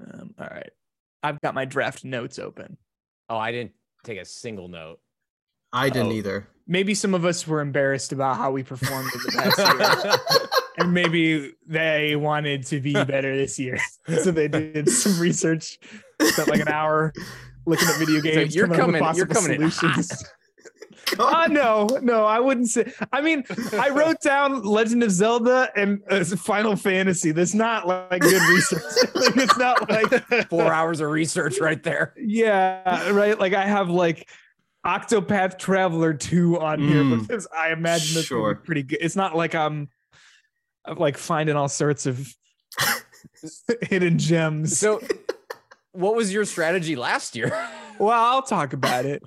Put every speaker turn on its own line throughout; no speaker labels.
Um, All right. I've got my draft notes open.
Oh, I didn't take a single note.
I didn't
Oh.
either.
Maybe some of us were embarrassed about how we performed in the past year. and maybe they wanted to be better this year. So they did some research, spent like an hour looking at video games.
you're
up with
coming- you're
possible
coming in
Uh, no, no, I wouldn't say. I mean, I wrote down Legend of Zelda and uh, Final Fantasy. That's not like good research. like, it's not like
Four hours of research right there.
yeah, right. Like I have like Octopath Traveler 2 on here
Mm.
because I imagine this
Sure.
sure. pretty good. It's not like I'm I'm, like finding all sorts of hidden gems.
So, what was your strategy last year?
well, I'll talk about it.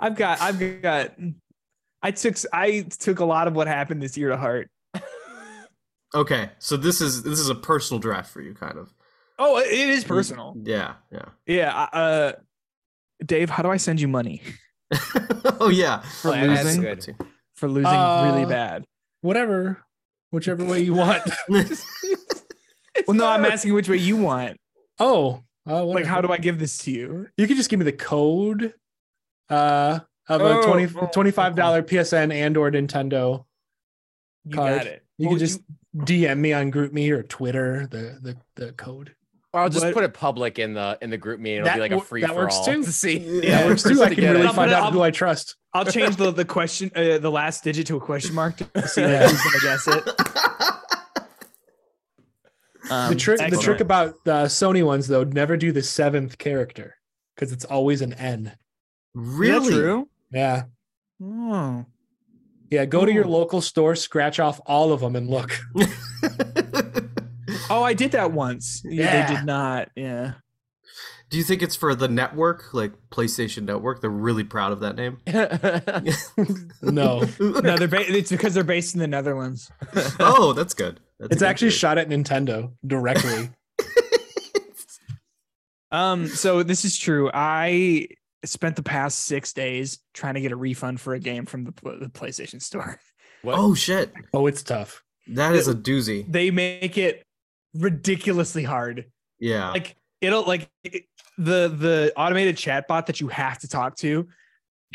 I've got I've got I took I took a lot of what happened this year to heart.
Okay, so this is this is a personal draft for you, kind of.
Oh, it is personal.
Yeah, yeah.
Yeah, I- uh Dave, how do I send you money
oh yeah,
Oh, yeah, that's
Losing?
good.
for losing really
Uh,
bad?
Whatever, whichever way you want.
Well, no, I'm asking which way you want.
Oh, uh,
Like, how do I give this to you?
You could just give me the code uh, of a
Oh,
20,
oh, okay.
$25 PSN and or Nintendo.
You
card.
got it.
You
Well,
could just DM me on GroupMe or Twitter the the, the code.
Or I'll just
What-
put it public in the in the group me, and it'll
That
be like a
wor-
free
that
for
works
all.
too.
To see,
Yeah,
Yeah.
that works too. I
Just
can
get
really
it.
find
I'll-
out who I trust.
I'll change the the question, uh, the last digit to a question mark to see
Yeah.
like, who's gonna guess it. Um,
Um,
the trick the
excellent.
trick about the Sony ones though, never do the seventh character because it's always an N.
Is that
really?
true?
Yeah.
Oh.
Yeah. Go to your
Ooh.
local store, scratch off all of them and look.
oh, I did that once. Yeah. They did not. Yeah.
Do you think it's for the network, like PlayStation Network? They're really proud of that name.
No.
No, they're ba- it's because they're based in the Netherlands.
oh, that's good. That's
it's
a good
actually
trade.
shot at Nintendo directly.
Um, so this is true. I spent the past six days trying to get a refund for a game from the, the PlayStation Store.
Oh shit,
oh, it's tough.
that is a doozy.
They make it ridiculously hard.
Yeah.
like it'll like it, the the automated chatbot that you have to talk to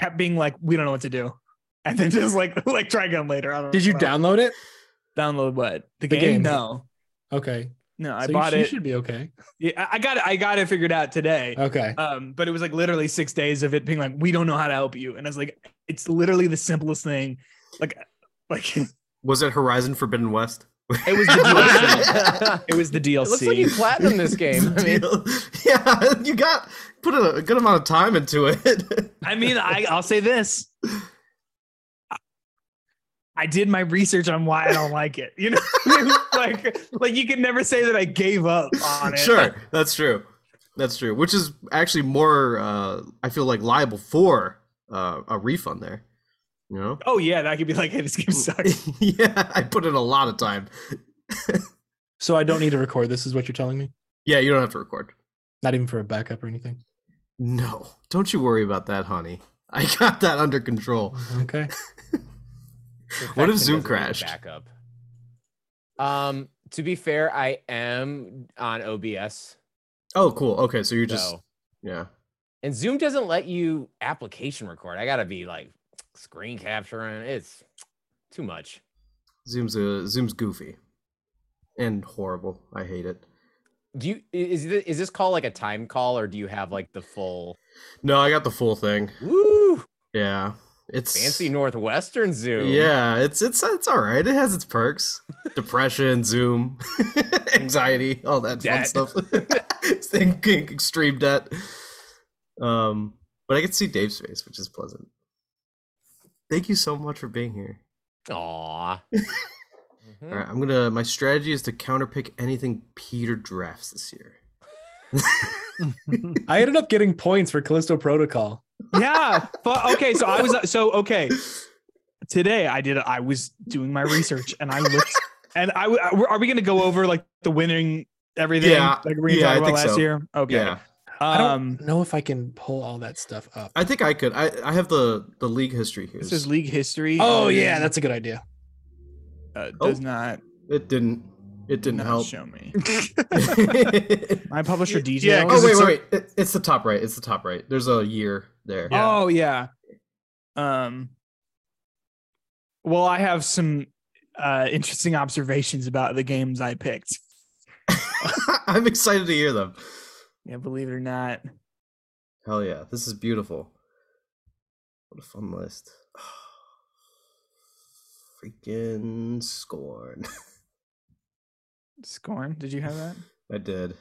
kept being like we don't know what to do and then just like like try again later I don't
Did you
know.
download it?
download what the,
The
game?
game.
no
Okay.
no i
So you-
bought
you
it
should be okay.
yeah, I- i got it i got it figured out today
Okay.
um but it was like literally six days of it being like we don't know how to help you and i was like it's literally the simplest thing like like it
Was it Horizon Forbidden West?
was the dlc it was the dlc
it looks like you platinum this game. I mean,
yeah, you got put a, a good amount of time into it.
I mean, I, I'll say this. I- I did my research on why I don't like it. You know, like like you can never say that I gave up on it.
sure, that's true. That's true. Which is actually more, uh, I feel like liable for uh, a refund there. You know?
Oh yeah, that could be like, hey, this game sucks.
yeah, I put in a lot of time.
So I don't need to record. This is what you're telling me.
Yeah, you don't have to record.
Not even for a backup or anything.
No, don't you worry about that, honey. I got that under control.
Okay.
What
Perfection
if Zoom
doesn't need a
crashed?
Backup. Um. To be fair, I am on OBS.
Oh, cool. Okay, so you're just
so-
yeah.
and Zoom doesn't let you application record. I gotta be like screen capturing. It's too much.
Zoom's a Zoom's goofy and horrible. I hate it.
Do you i- is this, is this call like a time call or do you have like the full
No, I got the full thing.
woo
Yeah, it's
fancy Northwestern Zoom?
Yeah, it's it's it's all right. It has its perks: depression, Zoom, anxiety, all that
Debt.
fun stuff. Thinking extreme debt. Um, but I can see Dave's face, which is pleasant. Thank you so much for being here.
Aw. Mm-hmm.
All right, I'm gonna. My strategy is to counterpick anything Peter drafts this year.
I ended up getting points for Callisto Protocol.
yeah. But okay, so I was so okay. Today I did I was doing my research and I looked and I w- are we going to go over like the winning everything
Yeah,
like we
yeah, I
talked about
think
last
so.
year? Okay.
Yeah,
I don't
Um
know if I can pull all that stuff up.
I think I could. I I have the the league history here.
this is league history. Oh,
Oh yeah, that's a good idea.
uh,
Oh.
does not
it didn't. It didn't
Not
help.
Show me.
oh
My publisher DJ.
yeah,
Oh
'cause
wait,
it's
wait,
a-
wait. It, it's the top right. It's the top right. There's a year there.
yeah. oh yeah. Um. Well, I have some uh, interesting observations about the games I picked.
I'm excited to hear them.
Yeah, believe it or not.
Hell yeah, this is beautiful. What a fun list. Freaking scorn.
Scorn. Did you have that?
I did.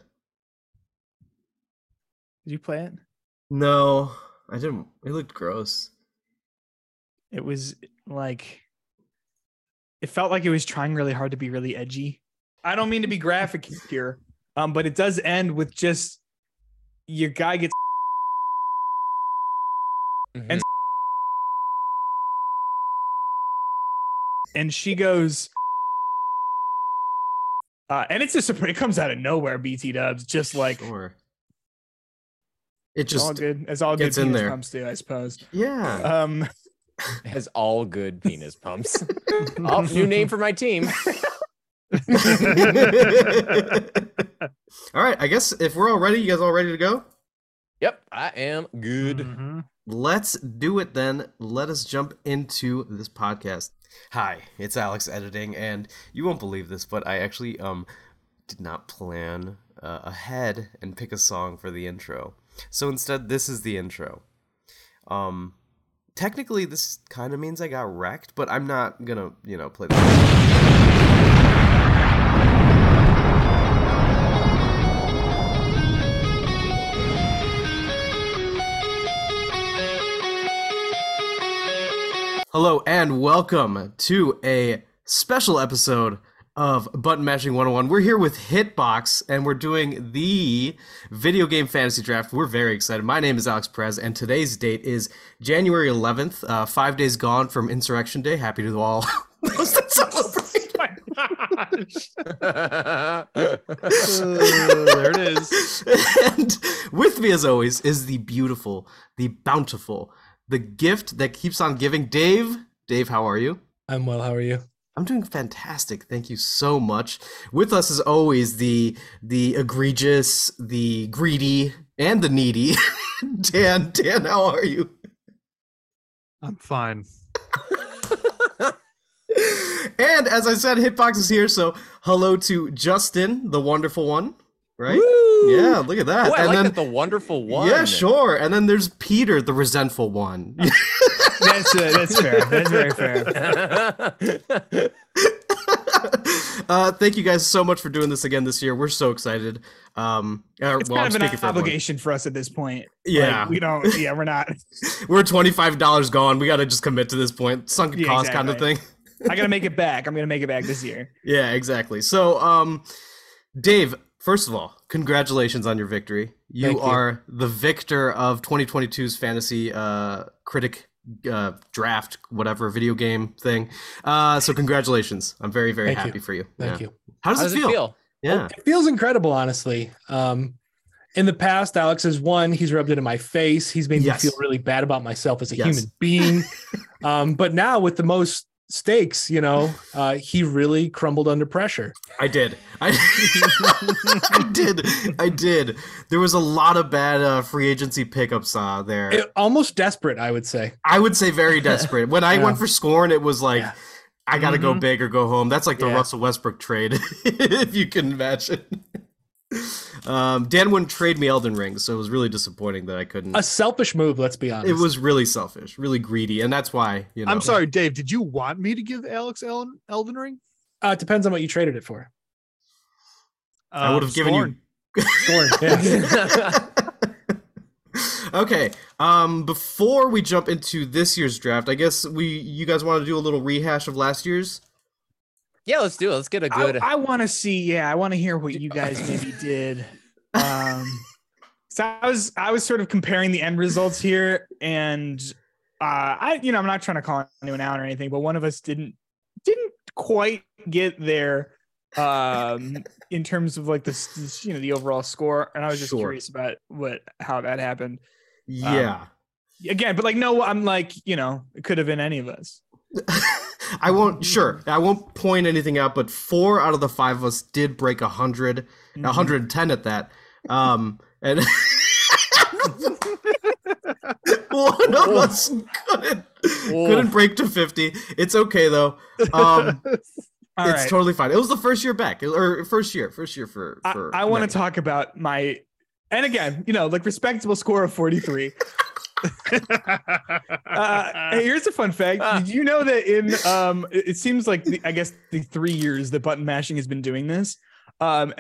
Did you play it?
No, I didn't. It looked gross.
It was like it felt like it was trying really hard to be really edgy. I don't mean to be graphic here, um, but it does end with just your guy gets
Mhm.
and she goes uh, and it's just a, it comes out of nowhere bt dubs just like
Sure. It
it's all
just
good as all good
gets in
penis
there.
pumps do i suppose
yeah.
um
has all good penis pumps. oh, new name for my team.
all right, I guess if we're all ready, you guys all ready to go?
Yep, I am good.
Mm-hmm.
Let's do it then. Let us jump into this podcast. Hi, it's Alex editing, and you won't believe this, but I actually um did not plan uh, ahead and pick a song for the intro. So instead, this is the intro. Um, technically, this kind of means I got wrecked, but I'm not gonna you know play the. Hello and welcome to a special episode of Button Mashing 101. We're here with Hitbox and we're doing the video game fantasy draft. We're very excited. My name is Alex Perez and today's date is January 11th, uh, five days gone from Insurrection Day. Happy to all those that celebrate.
my gosh.
Mm.
there it is.
and with me, as always, is the beautiful, the bountiful, the gift that keeps on giving. Dave, Dave, how are you?
I'm well. How are you?
I'm doing fantastic. Thank you so much. With us as always the the egregious, the greedy, and the needy. Dan, Dan, how are you?
I'm fine.
And as I said, Hitbox is here, so hello to Justin, the wonderful one, right?
Woo!
Yeah, look at that.
Boy, I
and
like
then
that the wonderful one.
Yeah, sure. And then there's Peter, the resentful one.
that's uh, that's fair that's very fair
uh, thank you guys so much for doing this again this year. We're so excited. Um, uh,
it's
well, I'm
kind of an
speaking for everyone.
obligation for us at this point
Yeah,
Like, we don't yeah we're not
we're twenty five dollars gone. We got to just commit to this point, sunken
Yeah,
cost kind of
exactly.
thing.
i gotta make it back i'm gonna make it back this year
Yeah, exactly. So, um, Dave, first of all, congratulations on your victory. You
Thank you.
are the victor of 2022's fantasy uh, critic uh, draft, whatever video game thing. Uh, so, congratulations. I'm very, very
Thank you.
happy for you.
Thank
yeah.
you.
How does,
How does
it, feel? Yeah.
It feels incredible, honestly. Um, in the past, Alex has won. He's rubbed it in my face. He's made
Yes.
me feel really bad about myself as a
Yes.
human being. um, but now with the most stakes, you know, uh, he really crumbled under pressure.
I did. I, I did. I did. There was a lot of bad uh, free agency pickups uh, there.
It- almost desperate, I would say.
I would say very desperate. When I went
Yeah.
for Scorn, it was like,
Yeah.
I gotta go
Mhm.
big or go home. That's like the
Yeah.
Russell Westbrook trade, if you can imagine. Um, Dan wouldn't trade me Elden Ring, so it was really disappointing that I couldn't.
A selfish move, let's be honest.
it was really selfish, really greedy, and that's why you know.
I'm sorry, Dave. Did you want me to give Alex Ellen Elden Ring?
Uh, it depends on what you traded it for.
I
Um,
um,
would have given you
Scorn, yeah.
okay. Um, before we jump into this year's draft, I guess we you guys want to do a little rehash of last year's.
Yeah, let's do it. Let's get a
I-
good.
I, want to see. Yeah, I want to hear what you guys maybe did. Um, so I was I was sort of comparing the end results here, and uh, I you know I'm not trying to call anyone out or anything, but one of us didn't didn't quite get there um in terms of like this, this you know the overall score and i was just
Sure.
curious about what how that happened
Yeah.
again but like no i'm like you know it could have been any of us
I won't. Sure, I won't point anything out. But four out of the five of us did break a 100 a
Mhm.
110 at that. Um, and one of us couldn't, couldn't break to 50. It's okay though.
All
Um, it's
right.
totally fine. It was the first year back, or first year, first year for. for
I, I want
Maddie.
to talk about my, and again, you know, like respectable score of 43. Uh, hey, here's a fun fact.
Ah.
Did you know that in, um, it it seems like, the, I guess, the three years that button mashing has been doing this, um,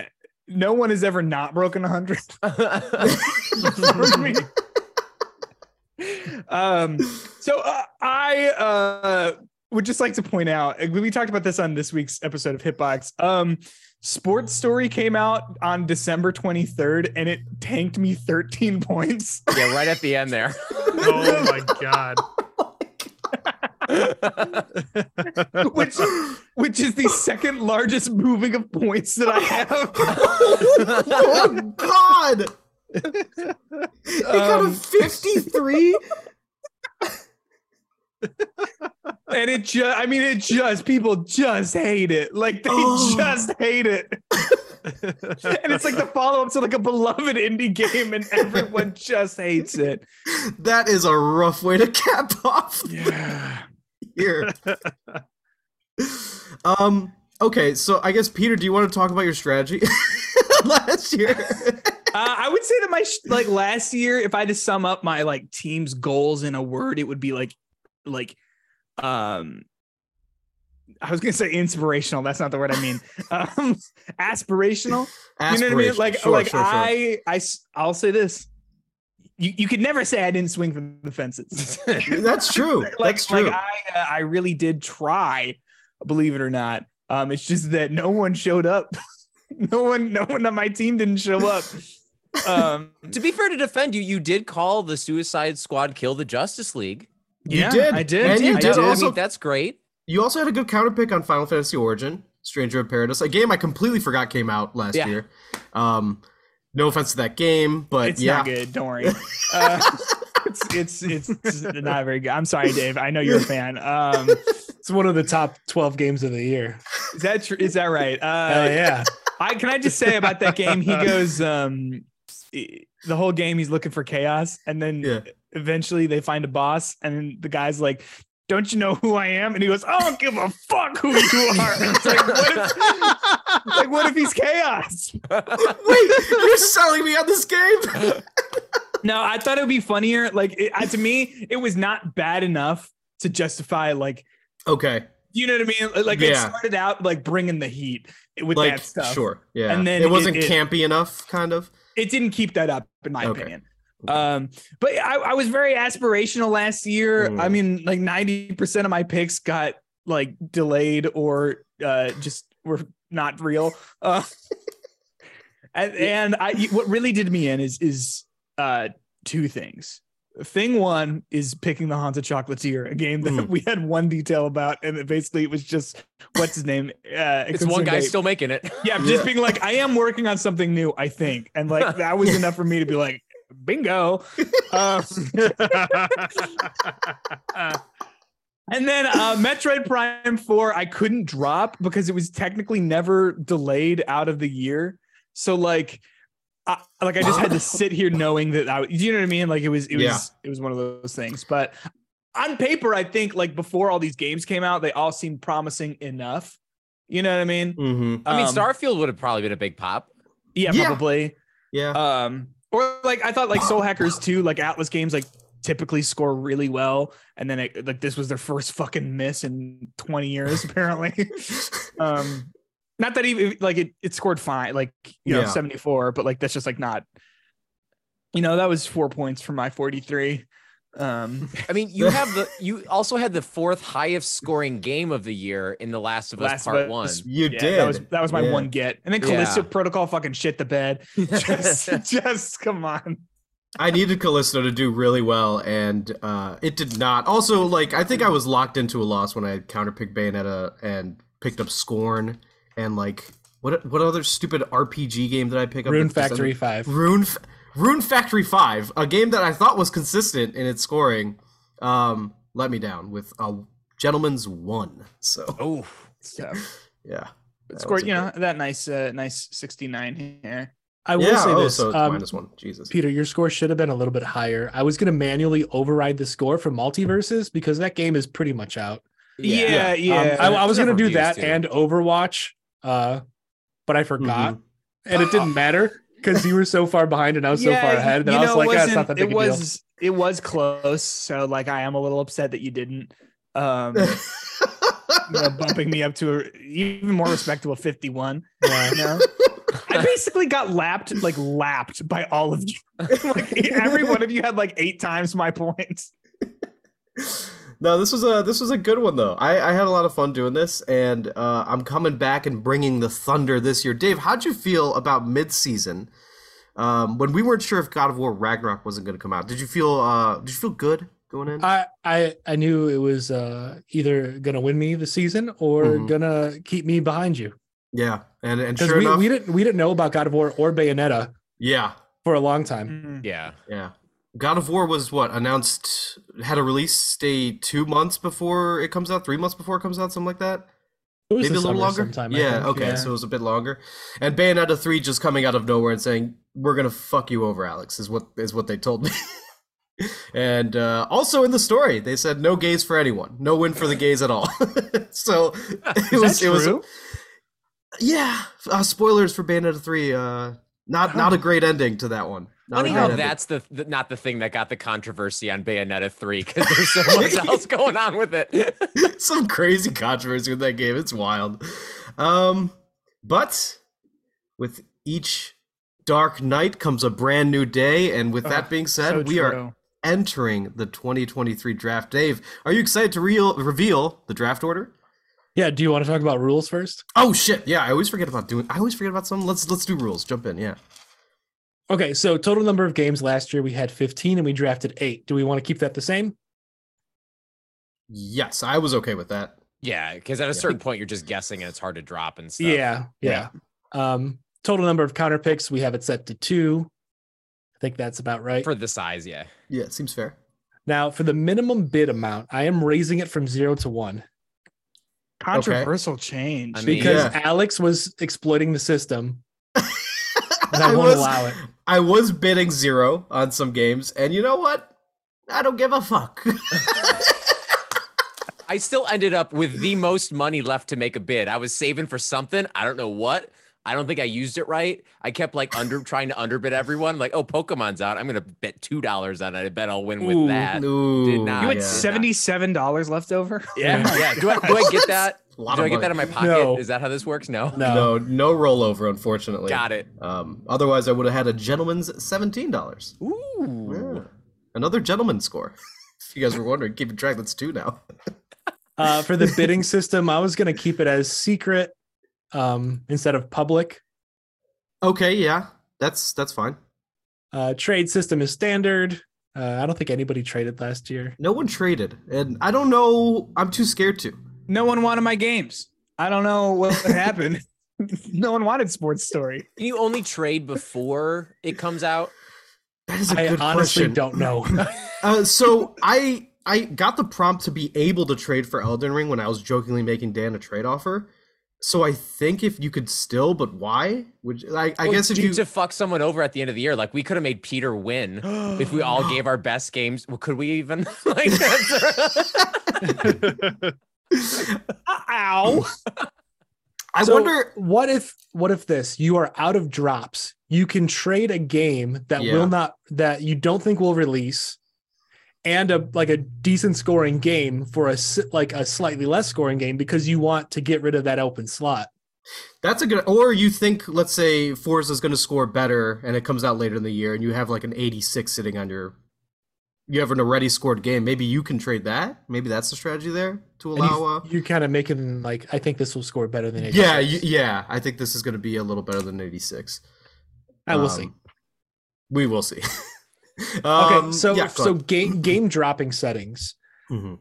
no one has ever not broken 100 for me. Um, so uh, I uh, would just like to point out uh, we talked about this on this week's episode of Hitbox. Um, Sports Story came out on December 23rd, and it tanked me 13 points.
yeah, right at the end there.
oh my god.
which which is the second largest moving of points that I have.
oh God! They got a
Um,
fifty-three.
And it just I mean it just people just hate it. Like they
Oh.
just hate it. and it's like the follow-up to like a beloved indie game and everyone just hates it.
that is a rough way to cap off
Yeah.
here. um. Okay, so I guess Peter, do you want to talk about your strategy last year?
Uh, I would say that my sh- like last year, if I had to sum up my like team's goals in a word, it would be like like um I was gonna say inspirational. That's not the word I mean. Um aspirational. You know what I mean?
Aspiration.
Like
Sure,
like
sure, sure.
I I s- I'll say this. You you could never say I didn't swing for the fences.
That's true.
like
That's true.
like I uh, I really did try, believe it or not. Um, it's just that no one showed up. no one no one on my team didn't show up. Um,
to be fair to defend you, you did call the Suicide Squad kill the Justice League.
You did.
I did.
And you
I
did
I
also-
mean, that's great.
you also had a good counter pick on Final Fantasy Origin, Stranger of Paradise, a game I completely forgot came out last
Yeah.
year. Um, no offense to that game, but
It's
yeah,
not good. Don't worry. Uh, it's, it's it's not very good. I'm sorry, Dave. I know you're a fan. Um,
It's one of the top 12 games of the year.
is that true? Is that right?
Hell
Uh,
yeah.
I can I just say about that game? He goes um, the whole game he's looking for chaos, and then
Yeah.
eventually they find a boss, and then the guy's like. Don't you know who I am? And he goes, I don't give a fuck who you are. It's like, what if, like, what if he's chaos?
Wait, you're selling me on this game?
No, I thought it would be funnier. Like it, I- to me, it was not bad enough to justify. Like
Okay,
you know what I mean? Like it
Yeah.
started out like bringing the heat with
like
that stuff.
sure, yeah.
And then
it wasn't
it- it-
campy enough, kind of.
It didn't keep that up, in my
Okay.
opinion. Um, but I, I was very aspirational last year.
Mm.
I mean, like ninety percent of my picks got like delayed or uh, just were not real. Uh, and, and I, what really did me in is is uh, two things. Thing one is picking the Haunted Chocolatier, a game that
Mm.
we had one detail about, and it basically it was just what's his name. Uh,
It's one
Concerned
guy
Ape.
still making it.
Yeah, just
Yeah.
being like, I am working on something new, I think. And like that was enough for me to be like, bingo. Uh, and then uh, Metroid Prime 4, I couldn't drop because it was technically never delayed out of the year. So like, I, like I just had to sit here knowing that I, you know what I mean? Like it was, it was,
Yeah.
it was one of those things. But on paper, I think like before all these games came out, they all seemed promising enough. You know what I mean?
Mm-hmm.
I mean,
Um,
Starfield would have probably been a big pop.
Yeah,
Yeah.
probably.
Yeah,
Um, or like I thought, like Soul Hackers too, like Atlas games, like typically score really well, and then it, like this was their first fucking miss in 20 years, apparently. um, not that even like it, it scored fine, like you know
Yeah.
74, but like that's just like not. You know, that was four points for my 43. Um,
I mean, you have the you also had the fourth highest scoring game of the year in The Last of Us
Last of
Part
Us.
One.
you
yeah,
did.
that was that was my
Yeah.
one get, and then
Yeah.
Callisto Protocol fucking shit the bed. Just, just come on.
I needed Callisto to do really well, and uh, it did not. Also, like I think I was locked into a loss when I counterpicked Bayonetta and picked up Scorn, and like what what other stupid RPG game did I pick up?
Rune
that's just-
Factory 5.
Rune F- Rune Factory Five, a game that I thought was consistent in its scoring, um, let me down with a Gentlemen's won. So
Oh,
So
yeah, that
it's
was
great.
a
You know
great-
that nice, uh, nice sixty-nine here.
I will
yeah.
say
oh,
this,
so it's
um,
minus one. Jesus.
Peter, your score should have been a little bit higher. I was going to manually override the score for multiverses because that game is pretty much out.
Yeah, yeah.
Um, I, I was
It's
going to do
reviews,
that
too.
and Overwatch, uh, but I forgot,
Mhm.
and it didn't matter because you were so far behind and I was so far ahead that
you
I was
know, it
like, "Ah, it's
wasn't-
not that
it
big a deal.
was it was close. So like, I am a little upset that you didn't. Um,
Mm-hmm.
you know, bumping me up to a even more respectable 51. You know? I basically got lapped, like lapped by all of you. Like every one of you had like eight times my points.
no, this was a this was a good one though. I, I had a lot of fun doing this, and uh, I'm coming back and bringing the thunder this year. Dave, how'd you feel about mid season um, when we weren't sure if God of War Ragnarok wasn't going to come out? Did you feel uh, did you feel good going in?
I, I I knew it was uh, either going to win me the season or
Mhm.
going to keep me behind you
yeah, and and
because
sure
we,
enough,
we didn't we didn't know about God of War or Bayonetta
yeah,
for a long time.
yeah.
yeah. God of War was what announced had a release date two months before it comes out, three months before it comes out, something like that.
It was
maybe a
the
little
summer
longer.
sometime, I
yeah,
think,
okay,
yeah.
so it was a bit longer. And Bayonetta three just coming out of nowhere and saying we're gonna fuck you over, Alex, is what is what they told me. and uh, also in the story, they said no gays for anyone, no win for the gays at all. so it was it was yeah. Uh, spoilers for Bayonetta three. Uh, not not a great ending to that one. Not a
Funny
great
how
ending.
that's the, the not the thing that got the controversy on Bayonetta three because there's so much else going on with it.
some crazy controversy with that game. It's wild. Um, but with each dark night comes a brand new day, and with
Oh,
that
Ugh,
being said,
So
we are
true.
entering the 2023 draft. Dave, are you excited to real reveal the draft order?
Yeah, do you want to talk about rules first?
Oh shit! Yeah, I always forget about doing. I always forget about something. Let's let's do rules. Jump in. Yeah.
Okay, so total number of games last year we had 15 and we drafted 8. Do we want to keep that the same?
Yes, I was okay with that.
Yeah, because at a
Yeah.
certain point you're just guessing and it's hard to drop and
Oh,
stuff.
Yeah, yeah. Um total number of counter picks we have it set to 2. I think that's about right.
for the size. Yeah,
Yeah, it seems fair.
now, for the minimum bid amount, I am raising it from 0 to 1
Controversial change.
I mean-
because
Yeah.
Alex was exploiting the system and I,
I
won't
was-
allow it.
I was bidding zero on some games, and you know what? I don't give a fuck.
I still ended up with the most money left to make a bid. I was saving for something. I don't know what. I don't think I used it right. I kept like under trying to underbid everyone. Like, oh, Pokemon's out. I'm gonna bet two dollars on it. I bet I'll win with
Ooh,
that.
Ooh,
Uh, not.
you had
Yeah.
seventy-seven dollars left over.
Yeah, yeah. Do I do I get that?
A lot
Do
of
I get that in
money.
my pocket?
No.
Is that how this works? No.
No.
No, no rollover, unfortunately.
Got it.
Um, otherwise, I would have had a gentleman's seventeen dollars.
Ooh.
Another gentleman's score. if you guys were wondering, keeping track, that's two now.
Uh for the bidding system, I was going to keep it as secret um instead of public.
Okay, yeah, that's that's fine.
Uh, trade system is standard. Uh, I don't think anybody traded last year.
No one traded, and I don't know. I'm too scared to.
No one wanted my games. I don't know what happened. no one wanted sports story.
Can you only trade before it comes out?
That is a
I
good
honestly
question.
don't know.
Uh, so I I got the prompt to be able to trade for Elden Ring when I was jokingly making Dan a trade offer. So I think if you could still, but why? Would you- I, I
Well,
guess if
to-
you
to fuck someone over at the end of the year, like we could have made Peter win if we all gave our best games. Well, could we even? Like, that's-
Ow.
I
So,
wonder.
what if what if this? You are out of drops. You can trade a game that
Yeah.
will not that you don't think will release, and a like a decent scoring game for a s- like a slightly less scoring game because you want to get rid of that open slot.
That's a good. Or you think, let's say, Forza is going to score better, and it comes out later in the year, and you have like an 86 sitting on your. You have an already scored game. Maybe you can trade that. Maybe that's the strategy there to
And
allow.
you, you're kind of making like I think this will score better than
uh,
it.
yeah, you, yeah. I think this is going to be a little better than 86.
I will
Um,
see.
We will see.
Okay,
Um,
so
yeah, go
so
ahead.
game game dropping settings.
Mhm.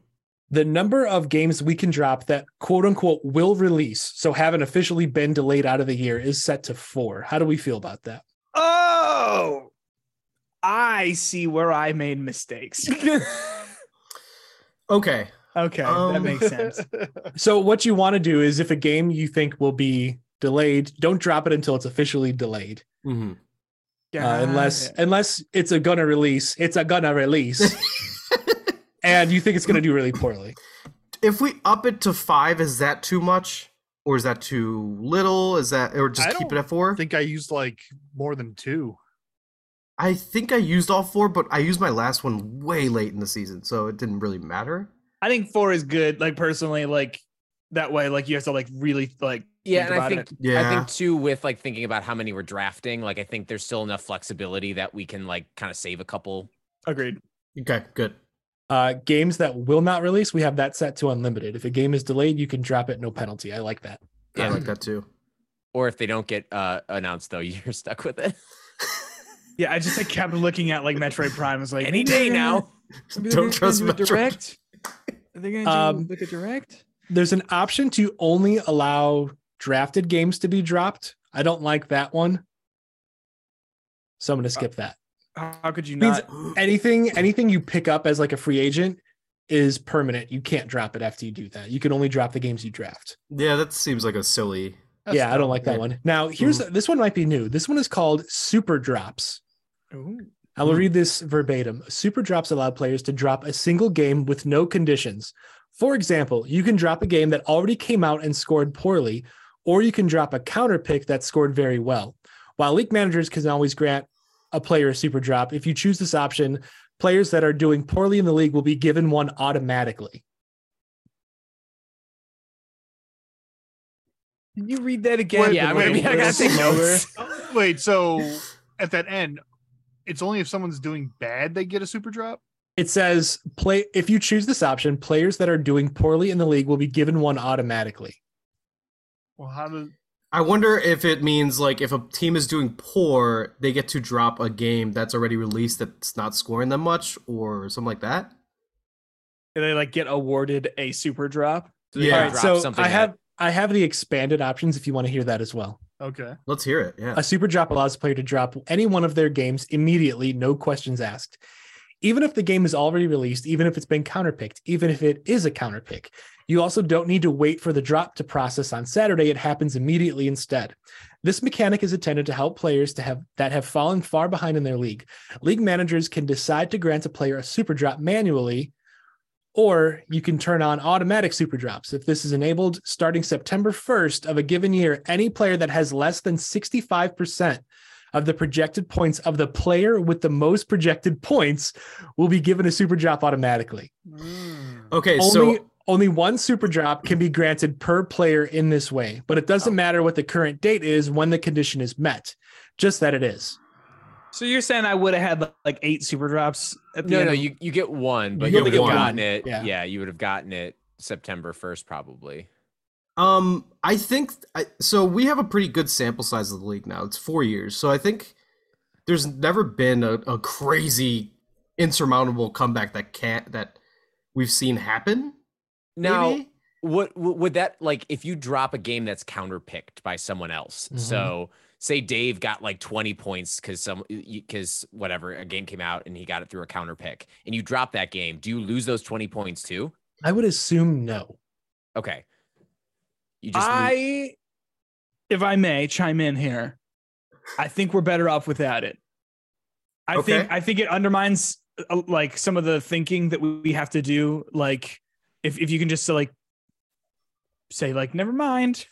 the number of games we can drop that quote unquote will release, so haven't officially been delayed out of the year, is set to four. How do we feel about that?
Oh. I see where I made mistakes.
okay.
Okay, that
Um,
makes sense.
So what you want to do is if a game you think will be delayed, don't drop it until it's officially delayed.
Mhm.
Uh, unless unless it's a gonna release, it's a gonna release. and you think it's gonna do really poorly.
If we up it to five, is that too much, or is that too little? Is that or just
I
keep it
don't
at four?
I think I used like more than two.
I think I used all four, but I used my last one way late in the season, so it didn't really matter.
I think four is good. Like personally, like that way, like you have to like really like
Yeah,
Think
and I
about
think
Yeah,
I think too with like thinking about how many we're drafting, like I think there's still enough flexibility that we can like kind of save a couple.
agreed.
Okay, good.
Uh games that will not release, we have that set to unlimited. If a game is delayed, you can drop it, no penalty. I like that.
I
Yeah.
like that too.
Or if they don't get uh announced though, you're stuck with it.
Yeah, I just like, kept looking at like Metroid Prime. I was like
Any day now.
Don't trust Metro.
direct. Are they gonna do
Um,
like a direct?
There's an option to only allow drafted games to be dropped. I don't like that one. So I'm gonna skip that.
How how could you
Means-
not?
anything anything you pick up as like a free agent is permanent. You can't drop it after you do that. You can only drop the games you draft.
Yeah, that seems like a silly.
That's
yeah, I don't like that
yeah.
one. Now, here's this one might be new. This one is called super drops.
Ooh.
I
Mm-hmm.
will read this verbatim. Super drops allow players to drop a single game with no conditions. For example, you can drop a game that already came out and scored poorly, or you can drop a counter pick that scored very well. While league managers can always grant a player a super drop, if you choose this option, players that are doing poorly in the league will be given one automatically.
Can you read that again?
Wait,
yeah, I'm gonna be I gotta take notes.
Oh, Wait, so at that end, it's only if someone's doing bad they get a super drop.
It says play if you choose this option, players that are doing poorly in the league will be given one automatically.
Well, how do
I wonder if it means like if a team is doing poor, they get to drop a game that's already released that's not scoring them much or something like that.
Do they like get awarded a super drop?
they
Yeah.
gotta
All right,
drop
so
something
I
that-
have I have the expanded options if you want to hear that as well.
okay?
Let's hear it. Yeah.
A super drop allows a player to drop any one of their games immediately, no questions asked. Even if the game is already released, even if it's been counterpicked, even if it is a counterpick, you also don't need to wait for the drop to process on Saturday. It happens immediately instead. This mechanic is intended to help players to have that have fallen far behind in their league. League managers can decide to grant a player a super drop manually, or you can turn on automatic super drops. If this is enabled starting September 1st of a given year, any player that has less than 65% of the projected points of the player with the most projected points will be given a super drop automatically. Hmm.
Okay,
Only
so
only one super drop can be granted per player in this way, but it doesn't matter what the current date is when the condition is met, just that it is.
So you're saying I would have had like, like eight super drops at the
No,
end?
no,
of-
you, you get one, but
You
you,
get
would have
one.
gotten it.
Yeah.
Yeah. you would have gotten it September 1st, probably.
um I think I, so we have a pretty good sample size of the league now. It's 4 years. So I think there's never been a, a crazy insurmountable comeback that can't that we've seen happen.
Now,
maybe?
what w- would that like if you drop a game that's counterpicked by someone else?
Mm-hmm.
Mhm.
So, say Dave got like 20 points because some because whatever a game came out and he got it through a counterpick, and you drop that game, do you lose those 20 points too?
I would assume no.
Okay, you just lose-
I, if I may, chime in here. I think we're better off without it. I think
Okay.
I think it undermines uh, like some of the thinking that we we have to do. Like, if if you can just like say like never mind,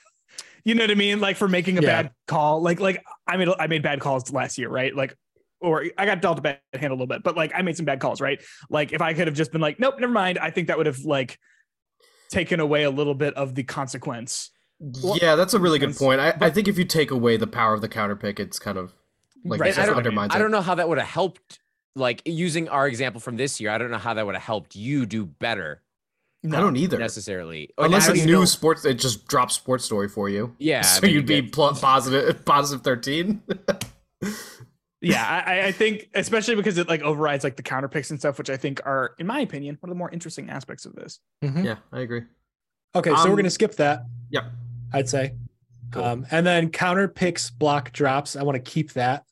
you know what I mean? Like for making a
Yeah.
bad call. Like like I made I made bad calls last year, right? Like. Or I got dealt a bad hand a little bit, but like I made some bad calls, right? Like if I could have just been like, nope, never mind. I think that would have like taken away a little bit of the consequence. Well-
yeah, that's a really good
Yes,
point. I, I think if you take away the power of the counter pick, it's kind of like
Right,
it
I
just
don't-
undermines
I
it.
don't know how that would have helped. Like using our example from this year, I don't know how that would have helped you do better
I don't either.
necessarily. Or
Unless
I
it's
don't
new
know-
sports, it just drops sports story for you.
Yeah,
so
then you
you'd be
get-
pl- positive positive thirteen.
yeah I, I- I think especially because it like overrides like the counter picks and stuff which i think are in my opinion one of the more interesting aspects of this
yeah, I agree.
Okay, so
Um,
we're going to skip that.
Yep.
I'd say.
Cool.
Um, and then counter picks, block drops. I want to keep that.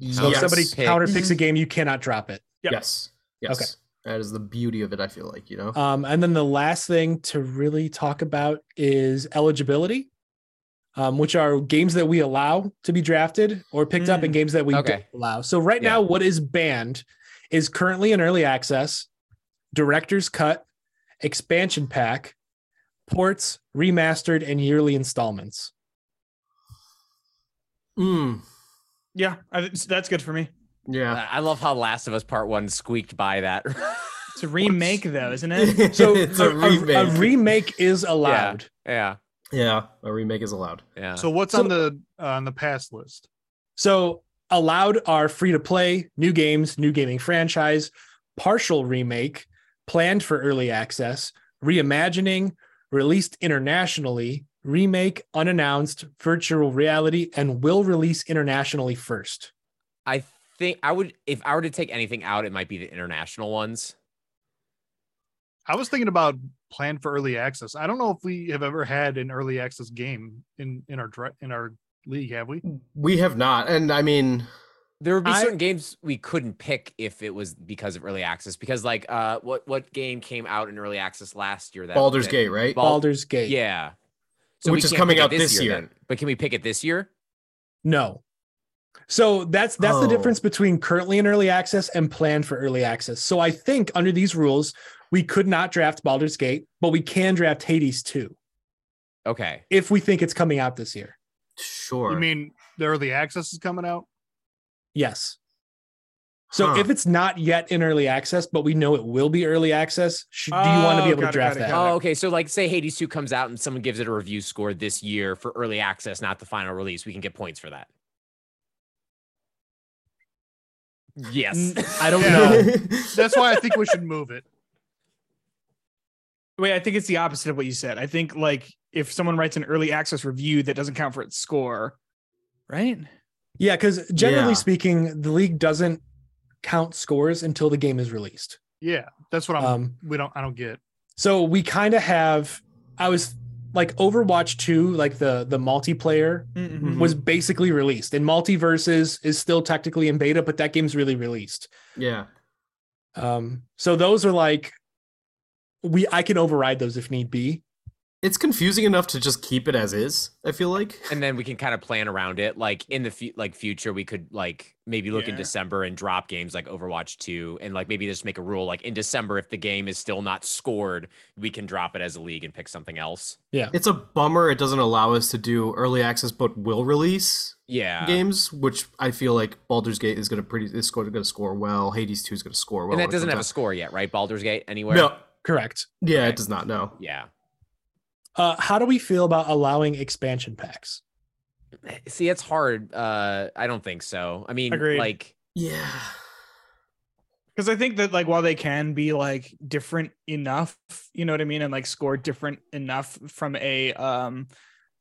Mm-hmm. So
yes.
if Oh, somebody
Pick.
counter picks a game, you cannot drop it.
Yep.
yes. Yes. That is the beauty of it. I feel like you know.
Um, and then the last thing to really talk about is eligibility, um, which are games that we allow to be drafted or picked up
Mm.
and games that we
Okay.
don't allow. So right
Yeah.
now, what is banned is currently in early access, director's cut, expansion pack, ports, remastered, and yearly installments.
Mm,
Hmm.
Yeah, I, th- that's good for me.
yeah.
I love how Last of Us Part One squeaked by that.
It's a remake, though, isn't it?
So
it's a, remake.
A, remake is allowed.
yeah,
yeah, a remake is allowed.
yeah.
So what's
So-
on the uh, on the pass list?
So allowed are free to play, new games, new gaming franchise, partial remake, planned for early access, reimagining, released internationally, remake, unannounced, virtual reality, and will release internationally first.
I think I would if I were to take anything out, it might be the international ones.
I was thinking about plan for early access. I don't know if we have ever had an early access game in in our dra- in our league, have we?
We have not, and I mean,
There would be
I-
certain games we couldn't pick if it was because of early access. Because like, uh, what what game came out in early access last year? That
Baldur's
that-
Gate, right?
Bal-
Baldur's Gate.
Yeah.
Which
we
is
can't
coming
pick it
out this year.
then. But can we pick it this year?
No. So that's that's the
Oh.
difference between currently in early access and planned for early access. So I think under these rules, we could not draft Baldur's Gate, but we can draft Hades 2
Okay.
if we think it's coming out this year.
Sure.
You mean the early access is coming out?
Yes. So
Huh.
if it's not yet in early access, but we know it will be early access, should, do you want to
Oh,
be able
got
to
it,
draft
got it,
that?
got
Oh, okay. So like, say Hades two comes out and someone gives it a review score this year for early access, not the final release. We can get points for that. Yes.
I don't
Yeah.
know.
That's why I think we should move it.
Wait, I think it's the opposite of what you said. I think like if someone writes an early access review that doesn't count for its score, right?
Yeah, because generally
Yeah.
speaking, the league doesn't count scores until the game is released.
Yeah, that's what I'm.
Um,
we don't. I don't get.
so we kind of have. I was like Overwatch 2, like the the multiplayer
Mm-mm.
was basically released, and Multiverses is still technically in beta, but that game's really released.
yeah.
Um, so those are like we I can override those if need be.
It's confusing enough to just keep it as is. I feel like.
and then we can kind of plan around it. Like in the fu- like future, we could like maybe look in
Yeah.
December and drop games like Overwatch two, and like maybe just make a rule like in December if the game is still not scored, we can drop it as a league and pick something else.
It's a bummer it doesn't allow us to do early access, but will release
Yeah.
games, which I feel like Baldur's Gate is gonna pretty is going to score well. Hades Two is going to score well.
and that
when it
doesn't have a
comes
score yet, right? Baldur's Gate
out.
anywhere?
No.
Correct.
Yeah,
Okay.
it does not. No.
Yeah.
Uh, how do we feel about allowing expansion packs?
See, it's hard. Uh, I don't think so. I mean,
Agreed.
like,
Yeah.
Because I think that like while they can be like different enough, you know what I mean, and like score different enough from a um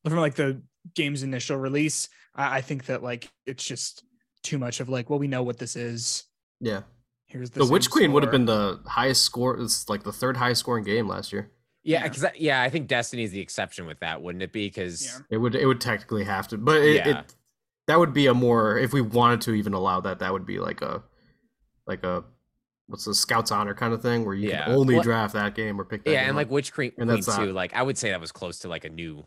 from like the game's initial release, I, I think that like it's just too much of like, well, we know what this is.
Yeah.
Here's the
The, Witch
same
Queen would have
score.
been the highest score. It's like the third highest scoring game last year.
yeah,
Yeah.
'cause I- yeah, I think Destiny is the exception with that, wouldn't it be? Because
Yeah.
It would it would technically have to, but it,
Yeah.
it that would be a more if we wanted to even allow that. That would be like a like a what's the Scouts Honor kind of thing where you
Yeah.
can only
Well-
draft that game or pick that.
yeah,
game
and
up.
like Witch Queen,
And
Queen
that's
two,
not-
like I would say that was close to like a new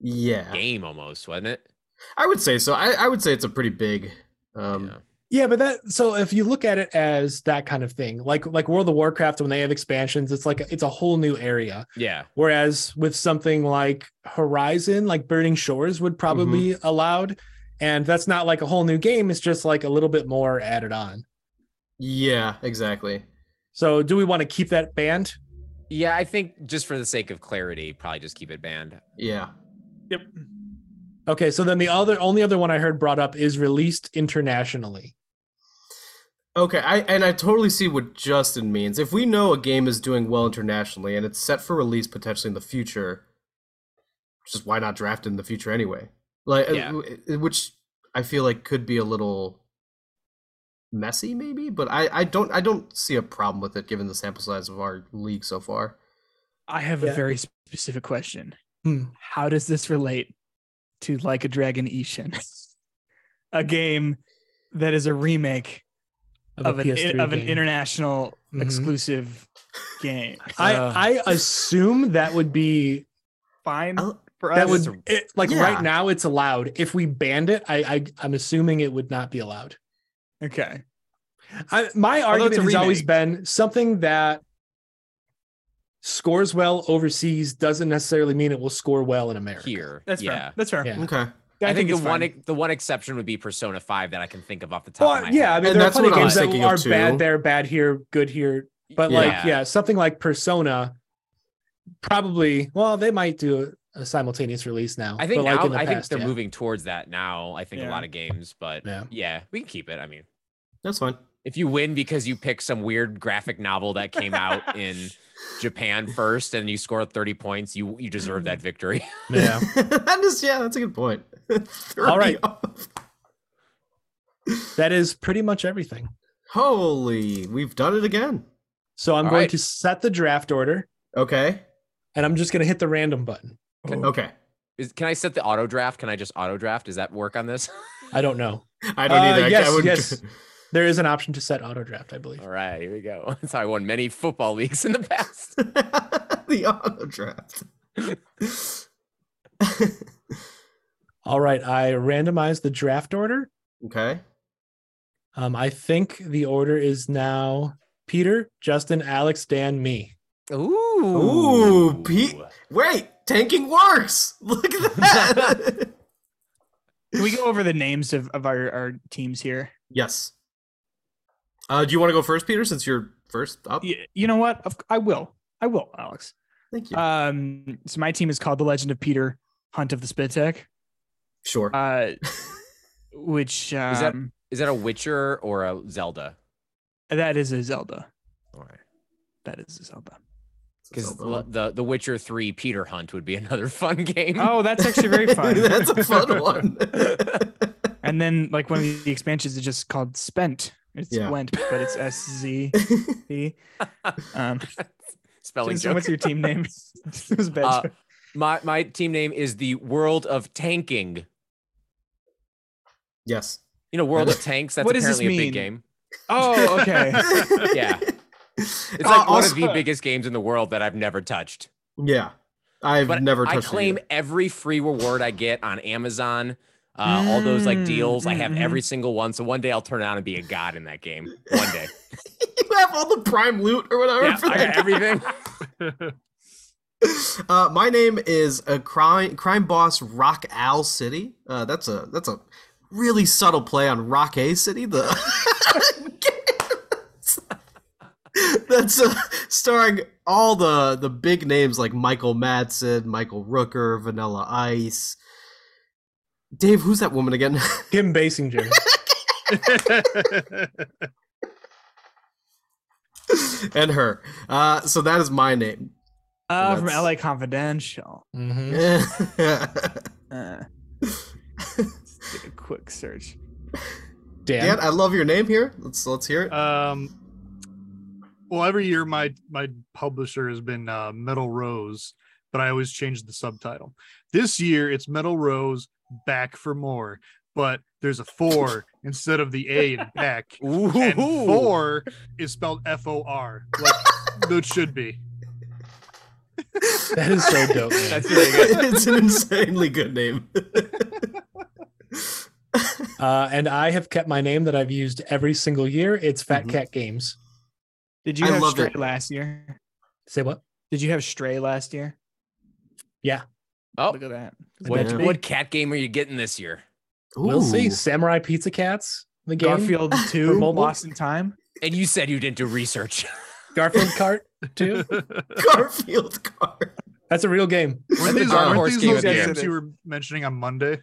yeah,
game almost, wasn't it?
I would say so. I, I would say it's a pretty big. Um,
Yeah.
Yeah, but that so if you look at it as that kind of thing, like like World of Warcraft when they have expansions, it's like it's a whole new area.
Yeah.
Whereas with something like Horizon, like Burning Shores would probably be allowed, and that's not like a whole new game. It's just like a little bit more added on.
yeah, exactly.
So do we want to keep that banned?
Yeah, I think just for the sake of clarity, probably just keep it banned.
Yeah,
Okay, so then the other only other one I heard brought up is released internationally.
Okay, I and I totally see what Justin means. If we know a game is doing well internationally and it's set for release potentially in the future, just why not draft it in the future anyway? Like, uh,
Yeah.
w- uh, which I feel like could be a little messy, maybe. But I, I don't I don't see a problem with it given the sample size of our league so far.
I have
Yeah.
a very specific question.
Hmm.
How does this relate to Like a Dragon Ishin? a game that is a remake
of,
of
a
an
PS3
of an
game.
international
Mhm.
exclusive game.
Uh.
I I assume that would be
Fine
Oh.
I'll-
for us.
that would it, like
Yeah.
right now it's allowed. If we banned it, I, I I'm assuming it would not be allowed.
okay.
I, my
Although it's
argument
a
has always
remake.
been something that scores well overseas doesn't necessarily mean it will score well in America.
here.
That's
yeah.
fair. That's fair.
Yeah.
Okay.
I, think,
it's
the one
fine.
the one exception would be Persona Five that I can think of off the top of
Well,
my
yeah, I
head.
mean
And
there are
that's
plenty of
what I
games
was
that
thinking of
are
too.
bad there, bad here, good here, but like
Yeah.
yeah, something like Persona probably well they might do a, a simultaneous release now.
I think
but like
now,
in the
I think
past,
they're
yeah.
moving towards that now. I think
Yeah.
a lot of games, but
Yeah.
yeah. we can keep it. I mean,
That's fine.
if you win because you pick some weird graphic novel that came out in Japan first and you score 30 points, you you deserve
Mm-hmm.
that victory.
Yeah.
that is yeah, that's a good point.
All right.
30 off.
that is pretty much everything.
Holy, we've done it again.
So I'm
All
going
right.
to set the draft order
Okay.
and I'm just going to hit the random button.
Okay.
Is, can I set the auto draft? Can I just auto draft? Does that work on this?
I don't know.
I don't
Uh,
either. I-
yes,
I wouldn't-
yes. There is an option to set auto draft, I believe.
All right, here we go. That's how I won many football leagues in the past.
the auto draft.
All right, I randomized the draft order.
okay.
Um, I think the order is now Peter, Justin, Alex, Dan, me.
Ooh.
Ooh, Pete. Wait, tanking works. Look at that.
Can we go over the names of, of our, our teams here?
yes. Uh, do you want to go first, Peter, since you're first up?
Y- You know what? Of- I will. I will, Alex.
uh,
Thank you.
Um, so my team is called The Legend of Peter Hunt of the Spitek,
sure.
uh, which um,
that- Is that a Witcher or a Zelda?
that is a Zelda.
All right.
That is a Zelda.
Because
Zelda.
the The Witcher Three Peter Hunt would be another fun game.
Oh, that's actually very fun.
That's a fun one.
and then like one of the expansions is just called Spent. It's
Yeah.
Went, but it's S Z P. Um,
spelling
Jason,
joke.
what's your team name? it was a bad
Uh,
joke.
My my team name is the World of Tanking.
yes.
You know, World of Tanks. That's
What does this
apparently a big
mean?
game.
Oh, okay.
Yeah.
It's
It's like one of the biggest games in the world that I've never touched.
Yeah. I've
But
never
I
touched it
claim
either.
every free reward I get on Amazon. Uh, all those like
Mm,
deals, I have
mhm.
every single one. So one day I'll turn out and be a god in that game. One day,
you have all the prime loot or whatever
yeah,
for
I
that
got everything.
Uh, my name is a crime crime boss Rock Owl City. Uh, that's a that's a really subtle play on Rock A City. The that's uh, starring all the the big names like Michael Madsen, Michael Rooker, Vanilla Ice. Dave, who's that woman again?
Kim Basinger.
and her. Uh, so that is my name.
Uh, from
Let's-
LA Confidential.
Mhm.
Uh, let's do a quick search.
Dan.
Dan, I love your name here. Let's let's hear it.
um, well, every year my my publisher has been uh, Metal Rose, but I always change the subtitle. This year it's Metal Rose Back for More, but there's a four instead of the A in back, and
Ooh.
four is spelled F O R, like it should be.
That is so dope. man.
That's really good.
it's an insanely good name.
Uh, and I have kept my name that I've used every single year. It's Fat
Mhm.
Cat Games.
Did you
I
have
love
Stray
it.
last year?
Say what?
Did you have Stray last year?
Oh,
Look at that.
what,
Yeah.
what cat game are you getting this year?
We'll see.
Ooh.
Samurai Pizza Cats, the game.
Garfield 2,
Mobile?
Lost in Time.
And you said you didn't do research.
Garfield Cart 2.
Garfield card.
That's a real game.
Were these,
the dark
weren't
horse
these
game
those
of the year.
games you were mentioning on Monday?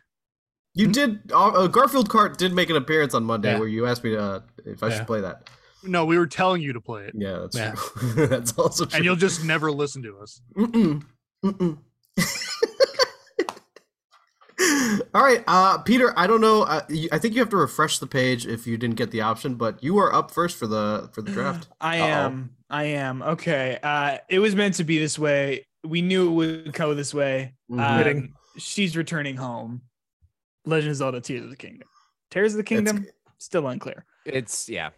You did. Uh, uh, Garfield card did make an appearance on Monday
Hmm. Yeah.
where you asked me to, uh, if I
Yeah.
should play that.
No, we were telling you to play it,
Yeah, that's
Yeah.
true. that's also true.
and you'll just never listen to us.
Mm-mm. Mm-mm. All right, uh, Peter. I don't know. Uh, you, I think you have to refresh the page if you didn't get the option, but you are up first for the for the draft.
I
Uh-oh.
am. I am. Okay. Uh, it was meant to be this way. We knew it would go this way.
Uh,
Mm-hmm.
Mhm.
Kidding.
Um, she's returning home. Legend of Zelda Tears of the Kingdom. Tears of the
That's-
Kingdom? Still unclear.
It's yeah.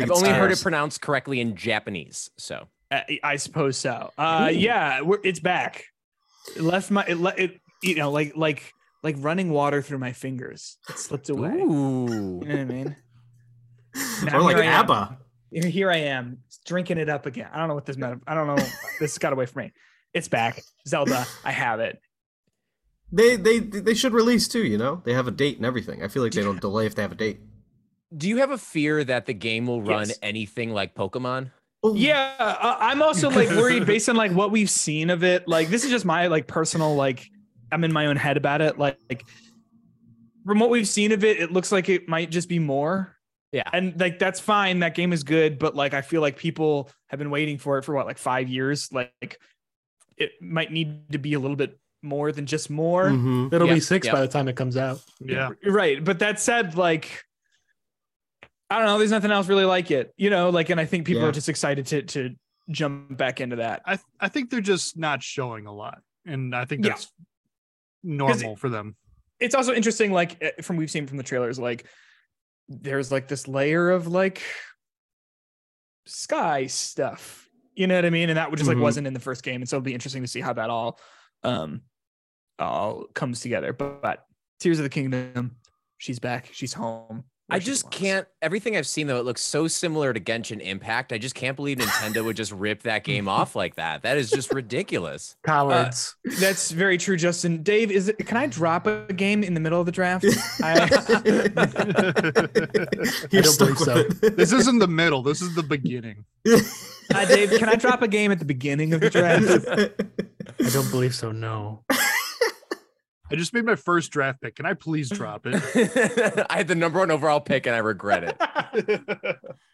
I've only heard it pronounced correctly in Japanese. So
I, I suppose so. Uh, yeah, we're, it's back. It left my it, le- it you know like like like running water through my fingers. It slipped away. You know
ooh,
what I mean?
Or
Now
like
here I am.
ABBA.
Here- Here I am drinking it up again. I don't know what this meant. I don't know. this got away from me. It's back. Zelda. I have it.
They they they should release too. You know, they have a date and everything. I feel like they don't delay if they have a date.
do you have a fear that the game will run
Yes.
anything like Pokemon?
Oh,
Yeah, uh, I'm also like worried based on like what we've seen of it. Like this is just my like personal like I'm in my own head about it. Like, like from what we've seen of it, it looks like it might just be more.
Yeah.
and like that's fine. That game is good, but like I feel like people have been waiting for it for what like five years. Like it might need to be a little bit more than just more.
Mhm.
It'll
Yeah,
be six
yeah.
by the time it comes out.
Yeah.
Right. But that said, like, I don't know. There's nothing else really like it, you know. Like, and I think people
Yeah.
are just excited to to jump back into that.
I th- I think they're just not showing a lot, and I think
Yeah.
that's normal for them.
It's also interesting, like eh, from we've seen from the trailers, like there's like this layer of like sky stuff. You know what I mean? And that just like
Mhm.
wasn't in the first game, and so it'll be interesting to see how that all um all comes together. But, but Tears of the Kingdom, she's back, she's home. where
I
she
just
belongs.
can't. Everything I've seen though, it looks so similar to Genshin Impact. I just can't believe Nintendo would just rip that game off like that. That is just ridiculous.
Cowards.
That's very true, Justin. Dave, is it, can I drop a game in the middle of the draft? I,
You're
don't
stuck
believe
with
This isn't the middle. This is the beginning.
it.
uh, Dave, can I drop a game at the beginning of the draft?
I don't believe so. No.
I just made my first draft pick. Can I please drop it?
I had the number one overall pick and I regret it.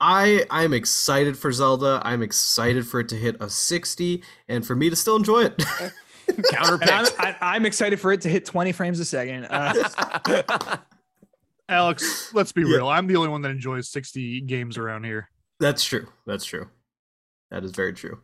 I I'm excited for Zelda. I'm excited for it to hit a 60 and for me to still enjoy it.
And I'm,
Counterpicked.
I, I'm excited for it to hit 20 frames a second. Uh,
Alex, let's be
Yeah.
real. I'm the only one that enjoys 60 games around here.
That's true. That's true. That is very true.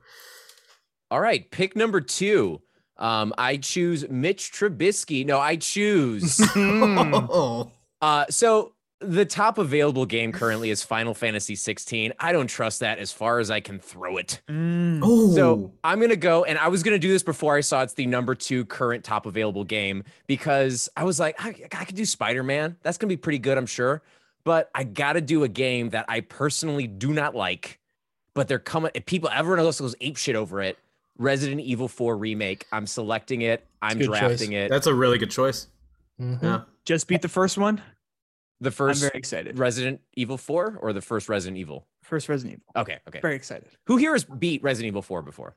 All right, pick number two. Um, I choose Mitch Trubisky. No, I choose.
Hmm.
Oh.
Uh, so the top available game currently is Final Fantasy 16. I don't trust that as far as I can throw it.
mm.
Oh.
So I'm gonna go, and I was gonna do this before I saw it's the number two current top available game because I was like, I, I could do Spider Man. That's gonna be pretty good, I'm sure. But I gotta do a game that I personally do not like. But they're coming. if People, everyone else goes ape shit over it. Resident Evil 4 remake. I'm selecting it. I'm
good choice.
drafting it.
that's a really good choice.
Mhm.
Yeah.
Just beat the first one. i
the
I'm
first
very excited.
Resident Evil 4 or the first Resident Evil.
First Resident Evil.
Okay, okay.
Very excited.
Who here has beat Resident Evil 4 before?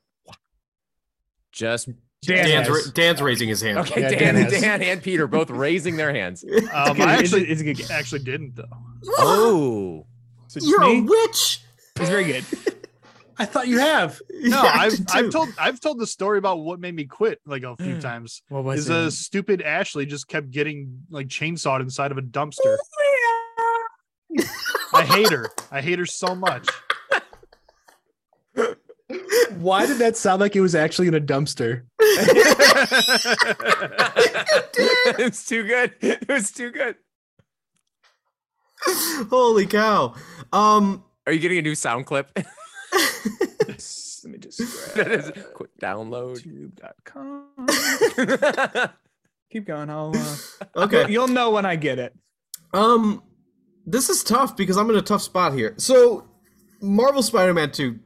Just
Dan
Dan's,
has.
ra- Dan's raising his hand.
Okay,
Yeah,
Dan,
Dan
Dan,
has.
and Peter both raising their hands.
Um,
good-
I
it's a-
actually,
it's a good game.
actually didn't, though.
Oh,
So it's
You're a
me.
witch.
It's very good.
I thought you have.
No,
Yeah, I
I've,
did
I've
too. Hmm.
told I've told the story about what made me quit like a few times.
What
Is
was
a stupid Ashley just kept getting like chainsawed inside of a dumpster. I hate her. I hate her so much.
Why did that sound like it was actually in a dumpster?
it was too good. It was too good.
Holy cow. Um.
Are you getting a new sound clip?
it? Let me just
that is
grab
quick download.
YouTube.com.
That's
Keep going. I'll, uh,
Okay.
You'll know when I get it.
Um. This is tough because I'm in a tough spot here. So, Marvel Spider-Man 2.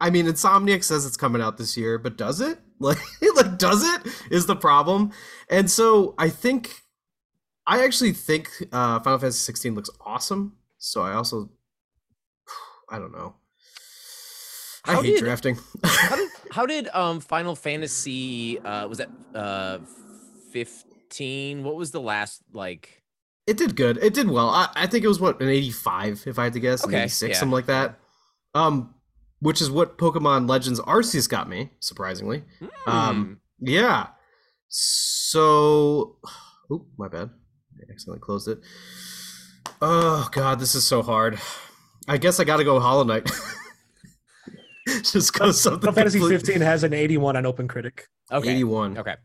I mean, Insomniac says it's coming out this year, but does it? Like, like does it? Is the problem? And so I think, I actually think uh, Final Fantasy 16 looks awesome. So I also, I don't know. I
How
hate
did-
drafting.
How did um Final Fantasy uh was that uh 15? What was the last like
It did good. It did well. I, I think it was what an 85, if I had to guess, an
Okay,
86,
yeah.
something like that. Um, which is what Pokemon Legends Arceus got me, surprisingly. Um, Yeah. So, oop, my bad. I accidentally closed it. Oh God, this is so hard. I guess I got to go Hollow Knight. Just go something.
Final Fantasy
complete-
15 has an 81 on Open Critic.
Hmm, okay.
81.
Okay.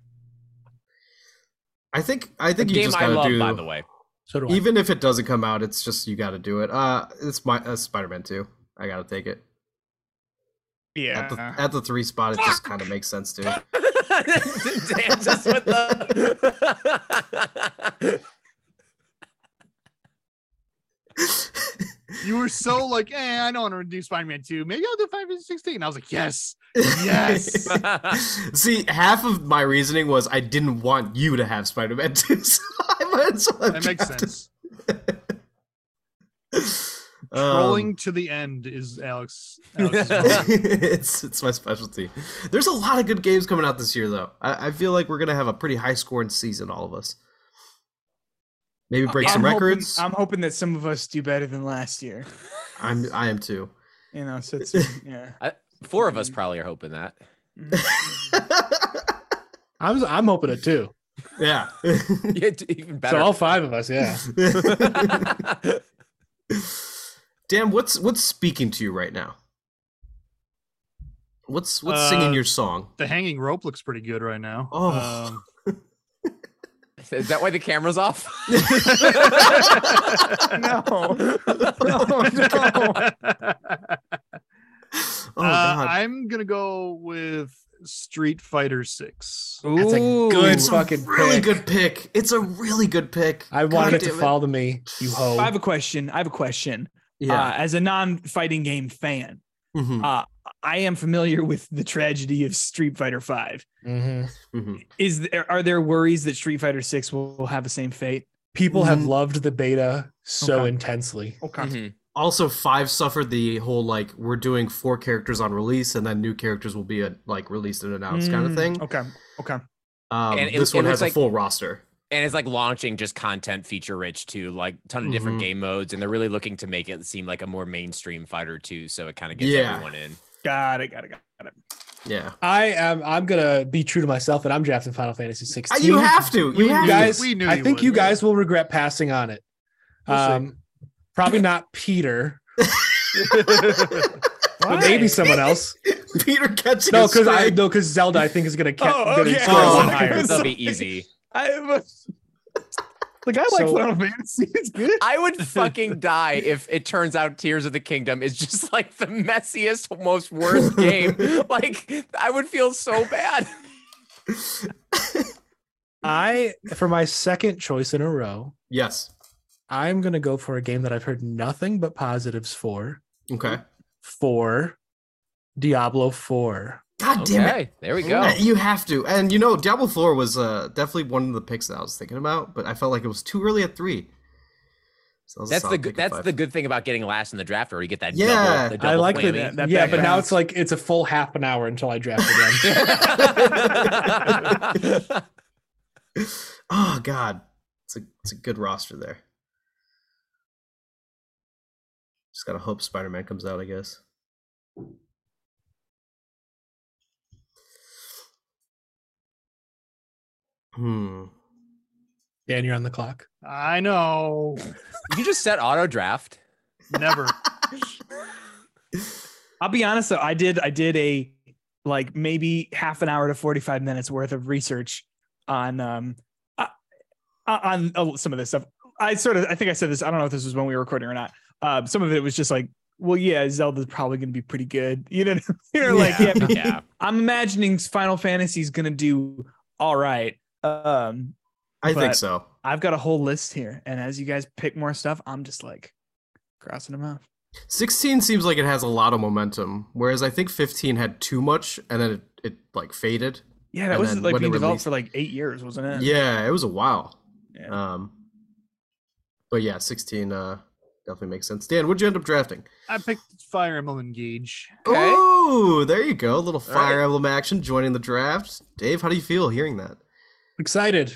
I think. I
The
think you
game
just
I
gotta
love,
do.
by the way.
So do I.
Even if it doesn't come out, it's just you got to do it. Uh, it's my uh, Spider-Man 2. I got to take it.
Yeah.
At, the, at the three spot, it just kind of makes sense, dude.
Damn, just with the.
You were so like, eh, I don't want to do Spider Man 2. Maybe I'll do Five and 16. I was like, yes. Yes.
See, half of my reasoning was I didn't want you to have Spider-Man 2, so I might as well
That makes sense.
sense.
Trolling to the end is Alex. Alex's vote.
it's it's my specialty. There's a lot of good games coming out this year, though. I, I feel like we're gonna have a pretty high scoring season, all of us. Maybe break
Uh, I'm
some
hoping-
records.
I'm hoping that some of us do better than last year.
I'm I am too.
You know, so it's yeah.
Four of us probably are hoping that.
I'm I'm hoping it too.
yeah.
Yeah, d- even better.
So all five of us, yeah.
Dan, what's what's speaking to you right now? What's what's singing
Uh,
your song?
the hanging rope looks pretty good right now.
Oh.
Um,
Is that why the camera's off?
No, no, no.
Oh
uh,
God.
I'm gonna go with Street Fighter Six.
That's a good
it's a
fucking
really
pick.
good pick. It's a really good pick.
I want
God
it to
damn
follow me, you hoe.
I have a question. I have a question.
Yeah.
Uh, as a non-fighting game fan,
Mhm,
uh, I am familiar with the tragedy of Street Fighter Five.
Mhm.
mhm.
Is there are there worries that Street Fighter Six will, will have the same fate?
People have
Mhm.
loved the beta so
Okay.
intensely.
Okay.
Mm-hmm.
Mhm.
Also, five suffered the whole like we're doing four characters on release, and then new characters will be uh like released and announced kind of
Mm,
thing.
Okay. Okay.
Um,
And it-
this
it
one
looks
has a
like-
full roster.
And it's like launching just content feature rich too, like ton of different
Mhm.
game modes, and they're really looking to make it seem like a more mainstream fighter too, so it kind of gets
Yeah.
everyone in.
Got it. Got it. Got it.
Yeah,
I am I'm gonna be true to myself and I'm drafting Final Fantasy
Uh,
16.
you have to. You
We
have
knew-
to.
guys,
we knew
I
you
think
would.
you guys will regret passing on it.
We'll see.
Um, probably not Peter, but
Why?
maybe someone else.
Peter catching.
No,
a
because I
stray.
no, because Zelda I think is gonna catch.
Oh, okay.
Gonna score
Oh,
one
okay.
higher.
That'll be easy.
I was like, I like
So-
Final Fantasy. It's good.
I would fucking die if it turns out Tears of the Kingdom is just like the messiest, most worst game. Like I would feel so bad.
I for my second choice in a row,
Yes.
I'm gonna go for a game that I've heard nothing but positives for.
Okay.
For Diablo 4.
God damn it.
Okay, there we go.
Uh, You have to. And you know, Diablo 4 was uh, definitely one of the picks that I was thinking about, but I felt like it was too early at three. So that was a
That's the
solid
good
pick at
that's
five.
the good thing about getting last in the draft, where you get that.
Yeah,
double, the
I
double
like
whammy.
that.
that
yeah,
back
but now
half.
it's like it's a full half an hour until I draft again.
Oh, God. It's a, it's a good roster there. Just gotta hope Spider Man comes out, I guess. Hmm.
Dan, you're on the clock.
I know.
you just set auto draft.
Never.
I'll be honest though, I did I did a like maybe half an hour to 45 minutes worth of research on um uh, on uh, some of this stuff. I sort of I think I said this, I don't know if this was when we were recording or not. Uh, some of it was just like, well, yeah, Zelda's probably gonna be pretty good. You know, you're like, yeah, but
Yeah.
I'm imagining Final Fantasy's gonna do all right. Um,
I think
But-
so.
I've got a whole list here, and as you guys pick more stuff, I'm just like crossing them off.
16 seems like it has a lot of momentum, whereas I think 15 had too much and then it, it like faded.
Yeah, that
And
was
then
like
when it
being developed
released-
for like eight years, wasn't it?
Yeah, it was a while.
Yeah.
Um, but yeah, 16 uh, definitely makes sense. Dan, what'd you end up drafting?
I picked Fire Emblem Engage.
Okay.
Oh, there you go. A little
All
Fire Emblem action joining the draft. Dave, how do you feel hearing that?
Excited.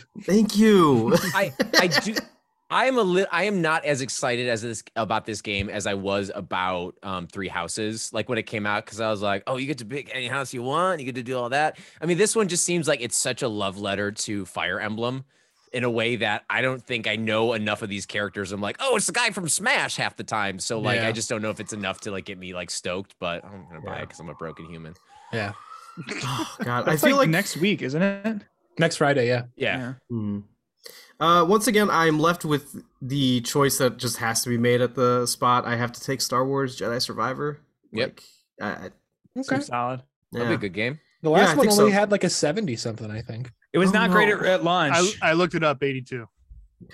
Thank you.
I I do. I am a li- I am not as excited as this about this game as I was about um, Three Houses. Like when it came out, because I was like, oh, you get to pick any house you want, you get to do all that. I mean, this one just seems like it's such a love letter to Fire Emblem in a way that I don't think I know enough of these characters. I'm like, oh, it's the guy from Smash half the time. So like,
Yeah.
I just don't know if it's enough to like get me like stoked. But I'm gonna buy it
Yeah.
because I'm a broken human.
God, I
That's
Oh, feel like,
next week, isn't it?
Next Friday, yeah.
Yeah.
Hmm. Uh, once again, I'm left with the choice that just has to be made at the spot. I have to take Star Wars Jedi Survivor.
Yep.
Like, I, I-
Super solid.
That'd be
yeah.
a good game.
The
Yeah,
last
I
one
think
only
so.
had like a 70 something, I think.
It was
Oh,
not great
no.
at, at launch.
I, I looked it up 82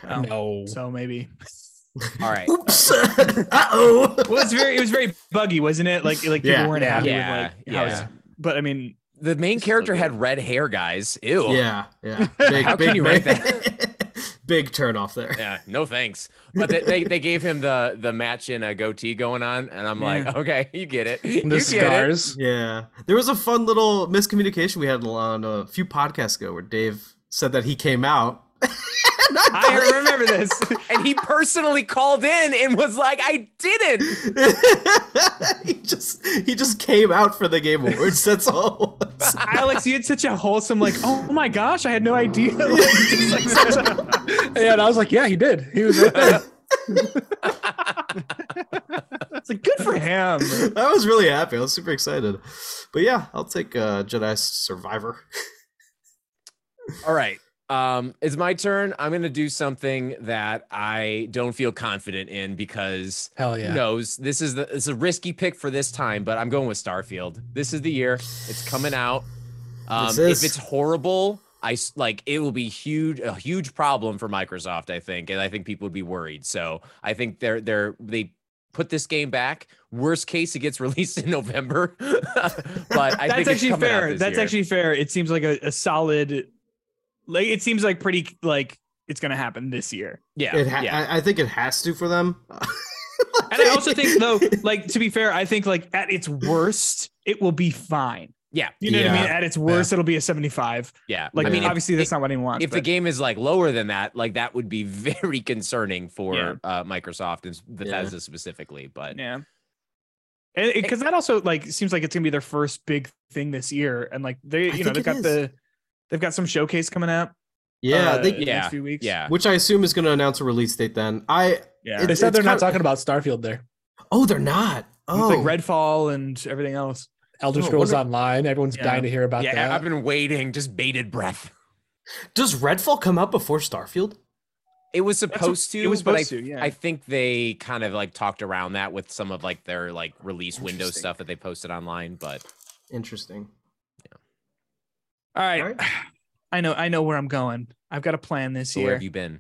Oh,
No.
So maybe.
All right.
Oops. uh oh.
Well, it's very it was very buggy, wasn't it? Like like people
Yeah.
weren't happy
Yeah.
with like how it's, but I mean
The main character had red hair, guys. Ew.
Yeah, yeah. Big,
How can
big,
you
big,
write
big turn off there.
Yeah, no thanks. But they, they, they gave him the the match in a goatee going on, and I'm like, okay, you get it. You
The
get it.
scars.
Yeah. There was a fun little miscommunication we had on a few podcasts ago where Dave said that he came out. And
I remember this.
And he personally called in and was like, I didn't.
thought- he just he just came out for the game awards. That's all. it was.
Alex, you had such a wholesome like, oh my gosh, I had no idea. Like, just, like, such a-
Yeah, and I was like, yeah, he did. He was right there.
it's like good for him.
I was really happy. I was super excited. But yeah, I'll take uh, Jedi Survivor.
All right. Um, it's my turn. I'm gonna do something that I don't feel confident in because
Hell
who
yeah.
knows? This is the it's a risky pick for this time, but I'm going with Starfield. This is the year. It's coming out. Um,
This
if
is.
it's horrible, I s- like it will be huge a huge problem for Microsoft. I think, and I think people would be worried. So I think they're they're they put this game back. Worst case, it gets released in November. but I think
That's
it's
actually
coming out
fair.
this
That's
year.
actually fair. It seems like a, a solid like it seems like pretty like it's gonna happen this year.
yeah.
it ha-
yeah.
I, I think it has to for them.
And I also think though, like to be fair, I think like at its worst, it will be fine.
Yeah.
You know what I
Yeah.
mean? At its worst, it'll be a 75.
Yeah.
Like
I mean, if-
obviously
if-
that's not what he wants.
if the
but-
game is like lower than that, like that would be very concerning for
Yeah.
uh, Microsoft and Bethesda specifically. But
Yeah. And because that also like seems like it's gonna be their first big thing this year, and like they,
I
you know,
think
they've
it
got
is.
the, they've got some showcase coming up.
Yeah,
uh,
they,
in the
Yeah,
next few weeks.
yeah,
which I assume is going to announce a release date. Then I
yeah.
They
It's-
said
it's
they're
kinda-
not talking about Starfield there.
oh they're not oh
It's like Redfall and everything else.
Elder
Oh,
Scrolls
wonder-
Online. Everyone's
Yeah.
dying to hear about
yeah, I- I've
that.
been waiting, just bated breath.
does Redfall come out before Starfield?
It was
what-
supposed to,
it was
but I,
supposed to, yeah.
I think they kind of like talked around that with some of like their like release window
Interesting.
stuff that they posted online. But
Interesting.
All right.
Alright.
I know, I know where I'm going. I've got a plan this
so where
year.
have you been?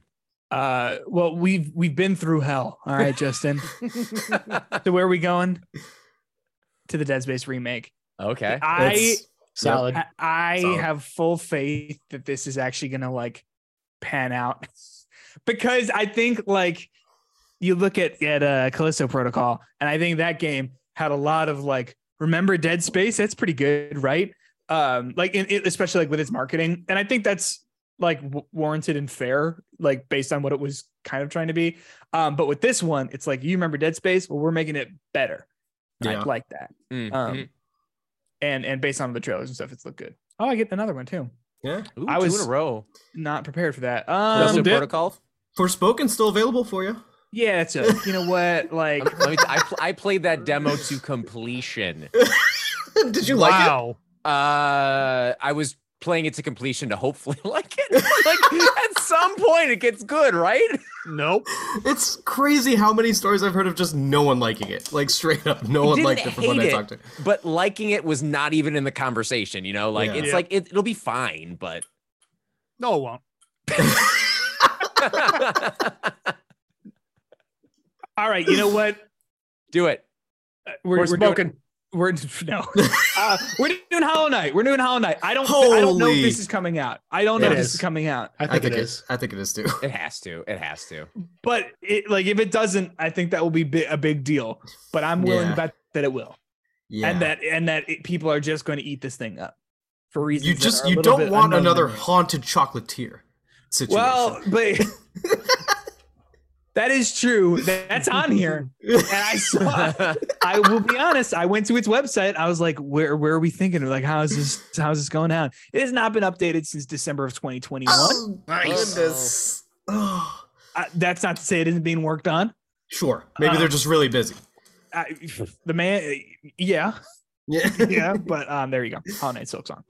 uh, well, we've we've been through hell. All right, Justin. so where are we going? To the Dead Space remake.
okay,
I
That's-
Solid.
I, I
Solid.
have full faith that this is actually gonna like pan out because I think like you look at at uh, Callisto Protocol, and I think that game had a lot of like remember Dead Space. That's pretty good, right? Um, like in, it, especially like with its marketing, and I think that's like w- warranted and fair, like based on what it was kind of trying to be. Um, but with this one, it's like you remember Dead Space. Well, we're making it better. I
Yeah.
like that
Mm,
um,
mm.
and and based on the trailers and stuff, it's looked good. Oh, I get another one too.
yeah.
Ooh,
I
two
was-
in a row.
Not prepared for that.
Callisto
Um,
Protocol.
Forspoken still available for you.
yeah, it's a you know what like
Um, let me t- I, pl- I played that demo to completion.
Did you like
wow
Uh, I was playing it to completion to hopefully like it. like at some point it gets good, right?
nope
it? It's crazy how many stories I've heard of just no one liking it. Like straight up, no one
didn't
liked it from when
hate
I
it.
talked to.
But liking it was not even in the conversation. You know, like
Yeah.
it's
Yeah.
like it, it'll be fine, but
no it won't
all right. You know what
do it.
Uh, we're,
We're
we're doing-
spoken.
We're no, uh, we're doing Hollow Knight. We're doing Hollow Knight. I don't I don't know if
Holy-
this is coming out. I don't know
It
if this
is.
is coming out.
I
I
think it
think
is.
I think it is too.
It has to. It has to.
But it, like if it doesn't, I think that will be bi- a big deal. But I'm willing
Yeah.
to bet that it will,
Yeah.
and that and that it, people are just going to eat this thing up for reasons.
you
that
just
are a
you
little
don't
bit
want
unknown to
another
me.
haunted chocolatier situation.
Well, but that is true. That- That's on here. And I saw I will be honest, I went to its website. I was like, where where are we thinking? Like, how is this how's this going down? It has not been updated since December of 2021.
oh,
Nice.
goodness. Oh.
I- that's not to say it isn't being worked on.
Sure.
Uh,
Maybe they're just really busy.
I, the man yeah,
Yeah.
yeah, but um there you go. Hollow Knight Silk Song.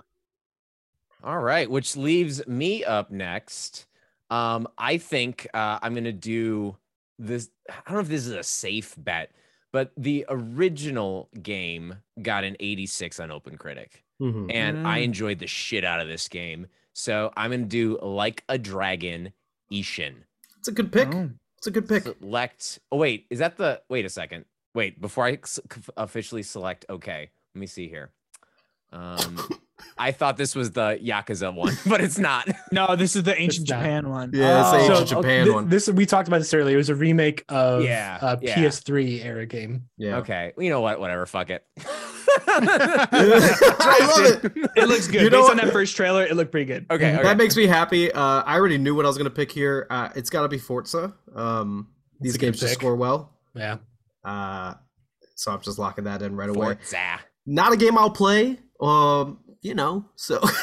All right, which leaves me up next. Um, I think uh, I'm gonna do this. I don't know if this is a safe bet, but the original game got an 86 on Open Critic,
Mhm.
and I
Mm.
enjoyed the shit out of this game. So I'm gonna do like a dragon, Ishin.
It's a good pick.
Oh.
Oh.
It's a good pick.
Select. Oh wait, is that the? Wait a second. Wait, before I s- c- officially select, okay, let me see here. Um, I thought this was the Yakuza one, but it's not.
No, this is the ancient
not.
Japan one.
Yeah, it's
Oh.
the ancient
So, okay,
Japan
thi-
one.
This we talked about this earlier. It was a remake of
Yeah,
uh,
yeah.
PS3 era game.
yeah.
Okay, you know what? Whatever. Fuck it.
I love it.
It looks good.
You know
Based on
what?
that first trailer, it looked pretty good.
Okay, okay.
That makes me happy. Uh, I already knew what I was gonna pick here. Uh, it's gotta be Forza. Um, these
a good
games just
pick.
score well.
Yeah.
Uh, so I'm just locking that in right away.
Forza.
Not a game I'll play. Um, you know. So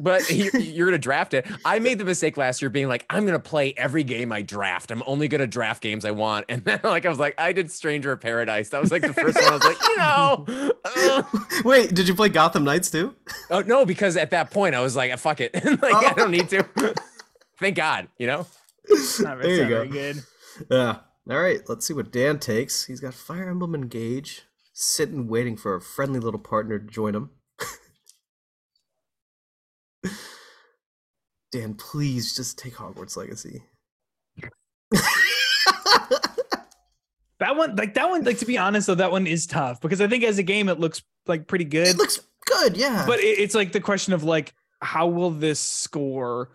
But you're, you're gonna draft it. I made the mistake last year being like, I'm gonna play every game I draft. I'm only gonna draft games I want. And then like I was like, I did Stranger of Paradise. That was like the first one. I was like, you know, uh,
wait, did you play Gotham Knights too?
Oh no, because at that point I was like, "Ah, fuck it. like I don't need to. Thank God, you know?
Not,
There
it's
you
not
go.
very good.
Yeah. All right. Let's see what Dan takes. He's got Fire Emblem Engage, sitting waiting for a friendly little partner to join him. Dan, please just take Hogwarts Legacy.
That one, like that one, like to be honest though, that one is tough because I think as a game it looks like pretty good,
it looks good. Yeah.
but it, it's like the question of like how will this score,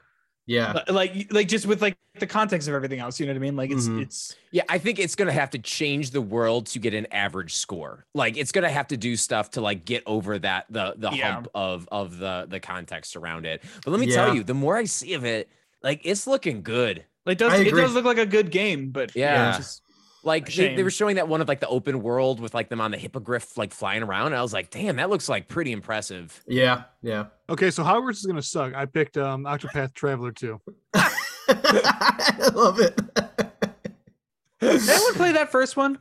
yeah.
Li- like like just with like the context of everything else, you know what I mean? Like it's
Mhm.
it's
Yeah, I think it's gonna have to change the world to get an average score. Like it's gonna have to do stuff to like get over that the the
Yeah.
hump of of the the context around it. But let me tell
Yeah.
you, the more I see of it, like it's looking good.
it does
I
it
agree.
does look like a good game, but
Yeah.
it's just-
Like they, they
shame.
were showing that one of like the open world with like them on the hippogriff like flying around. And I was like, damn, that looks like pretty impressive.
Yeah. Yeah.
Okay, so Hogwarts is gonna suck. I picked um Octopath Traveler 2.
I love it.
Did anyone play that first one?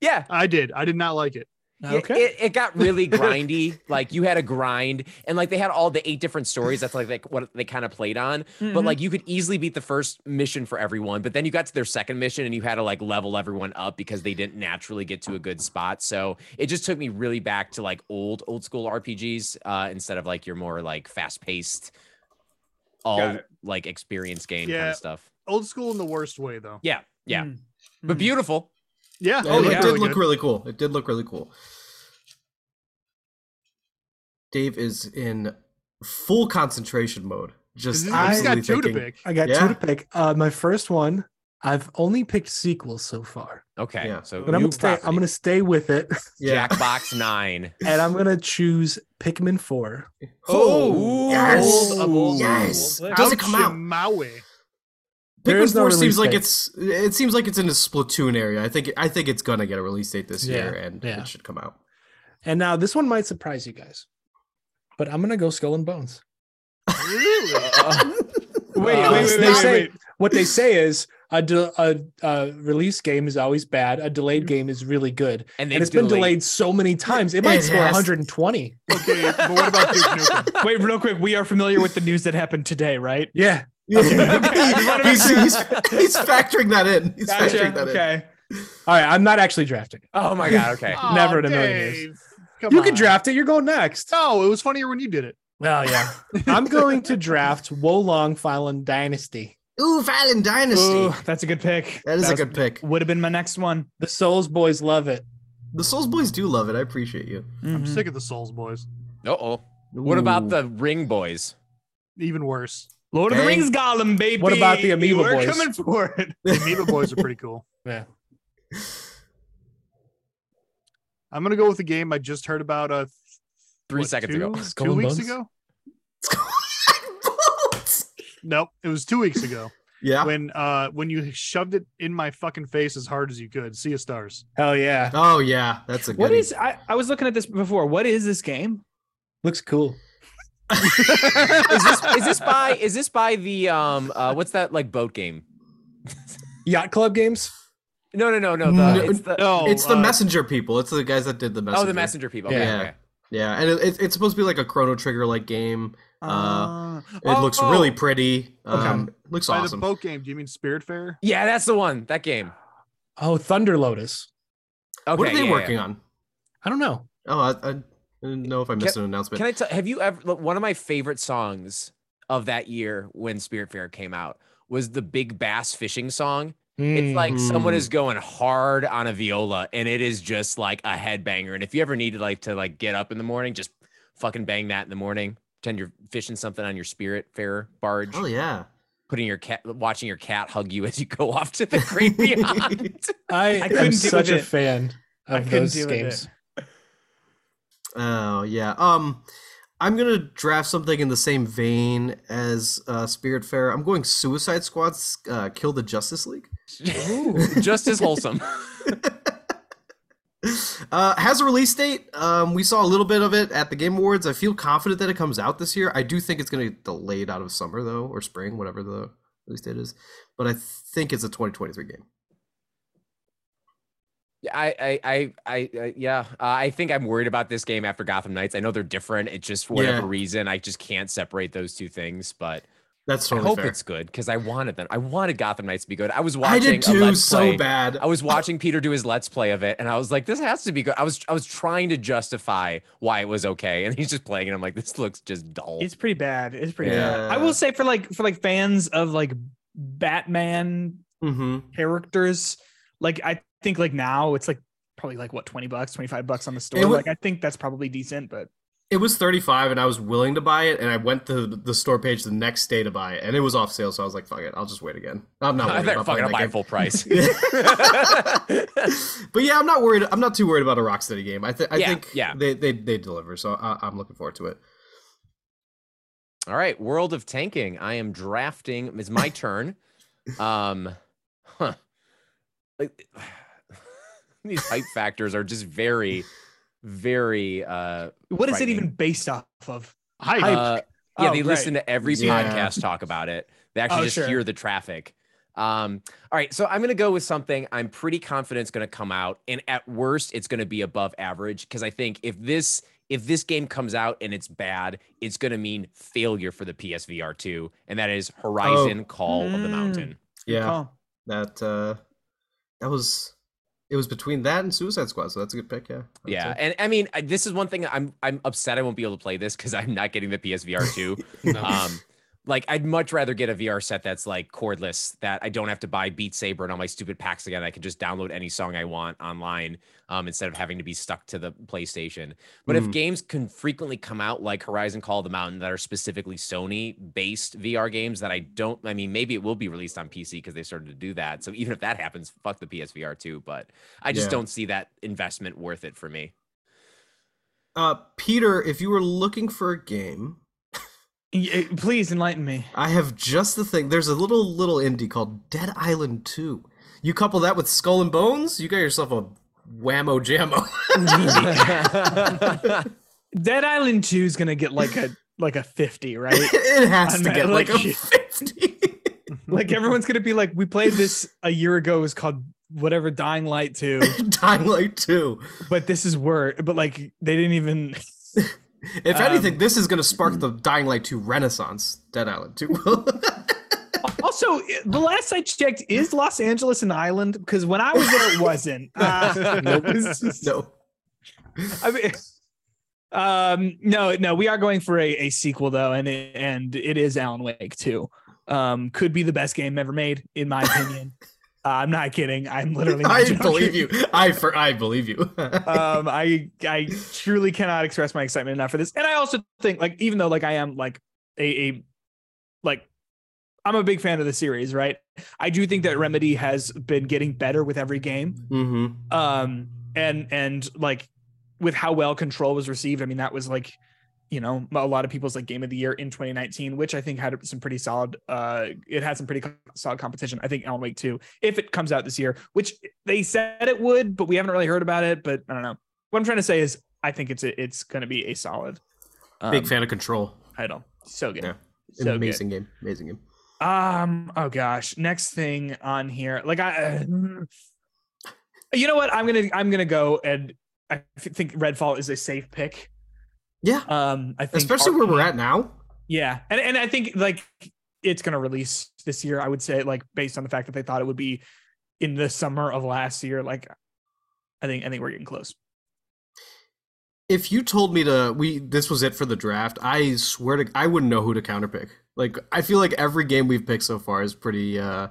Yeah,
I did. I did not like it.
It- It, it got really grindy. like you had a grind, and like they had all the eight different stories. That's like, like what they kind of played on.
Mm-hmm.
Mm-hmm.
But like you could easily beat the first mission for everyone, but then you got to their second mission and you had to like level everyone up because they didn't naturally get to a good spot. So it just took me really back to like old old school RPGs uh, instead of like your more like fast paced, all
it.
like experience game kind
Yeah.
of stuff.
Old school in the worst way though.
Yeah, yeah,
Mhm.
but
Mm-hmm.
Mhm.
beautiful.
Yeah.
Oh, it
yeah.
did
really
look
good.
really cool. It did look really cool. Dave is in full concentration mode. Just
He's
I-
got
absolutely
two to
thinking,
pick.
I got
Yeah.
two to pick. Uh, my first one, I've only picked sequels so far,
Okay,
Yeah.
so
but I'm
new
gonna stay. I'm
property.
gonna stay with it,
Yeah.
Jackbox Nine.
and I'm gonna choose Pikmin Four.
Oh,
yes.
Old- of old-
Yes.
old-
Does it come
Ouchie
out?
Maui.
There
Pikmin
is no
Four seems
release
like
date.
it's it seems like it's in the Splatoon area. I think I think it's gonna get a release date this
Yeah,
year, and
yeah.
it should come out.
And now this one might surprise you guys, but I'm gonna go Skull and Bones.
Wait,
Uh,
wait, wait,
they
wait,
say-
wait.
What they say is a, de- a, a release game is always bad. A delayed game is really good,
And,
and
it's
it's been delayed so many times. It
It
might score
has.
120.
Okay, but what about Duke Nukem?
Wait, real quick. We are familiar with the news that happened today, right?
Yeah,
he's, he's, he's factoring that in. He's factoring that
Okay.
All right, I'm not actually drafting. it.
Oh my god. Okay.
Aw,
Never in a million years.
Dave, Come
You can
on.
draft it. You're going next.
No, it was funnier when you did it.
Well, yeah. I'm going to draft Wolong Phylon Dynasty.
in. Ooh, Valen Dynasty.
Ooh, that's a good pick.
that is a good pick.
Would have been my next one.
The Souls boys love it.
The Souls boys do love it. I appreciate you.
I'm
Mhm.
sick
Mm-hmm.
of the Souls boys.
Uh oh. What about
Ooh.
the Ring Boys?
Even worse.
Lord of the
Dang.
Rings Gollum, baby.
What about the Amoeba
We're
Boys?
coming for it.
The Amoeba boys are pretty cool.
Yeah.
I'm gonna go with a game I just heard about uh
Three
what,
seconds
two-
ago.
Two
Skull and
weeks
Bones?
ago? Nope, it was two weeks ago.
yeah.
when uh when you shoved it in my fucking face as hard as you could. See you stars.
Hell yeah.
Oh yeah, that's a good.
What is I, I was looking at this before. What is this game?
Looks cool.
Is this is this by is this by the um uh what's that like boat game?
Yacht Club games?
No no no no
No,
the, it's the
No,
It's the
uh,
messenger people. It's the guys that did the messenger.
oh the messenger people. Okay,
Yeah.
okay.
Yeah, and it, it's it's supposed to be like a Chrono Trigger like game. Uh,
Ah.
It looks
Oh,
really
oh,
pretty. Um, Looks
By
awesome.
the boat game, do you mean Spirit Fair?
Yeah, that's the one. That game.
Oh, Thunder Lotus.
Okay,
what are they
yeah, yeah.
working on?
I don't know.
Oh, I, I didn't know if I missed an announcement.
Can I tell? Have you ever? Look, one of my favorite songs of that year when Spirit Fair came out was the Big Bass Fishing song.
Hmm.
It's like someone
Mm.
is going hard on a viola, and it is just like a headbanger. And if you ever needed like to like get up in the morning, just fucking bang that in the morning. Pretend you're fishing something on your Spirit Fair barge,
Oh yeah.
putting your cat, watching your cat hug you as you go off to the great beyond.
I,
couldn't
am
do
such a
with it.
fan
I
of
couldn't
those
do with
games.
it.
Oh yeah. Um, I'm gonna draft something in the same vein as uh, Spirit Fair. I'm going Suicide Squad. Uh, Kill the Justice League.
just as wholesome.
Uh, has a release date. Um, we saw a little bit of it at the Game Awards. I feel confident that it comes out this year. I do think it's going to get delayed out of summer though, or spring, whatever the release date is. But I think it's a 2023 game.
Yeah, I, I, I, I uh, yeah, uh, I think I'm worried about this game after Gotham Knights. I know they're different. It just for whatever
Yeah.
reason, I just can't separate those two things. But
That's
I
totally
hope
fair.
it's good because I wanted them. I wanted Gotham Knights to be good. I was
I
watching.
did
a
too,
Let's
so
Play.
bad.
I was watching Peter do his Let's Play of it, and I was like, "This has to be good." I was, I was trying to justify why it was okay, and he's just playing, and I'm like, "This looks just dull."
It's pretty bad. It's pretty bad.
Yeah.
I will say for like for like fans of like Batman
Mm-hmm.
characters, like I think like now it's like probably like what 20 bucks, 25 bucks on the store.
It would-
like I think that's probably decent, but
It was 35 and I was willing to buy it and I went to the store page the next day to buy it and it was off sale so I was like fuck it I'll just wait again. I'm not
I
worried
better
about
fucking
playing
I'll
that
buy
game.
full price.
but yeah, I'm not worried. I'm not too worried about a Rocksteady game. I, th- I
Yeah,
think
yeah.
They, they they deliver, so I- I'm looking forward to it.
All right, World of Tanking. I am drafting. It's my turn. Um, huh. Like, These hype factors are just very, very. Uh,
what is it
Frightening.
even based off of?
Hype.
uh, yeah,
Oh,
they
right.
listen to every
Yeah.
podcast talk about it. They actually
Oh,
just
sure.
hear the traffic. Um, all right, so I'm gonna go with something I'm pretty confident is gonna come out, and at worst, it's gonna be above average because I think if this if this game comes out and it's bad, it's gonna mean failure for the PSVR 2, and that is
Oh.
Horizon Call of the
Mm.
Mountain.
Yeah,
Oh,
that uh, that was it was between that and Suicide Squad, so that's a good pick. Yeah, I would
Yeah,
say.
and I mean, I- this is one thing I'm I'm upset I won't be able to play this because I'm not getting the PSVR 2.
No.
um like i'd much rather get a vr set that's like cordless that i don't have to buy beat saber and all my stupid packs again i can just download any song i want online um instead of having to be stuck to the playstation but if
Mhm.
games can frequently come out like horizon call of the mountain that are specifically sony based vr games that i don't i mean maybe it will be released on pc because they started to do that so even if that happens fuck the psvr too but i just
Yeah.
don't see that investment worth it for me
uh, Peter, if you were looking for a game,
Y- eh, Please enlighten me.
I have just the thing. There's a little little indie called Dead Island Two. You couple that with Skull and Bones, you got yourself a whammo jammo.
Dead Island 2 is gonna get like a like a 50, right?
it has
I'm
to
not-
get like,
like-
a fifty.
like everyone's gonna be like, we played this a year ago, it was called whatever Dying Light 2,
Dying Light Two.
but this is word, but like they didn't even
If
Um,
anything, this is going to spark the Dying Light 2 renaissance. Dead Island 2 will.
Also, i- the last I checked, is Los Angeles an island? Because when I was there, it wasn't. Uh, it's just-
no.
I mean, um, no, no, we are going for a, a sequel though, and it, and it is Alan Wake too. Um, could be the best game ever made, in my opinion. uh, I'm not kidding. I'm literally. Not
I
joking.
believe you. I for I believe you.
um i i truly cannot express my excitement enough for this and i also think like even though like i am like a, a like i'm a big fan of the series right i do think that remedy has been getting better with every game
hmm
um and and like with how well control was received i mean that was like you know a lot of people's like game of the year in 2019 which i think had some pretty solid uh it had some pretty co- solid competition i think alan wake 2 if it comes out this year which they said it would but we haven't really heard about it but i don't know what i'm trying to say is i think it's a, it's going to be a solid um,
Big fan of Control.
title so good
Yeah.
so good.
Amazing game. Amazing game.
Um. Oh gosh. Next thing on here, like I, you know what? I'm gonna I'm gonna go and I f- think Redfall is a safe pick.
Yeah.
Um, I think
Especially where we're at now.
Yeah, and and I think like it's going to release this year. I would say like based on the fact that they thought it would be in the summer of last year. Like, I think I think we're getting close.
If you told me to we this was it for the draft, I swear to I wouldn't know who to counterpick. Like I feel like every game we've picked so far is pretty uh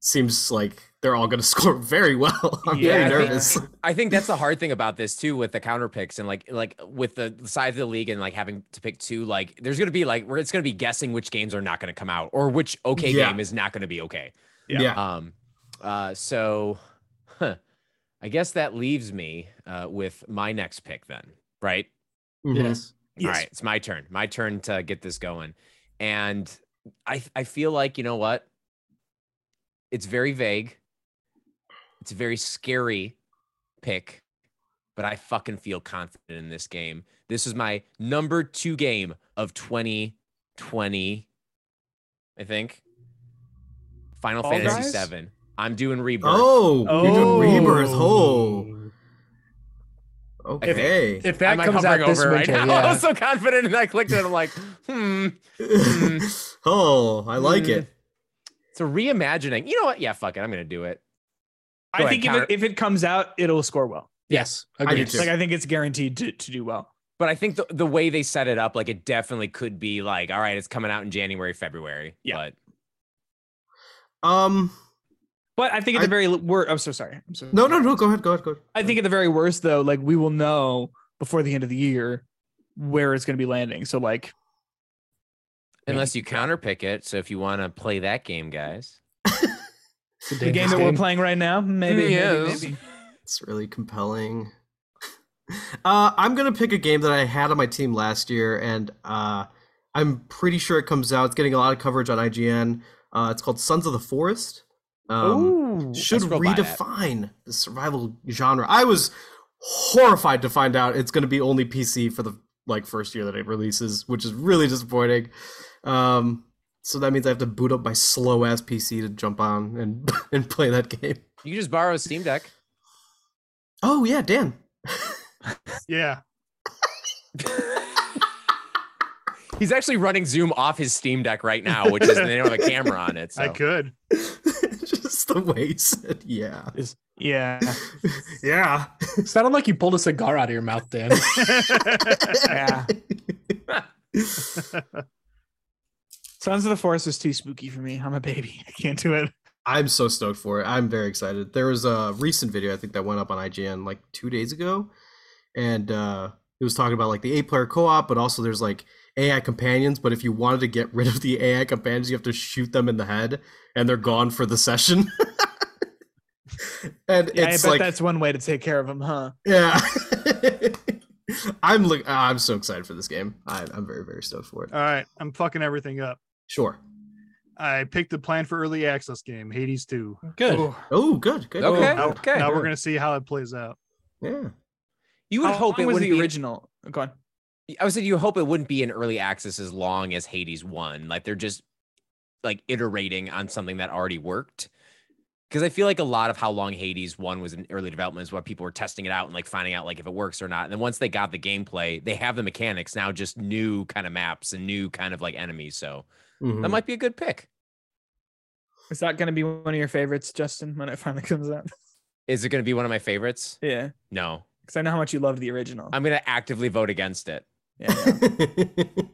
seems like they're all going to score very well. I'm
Yeah, I
very
think-
nervous.
I think that's the hard thing about this too, with the counter picks and like like with the size of the league and like having to pick two. Like, there's gonna be like where it's gonna be guessing which games are not gonna come out or which okay
Yeah.
game is not gonna be okay.
Yeah.
yeah.
Um, uh, so huh, I guess that leaves me uh, with my next pick then, right?
Mhm.
All right, it's my turn. My turn to get this going. And I I feel like, you know what? It's very vague. It's a very scary pick, but I fucking feel confident in this game. This is my number 2 game of 2020. I think Final
Fall
Fantasy
Guys?
7. I'm doing rebirth.
Oh, you're
Oh.
doing rebirth. Oh. Okay.
If
I
that
might
comes out
hovering
this
over
winter,
right now. I
yeah.
was so confident and I clicked it. I'm like, hmm.
oh, I like it.
It's a reimagining. You know what? Yeah, fuck it. I'm gonna do it.
I
Go ahead,
think if
counter-
it, if it comes out, it'll score well.
yes,
I do
agreed.
too.
Like I think it's guaranteed to, to do well.
But I think the, the way they set it up, like it definitely could be like, all right, it's coming out in January, February.
Yeah.
But
Um,
But I think at the
I-
very worst, I'm so sorry. I'm so
no, no, no. Go ahead. Go ahead. Go ahead.
I think at the very worst though, like we will know before the end of the year where it's going to be landing. So like,
unless you counterpick it, so if you want to play that game, guys,
It's a
the game
dangerous
that we're playing right now, maybe, maybe,
Yes.
maybe.
It's really compelling. Uh, I'm gonna pick a game that I had on my team last year, and uh, I'm pretty sure it comes out. It's getting a lot of coverage on IGN. Uh, it's called Sons of the Forest. Um,
Ooh,
should
scroll by that.
redefine the survival genre. I was horrified to find out it's gonna be only PC for the like first year that it releases, which is really disappointing. Um, so that means I have to boot up my slow ass PC to jump on and and play that game.
you can just borrow a Steam Deck.
Oh yeah, Dan.
Yeah.
He's actually running Zoom off his Steam Deck right now, which is they don't have a camera on it. So
I could.
just the way he said, yeah.
yeah.
Yeah.
game. Sounded like you pulled a cigar out of your mouth, Dan.
Oh,
Yeah. Sons of the Forest is too spooky for me. I'm a baby. I can't do it.
I'm so stoked for it. I'm very excited. There was a recent video I think that went up on IGN like two days ago, and uh, it was talking about like the eight player co op, but also there's like AI companions. But if you wanted to get rid of the AI companions, you have to shoot them in the head, and they're gone for the session. and
Yeah,
it's
I bet
like
that's one way to take care of them, huh?
yeah. I'm look. uh, I'm so excited for this game. I, I'm very very stoked for it.
Uh,
All right. I'm fucking everything up.
Sure.
I picked the plan for early access game, Hades 2.
Good.
Ooh.
Oh, good. Good.
Okay,
good.
okay.
Now we're gonna see how it plays out.
Yeah.
you would
How
hope
long
it
was
would
the e-
be.
original. Oh, Go on.
I was saying you hope it wouldn't be in early access as long as Hades one. Like they're just like iterating on something that already worked. Because I feel like a lot of how long Hades one was in early development is what people were testing it out and like finding out like if it works or not. And then once they got the gameplay, they have the mechanics now, just new kind of maps and new kind of like enemies. So that
Mhm.
might be a good pick.
Is that going to be one of your favorites, Justin, when it finally comes out?
Is it going to be one of my favorites?
Yeah.
No,
Because I know how much you love the original.
I'm going to actively vote against it.
yeah, yeah.
Mm-hmm.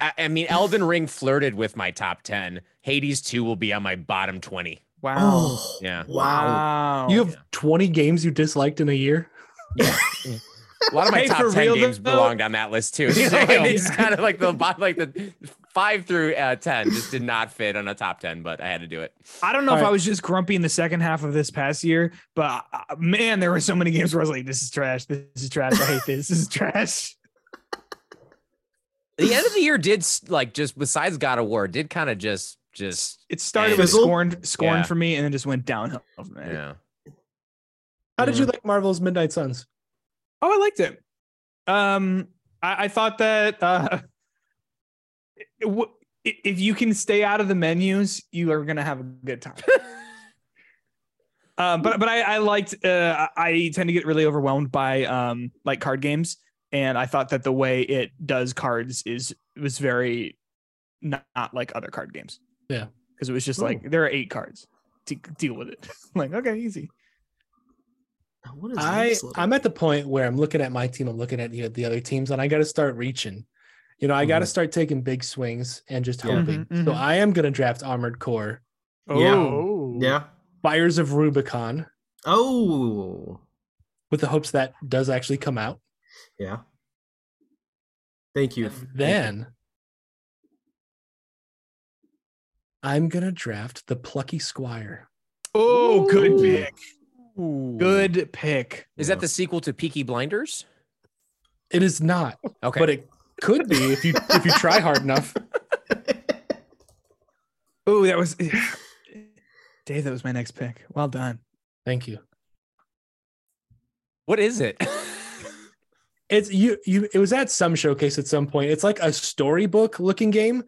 I, I mean, Elden Ring flirted with my top ten. Hades two will be on my bottom twenty.
Wow.
oh,
Yeah.
wow.
You have 20 games you disliked in a year.
A lot of my
Hey,
top
for
ten
real,
games
though-
belonged on that list too. You know, it's kind of like the bot- like the five through uh, ten just did not fit on a top ten, but I had to do it.
I don't know
All
if I
right.
was just grumpy in the second half of this past year, but uh, man, there were so many games where I was like, "This is trash. This is trash. I hate this. This is trash."
The end of the year did s- like just besides God of War did kind of just just
It started
And-
with
Fizzle?
scorn, scorn
Yeah.
for me, and then just went downhill. from there.
yeah.
How did you like Marvel's Midnight Suns?
Oh, I liked it. Um, I, I thought that uh, it- it w- i- if you can stay out of the menus, you are gonna have a good time. uh, um, but but I, I liked. Uh, I I tend to get really overwhelmed by um like card games, and I thought that the way it does cards is was very not, not like other card games.
Yeah.
because it was just like there are eight cards to deal with it. like okay, easy.
What is
I
this little-
I'm at the point where I'm looking at my team, I'm looking at the, the other teams, and I got to start reaching. You know, I got to start taking big swings and just
Yeah.
hoping.
Mhm,
So
mm-hmm.
mhm.
I am going to draft Armored Core,
Yeah.
Oh,
Yeah.
Buyers of Rubicon,
Oh.
with the hopes that does actually come out.
Yeah. Thank you.
And
Thank you.
then I'm going to draft the Plucky Squire.
Oh, good
Ooh.
pick.
Ooh.
Good pick.
Is that the sequel to Peaky Blinders?
It is not,
Okay.
but it could be if you if you try hard enough.
Oh, that was Dave. That was my next pick. Well done.
Thank you.
what is it?
it's you you it was at some showcase at some point it's like a storybook looking game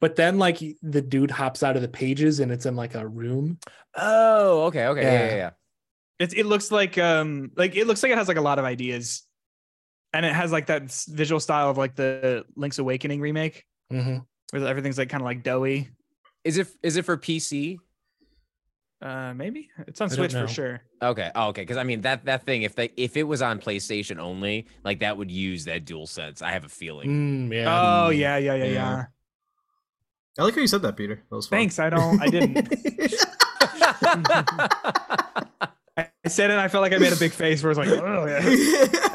but then like the dude hops out of the pages and it's in like a room
oh, okay, okay, yeah,
Yeah.
yeah, yeah.
It it looks like um like it looks like it has like a lot of ideas, and it has like that s- visual style of like the Link's Awakening remake
Mm-hmm.
where everything's like kind of like doughy.
Is it is it for PC?
Uh, maybe it's on
I don't
Switch
know.
for sure.
Okay, oh, okay, because I mean that that thing if they if it was on PlayStation only, like that would use that dual sense. I have a feeling.
Mm, yeah
Oh yeah, yeah, yeah, yeah,
Yeah. I like how you said that, Peter. That was fun.
Thanks. I don't. I didn't.
Mm.
I said it. and I felt like I made a big face where it's like, oh yeah.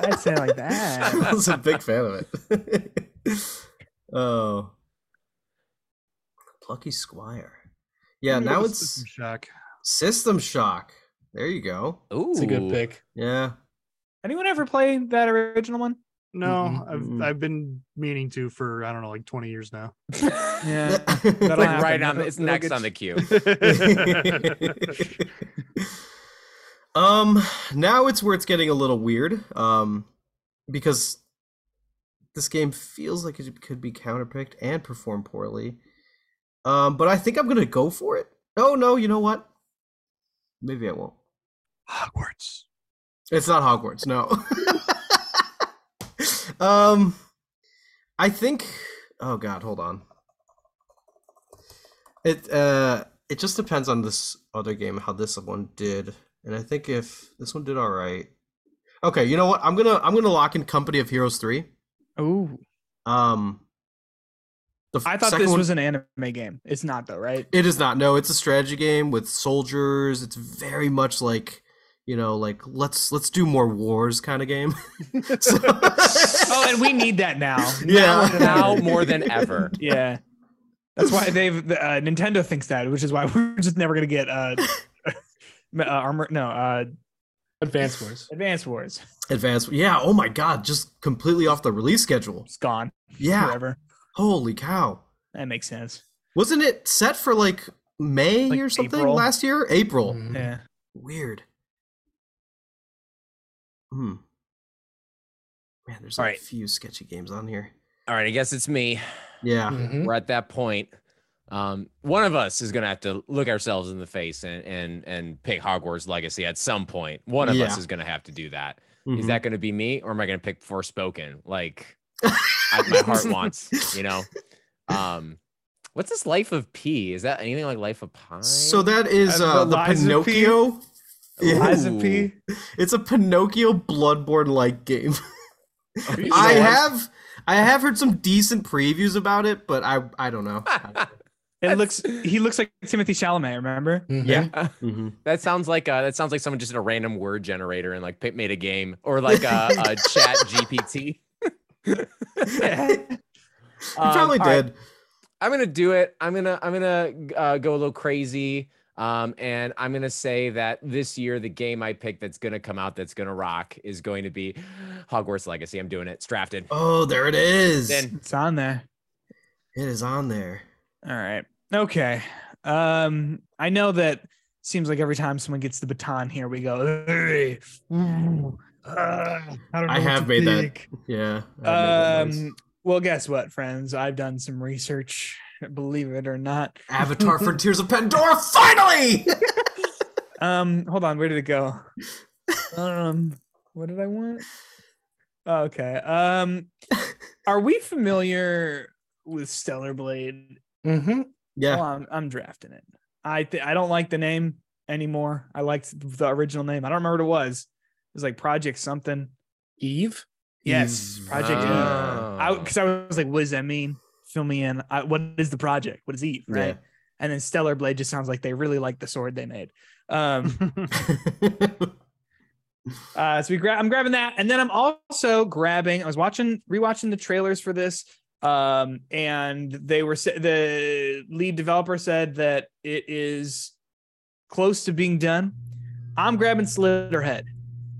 I said it like that.
I was a big fan of it. oh. Plucky Squire. Yeah, now
Ooh,
it's
System shock.
System Shock. There you go.
Ooh,
it's a good pick
Yeah.
Anyone ever play that original one?
No,
Mm-mm, mm-mm.
I've I've been meaning to for I don't know like twenty years now.
Yeah.
It's
That'll
like
happen.
right on. It's
It'll
next
get
on
you-
the queue.
um now it's where it's getting a little weird um because this game feels like it could be counterpicked and perform poorly um but i think i'm gonna go for it oh no you know what maybe i won't
Hogwarts.
it's not hogwarts no um i think oh god hold on it uh it just depends on this other game how this one did, and I think if this one did all right. Okay, you know what? I'm gonna I'm gonna lock in Company of Heroes three.
Ooh,
Um, the f-
I thought
second
this
one-
was an anime game. It's not though, right?
It is not. No, it's a strategy game with soldiers. It's very much like you know like let's let's do more wars kind of game. So-
oh, and we need that now.
yeah,
now more than ever.
Yeah. That's why they've the, uh, Nintendo thinks that, which is why we're just never gonna get uh, uh armor. No, uh,
advance wars
Advance Wars.
Advanced. Yeah. Oh my god! Just completely off the release schedule.
It's gone
Yeah.
forever.
Holy cow.
That makes sense.
Wasn't it set for like May
Like
or something
April?
last year? April.
Mm-hmm.
Mhm.
Yeah.
Weird. Hmm. Man, there's
All
like,
right.
a few sketchy games on here.
All right, I guess it's me.
Yeah.
Mhm.
We're at that point. Um, one of us is gonna have to look ourselves in the face and and and pick Hogwarts Legacy at some point. One of us
Yeah.
is gonna have to do that. Hmm. Is
Mhm.
that gonna be me, or am I gonna pick Forspoken? Like I, my heart wants, you know. Um, what's this Life of P? Is that anything like Life of Pine?
so that is
Uh,
uh,
the
the
Lies of P?
Pinocchio. Yeah,
Lies of P.
it's a Pinocchio Bloodborne like game.
You
I
know what?
have I have heard some decent previews about it, but I I don't know.
It looks. He looks like Timothy Chalamet. Remember?
Mhm.
Yeah. mm-hmm.
That sounds like uh, that sounds like someone just did a random word generator and like pick- made a game or like a, a Chat GPT. Um,
probably
all right,
did.
I'm gonna do it. I'm gonna I'm gonna uh, go a little crazy. Um, and I'm gonna say that this year the game I picked that's gonna come out that's gonna rock is going to be Hogwarts Legacy. I'm doing it. It's drafted.
Oh, there it is.
Then
It's on there.
it is on there.
All right. Okay. Um, I know that seems like every time someone gets the baton, here we go. Hey, ooh, uh, I, don't know
I
what
have
to
made that.
think.
Yeah. I've made that noise.
Um, well, guess what, friends? I've done some research, believe it or not.
Avatar Frontiers of Pandora, finally!
Um, hold on, where did it go? Um, what did I want? Okay. Um, are we familiar with Stellar Blade?
Mm-hmm.
Well,
Yeah.
I'm, I'm drafting it. I th- I don't like the name anymore. I liked the original name. I don't remember what it was. It was like Project something.
Eve.
Yes, Project Eve.
Oh.
I because I was like, what does that mean? Fill me in. I, what is the project? What is Eve? Right. And then Stellar Blade just sounds like they really like the sword they made. Um, Uh, so we grab. I'm grabbing that, and then I'm also grabbing. I was watching, rewatching the trailers for this, um, and they were sa- the lead developer said that it is close to being done. I'm grabbing Slitterhead.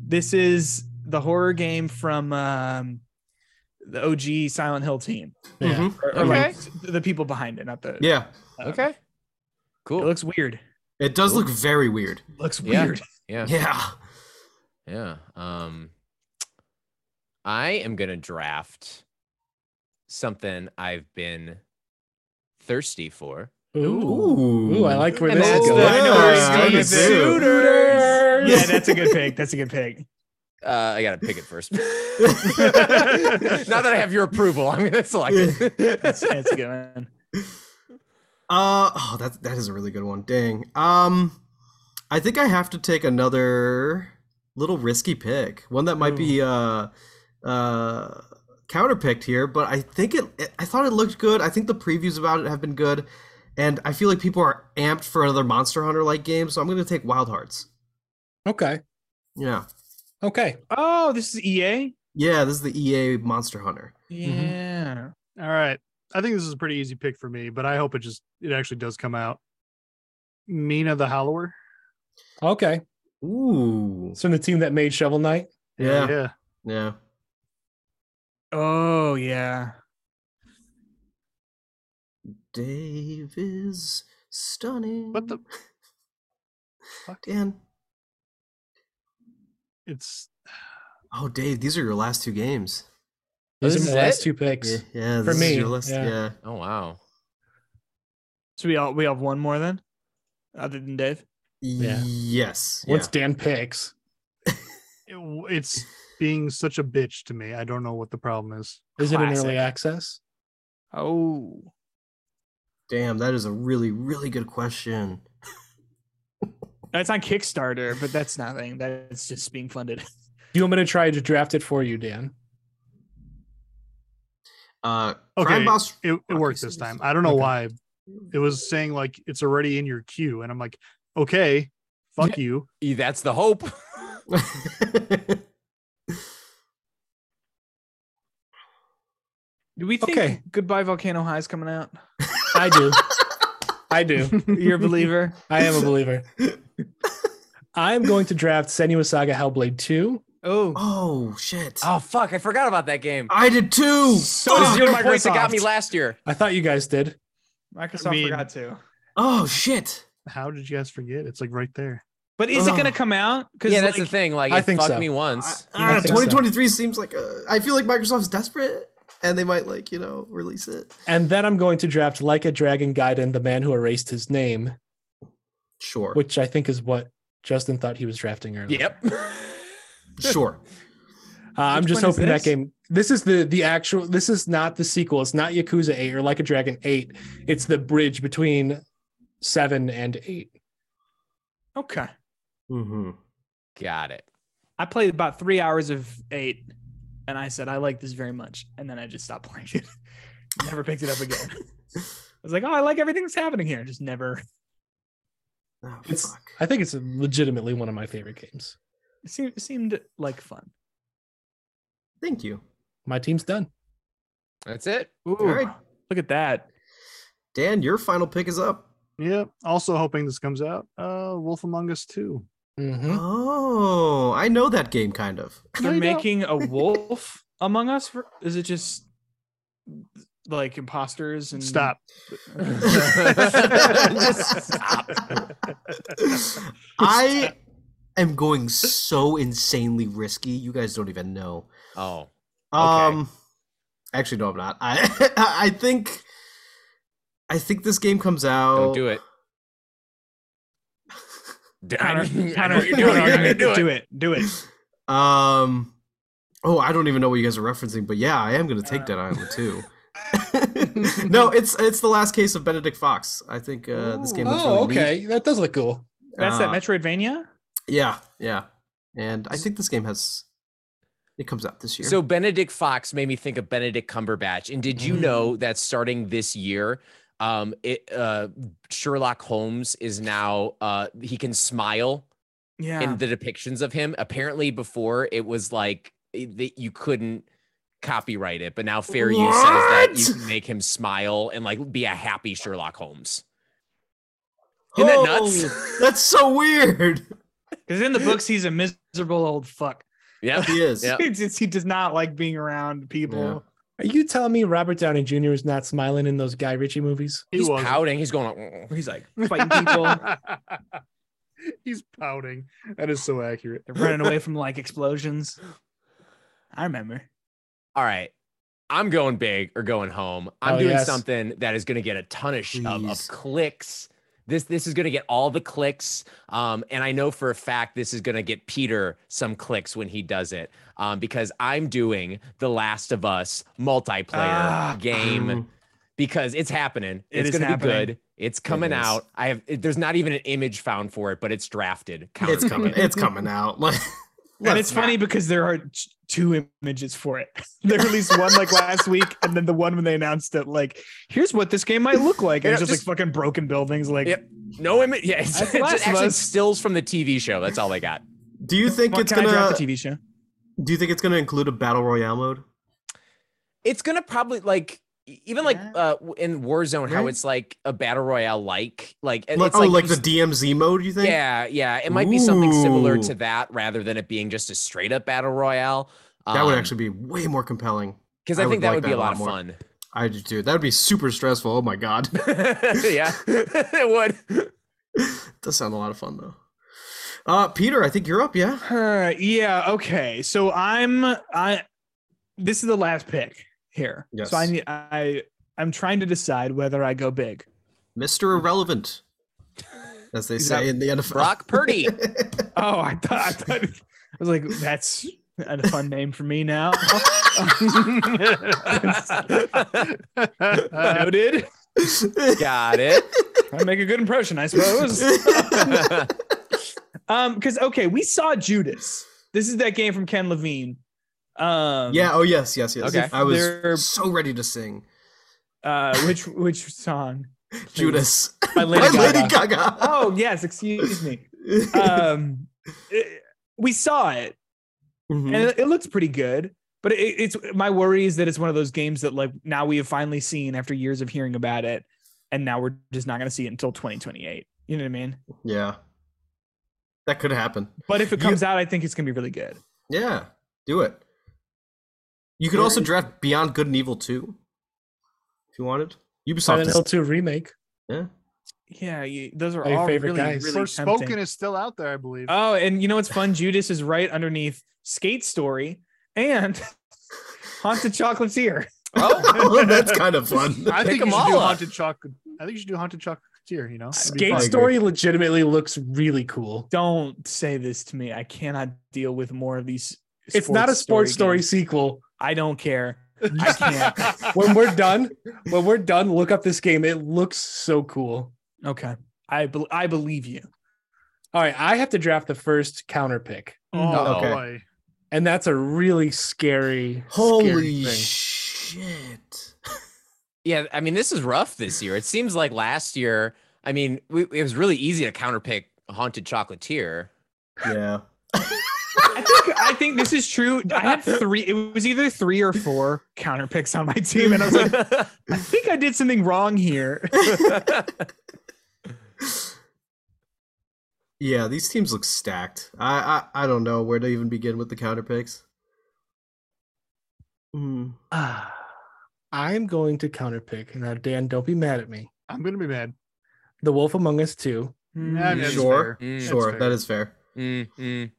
This is the horror game from um, the OG Silent Hill team,
Yeah.
Mhm.
or, or like the people behind it, not the.
Yeah.
um,
Okay.
It
Cool.
looks weird.
It does
Cool.
look very weird.
Looks
Yeah.
weird.
Yeah.
Yeah.
Yeah. Um I am gonna draft something I've been thirsty for.
Ooh. Ooh, I like where
And
this
that's
is
the-
going.
I know where it's
Yeah,
going
me
with it.
too.
Suitors. Yeah, that's a good pick. That's a good pick.
Uh I gotta pick it first. now that I have your approval, I'm gonna select
That's,
it.
that's a good one.
Uh oh, that that is a really good one. Dang. Um, I think I have to take another little risky pick, one that might be uh uh counterpicked here. But I think it, it. I thought it looked good. I think the previews about it have been good, and I feel like people are amped for another Monster Hunter like game. So I'm gonna take Wild Hearts.
Okay.
Yeah,
Okay.
Oh, this is EA.
yeah. This is the EA Monster Hunter.
Yeah.
All right. I think this is a pretty easy pick for me, but I hope it just it actually does come out. Mina the Hollower.
Okay.
Ooh.
So the team that made Shovel Knight.
Yeah.
Yeah.
Yeah.
Oh yeah.
Dave is stunning.
What the
Dan.
it's
Oh, Dave, these are your last two games.
Those
This
are
is
my last
it?
two picks.
Yeah, yeah
For
this is
me,
your list.
yeah.
Yeah.
oh wow.
So we all we have one more then, other than Dave.
Yeah.
Yes. Yeah.
Once Dan picks.
it- it's being such a bitch to me. I don't know what the problem is.
Is it an
Classic.
early access?
Oh.
Damn, that is a really, really good question.
That's on Kickstarter, but that's nothing. That's just being funded.
Do you want me to try to draft it for you, Dan?
Uh,
Okay,
Crime Boss.
It, it
Rocky
worked this
Cities.
time. I don't know
Okay.
why. It was saying like it's already in your queue, and I'm like, okay, fuck you.
E- That's the hope.
Do we think
Okay.
Goodbye Volcano High is coming out?
I do. I do.
You're a believer.
I am a believer. I'm going to draft Senua Saga Hellblade 2.
Oh.
oh shit!
Ah.
Oh fuck, I forgot about that game.
I did too.
So
This is
is
one
your
of my points that got me
Microsoft.
last year.
I thought you guys did.
Microsoft
I mean-
forgot to.
Oh shit!
How did you guys forget? It's like right there.
But is it
Ugh.
going to come out? Because
Yeah, that's the thing. Like,
I
it
think
fucked
so.
me once.
I- I don't know,
think so.
2023 seems like a, I feel like Microsoft's desperate, and they might like you know release it.
And then I'm going to draft Like a Dragon Gaiden, the man who erased his name,
Sure.
which I think is what Justin thought he was drafting earlier.
Yep.
Sure.
Uh, I'm
Which
just
one is
hoping that
this?
game. This is the the actual. This is not the sequel. It's not Yakuza Eight or Like a Dragon Eight. It's the bridge between seven and eight.
Okay.
Mm-hmm.
got it.
I played about three hours of eight, and I said I like this very much, and then I just stopped playing it. never picked it up again. I was like, oh, I like everything that's happening here. Just never.
Oh,
It's-
fuck.
I think it's legitimately one of my favorite games.
It seemed, it seemed like fun.
Thank you.
My team's done.
That's it.
Ooh,
right.
look at that.
Dan, your final pick is up.
Yeah. Also hoping this comes out. Uh, Wolf Among Us Two.
Mhm.
Oh, I know that game kind of.
They're
you don't.
making a wolf among us. For, is it just like imposters and
Stop.
Stop. I am going so insanely risky. You guys don't even know.
Oh,
Um, actually, no, I'm not. I I think I think this game comes out.
don't do it. I
Connor,
know- I know
Connor,
what you're doing.
Connor,
You're gonna do it.
do it. Do it.
Um, Oh, I don't even know what you guys are referencing, but yeah, I am gonna take Dead Island too. no, it's it's the last case of Benedict Fox. I think uh, this game looks really
Oh,
neat.
okay. That does look cool.
That's
Uh,
that Metroidvania.
Yeah, yeah. And I think this game has it comes out this year.
So Benedict Fox made me think of Benedict Cumberbatch. And did you know that starting this year, um, it, uh, Sherlock Holmes is now uh, he can smile
Yeah.
in the depictions of him. Apparently, before it was like it- that you couldn't copyright it, but now fair use says that you
What?
can make him smile and like be a happy Sherlock Holmes. Isn't that nuts?
Oh, that's so weird.
Because in the books, he's a miserable old fuck.
Yeah.
He is.
Yeah.
He just- he does not like being around people.
Are you telling me Robert Downey Jr. is not smiling in those Guy Ritchie movies?
He
He's
was
pouting. He's going. Like, "Mm." he's like,
Fighting people.
He's pouting. That is so accurate.
They're running away from like explosions. I remember.
all right, I'm going big or going home. I'm
Oh,
doing
yes.
something that is going to get a ton of, sh- of, of
Please.
clicks. This this is going to get all the clicks. Um, and I know for a fact this is going to get Peter some clicks when he does it um, because I'm doing The Last of Us multiplayer
Ah.
game.
Mm.
because it's happening.
It
it's
is
going to be
happening.
good. It's coming
is.
out. I have. It, there's not even an image found for it, but it's drafted.
It's
Counterpick
coming.
it.
It's coming out. Like
and it's funny because there are t- two images for it. They released one like last week, and then the one when they announced it, like, here's what this game might look like. And it's
Yeah,
just, like fucking broken buildings. Like,
Yep. No image. Yeah, it's,
That's
it's
Last
just
of
actually
Us.
stills from the TV show. That's all they got.
Do you think
"Mark,
it's
can I
gonna
draft a TV show?
do you think it's gonna include a battle royale mode?
It's gonna probably like e- even like
Yeah.
uh w- in Warzone how
Right.
it's like a battle royale like like it-
Like,
it's
oh, like
you
the
s-
DMZ mode, you think?
yeah yeah it might be something similar to
Ooh.
that rather than it being just a straight up battle royale.
That would actually be way more compelling.
because
I
I, think
would
that
like
would be
that
a
a
lot,
lot
of fun.
I do too. That would be super stressful. Oh my god.
yeah, it would.
does sound a lot of fun though. Uh Peter, I think you're up, yeah?
Huh, yeah. Okay. So I'm I. This is the last pick here.
Yes.
So I need I I'm trying to decide whether I go big.
Mr. Irrelevant. As they
Is
say in the NFL.
Brock Purdy.
Oh, I thought I thought I was like that's a fun name for me now. Noted.
Got it.
I make a good impression, I suppose. Um, because okay, we saw Judas. This is that game from Ken Levine. Um,
yeah, oh yes, yes, yes.
Okay.
I was
They're-
so ready to sing.
Uh, which which song?
Judas. By
By Lady
Lady
Gaga.
Gaga.
Oh yes, excuse me. Um, it- we saw it.
Mhm.
and it, it looks pretty good. But it, it's my worry is that it's one of those games that like now we have finally seen after years of hearing about it, and now we're just not going to see it until 2028. You know what I mean?
Yeah. That could happen.
But if it
You-
comes out, I think it's going to be really good.
Yeah. Do it. You could also draft Beyond Good and Evil 2 if you wanted. Ubisoft
Silent
is,
Hill 2 remake.
yeah.
Yeah, you, those are
Are your
all
favorite
really,
guys?
really
Forspoken
tempting.
is still out there, I believe.
Oh, and you know what's fun? Judas is right underneath Skate Story and Haunted Chocolatier.
Oh, that's kind of fun.
I think
pick 'em
you should
all
do
up.
haunted chocolate. I think you should do haunted chocolatier. You know, It'd be
Skate
fun.
agree.
Story legitimately looks really cool.
Don't say this to me. I cannot deal with more of these.
It's not a sports story,
games.
sequel.
I don't care. I can't.
When we're done, when we're done, look up this game. It looks so cool.
Okay. I bel I believe you.
All right, I have to draft the first counter pick,
Oh
Okay.
boy.
and that's a really scary.
Holy
scary thing.
shit.
yeah, I mean, this is rough this year. It seems like last year, I mean, we, it was really easy to counterpick Haunted Chocolatier.
Yeah.
I think I think this is true. I had three. It was either three or four counter picks on my team, and I was like, I think I did something wrong here.
Yeah, these teams look stacked. I I, I don't know where to even begin with the counter picks. Hmm.
Ah. I'm going to counter pick. Now, Dan, don't be mad at me.
I'm gonna be mad.
The Wolf Among Us 2,
Mm,
Yeah, I mean, that's
Sure.
fair.
Mm.
That's
Sure,
fair.
that is fair.
Mm, mm.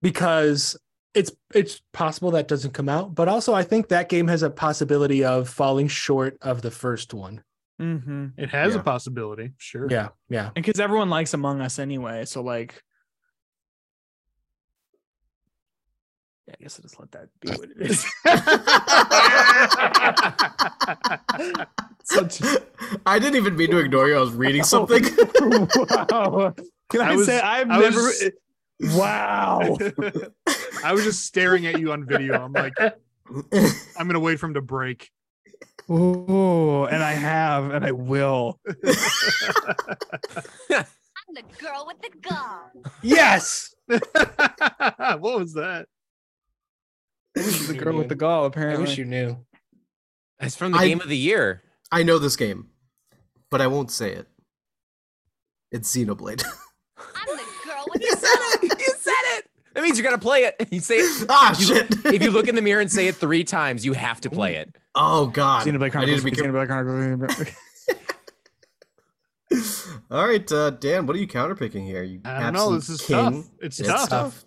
because it's it's possible that doesn't come out, but also I think that game has a possibility of falling short of the first one.
Mm-hmm.
It has
Yeah.
a possibility. Sure.
Yeah, yeah.
And because everyone likes Among Us anyway, so like, Yeah, I guess I'll just let that be what it is. Such
I didn't even mean to ignore you. I was
Oh.
reading something.
wow. Can I,
I was-
say I've
I
never
was-
Wow.
I was just staring at you on video. I'm like, I'm gonna wait for him to break.
Oh, and I have and I will.
I'm the girl with the gum.
Yes.
what was that?
the girl with the gall,
I
apparently.
wish you knew.
It's from the
I-
game of the year.
I know this game, but I won't say it. It's Xenoblade.
I'm the girl with
You
the
said
gum.
it!
You said it. That means you're gonna play it. You say it.
ah,
You-
shit.
If you look in the mirror and say it three times, you have to play it.
oh god,
Xenoblade
I
Chronicles.
need to be careful.
Xenoblade Chronicles. Xenoblade-
All right, uh, Dan, what are you counterpicking here? You
I don't know.
absolute
This is
king.
tough. It's,
It's
tough.
tough.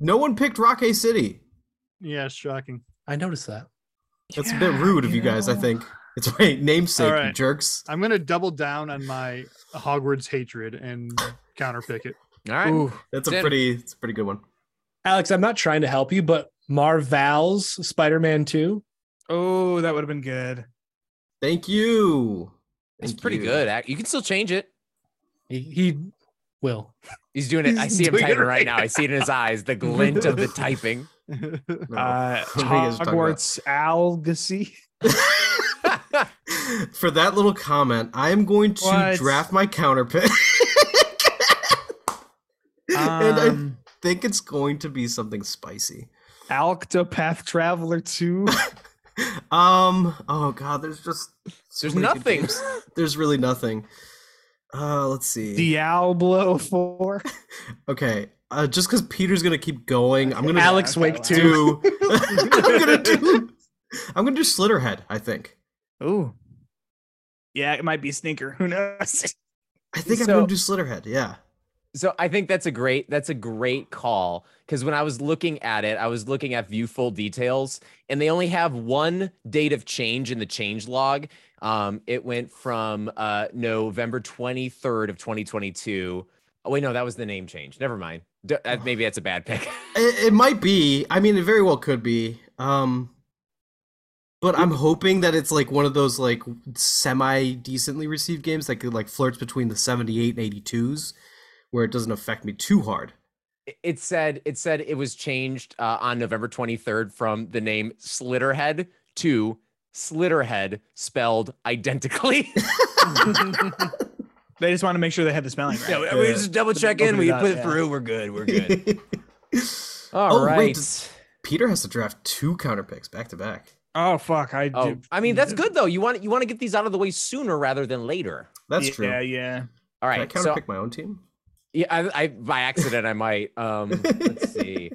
No one picked Rocky City.
Yeah, it's shocking.
I noticed that.
That's a bit rude of you guys. I think it's right. Namesake,
All
you
right.
jerks.
I'm gonna double down on my Hogwarts hatred and counterpick it.
All right.
Ooh.
That's a
Dan-
pretty. It's a pretty good one.
Alex, I'm not trying to help you, but Marvel's Spider-Man 2.
Oh, that would have been good.
Thank you.
It's
Thank
pretty
you.
good. ac- You can still change it.
He, he will.
He's doing it. I
He's
see him
doing it
typing right
right
now. I see it in his eyes. The glint of the typing.
No.
Uh,
What are you guys talking about?
Hogwarts Algacy.
For that little comment, I am going to
What?
draft my counterpick.
Um,
and I
Um,
think it's going to be something spicy.
Alctopath Traveler 2.
Um. Oh God. There's just. so
There's
many good
nothing.
games. There's really nothing. Uh. Let's see.
Diablo 4.
okay. Uh. Just because Peter's gonna keep going, I'm gonna
Alex
okay,
Wake
wow.
2.
do. I'm gonna do. I'm gonna do Slitterhead. I think.
Ooh. Yeah, it might be Sneaker. Who knows?
I think I'm
So-
gonna do Slitterhead. Yeah.
So I think that's a great that's a great call because when I was looking at it, I was looking at view full details, and they only have one date of change in the change log. Um, it went from uh, November twenty third of twenty twenty two. Oh wait, no, that was the name change. Never mind. D- uh, maybe that's a bad pick.
It, it might be. I mean, it very well could be. Um, but I'm hoping that it's like one of those like semi decently received games that could like flirts between the 78 and 82s, where it doesn't affect me too hard.
It- it said it said it was changed uh, on November twenty third from the name Slitterhead to Slitterhead, spelled identically.
They just want to make sure they have the spelling right.
Yeah, we, we just double check in.
open
We
it up,
put it
yeah.
through. We're good. We're good. All
Oh,
right.
wait, does- Peter has to draft two counter picks back to back.
Oh, fuck. I
Oh,
did-
I mean that's good though. You want you want to get these out of the way sooner rather than later.
That's
yeah,
true.
Yeah, yeah.
All
Can I
right.
counter
So
pick my own team?
yeah, I, I by accident I might. Um, let's see.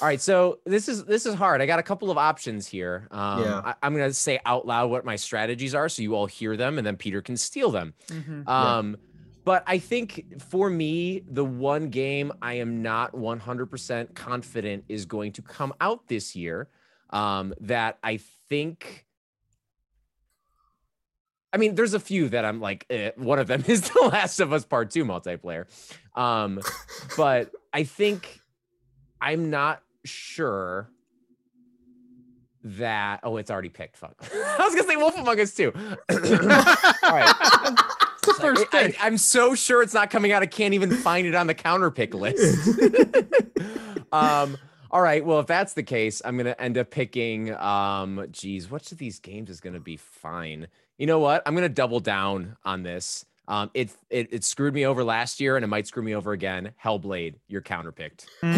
All right. So this is this is hard. I got a couple of options here. Um,
Yeah.
I, I'm gonna say out loud what my strategies are, so you all hear them, and then Peter can steal them.
Mm-hmm.
Yeah.
Um, but I think for me, the one game I am not 100% confident is going to come out this year um, that I think. I mean, there's a few that I'm like, eh, one of them is The Last of Us Part 2 multiplayer. Um, but I think I'm not sure that. Oh, it's already picked. Fuck. I was going to say Wolf Among Us 2. All right. It's like,
first
I,
pick.
am so sure it's not coming out. I can't even find it on the counter pick list. um, all right. Well, if that's the case, I'm gonna end up picking. Um, geez, which of these games is gonna be fine? You know what? I'm gonna double down on this. Um, it it, it screwed me over last year, and it might screw me over again. Hellblade, you're counter picked.
Mm-hmm.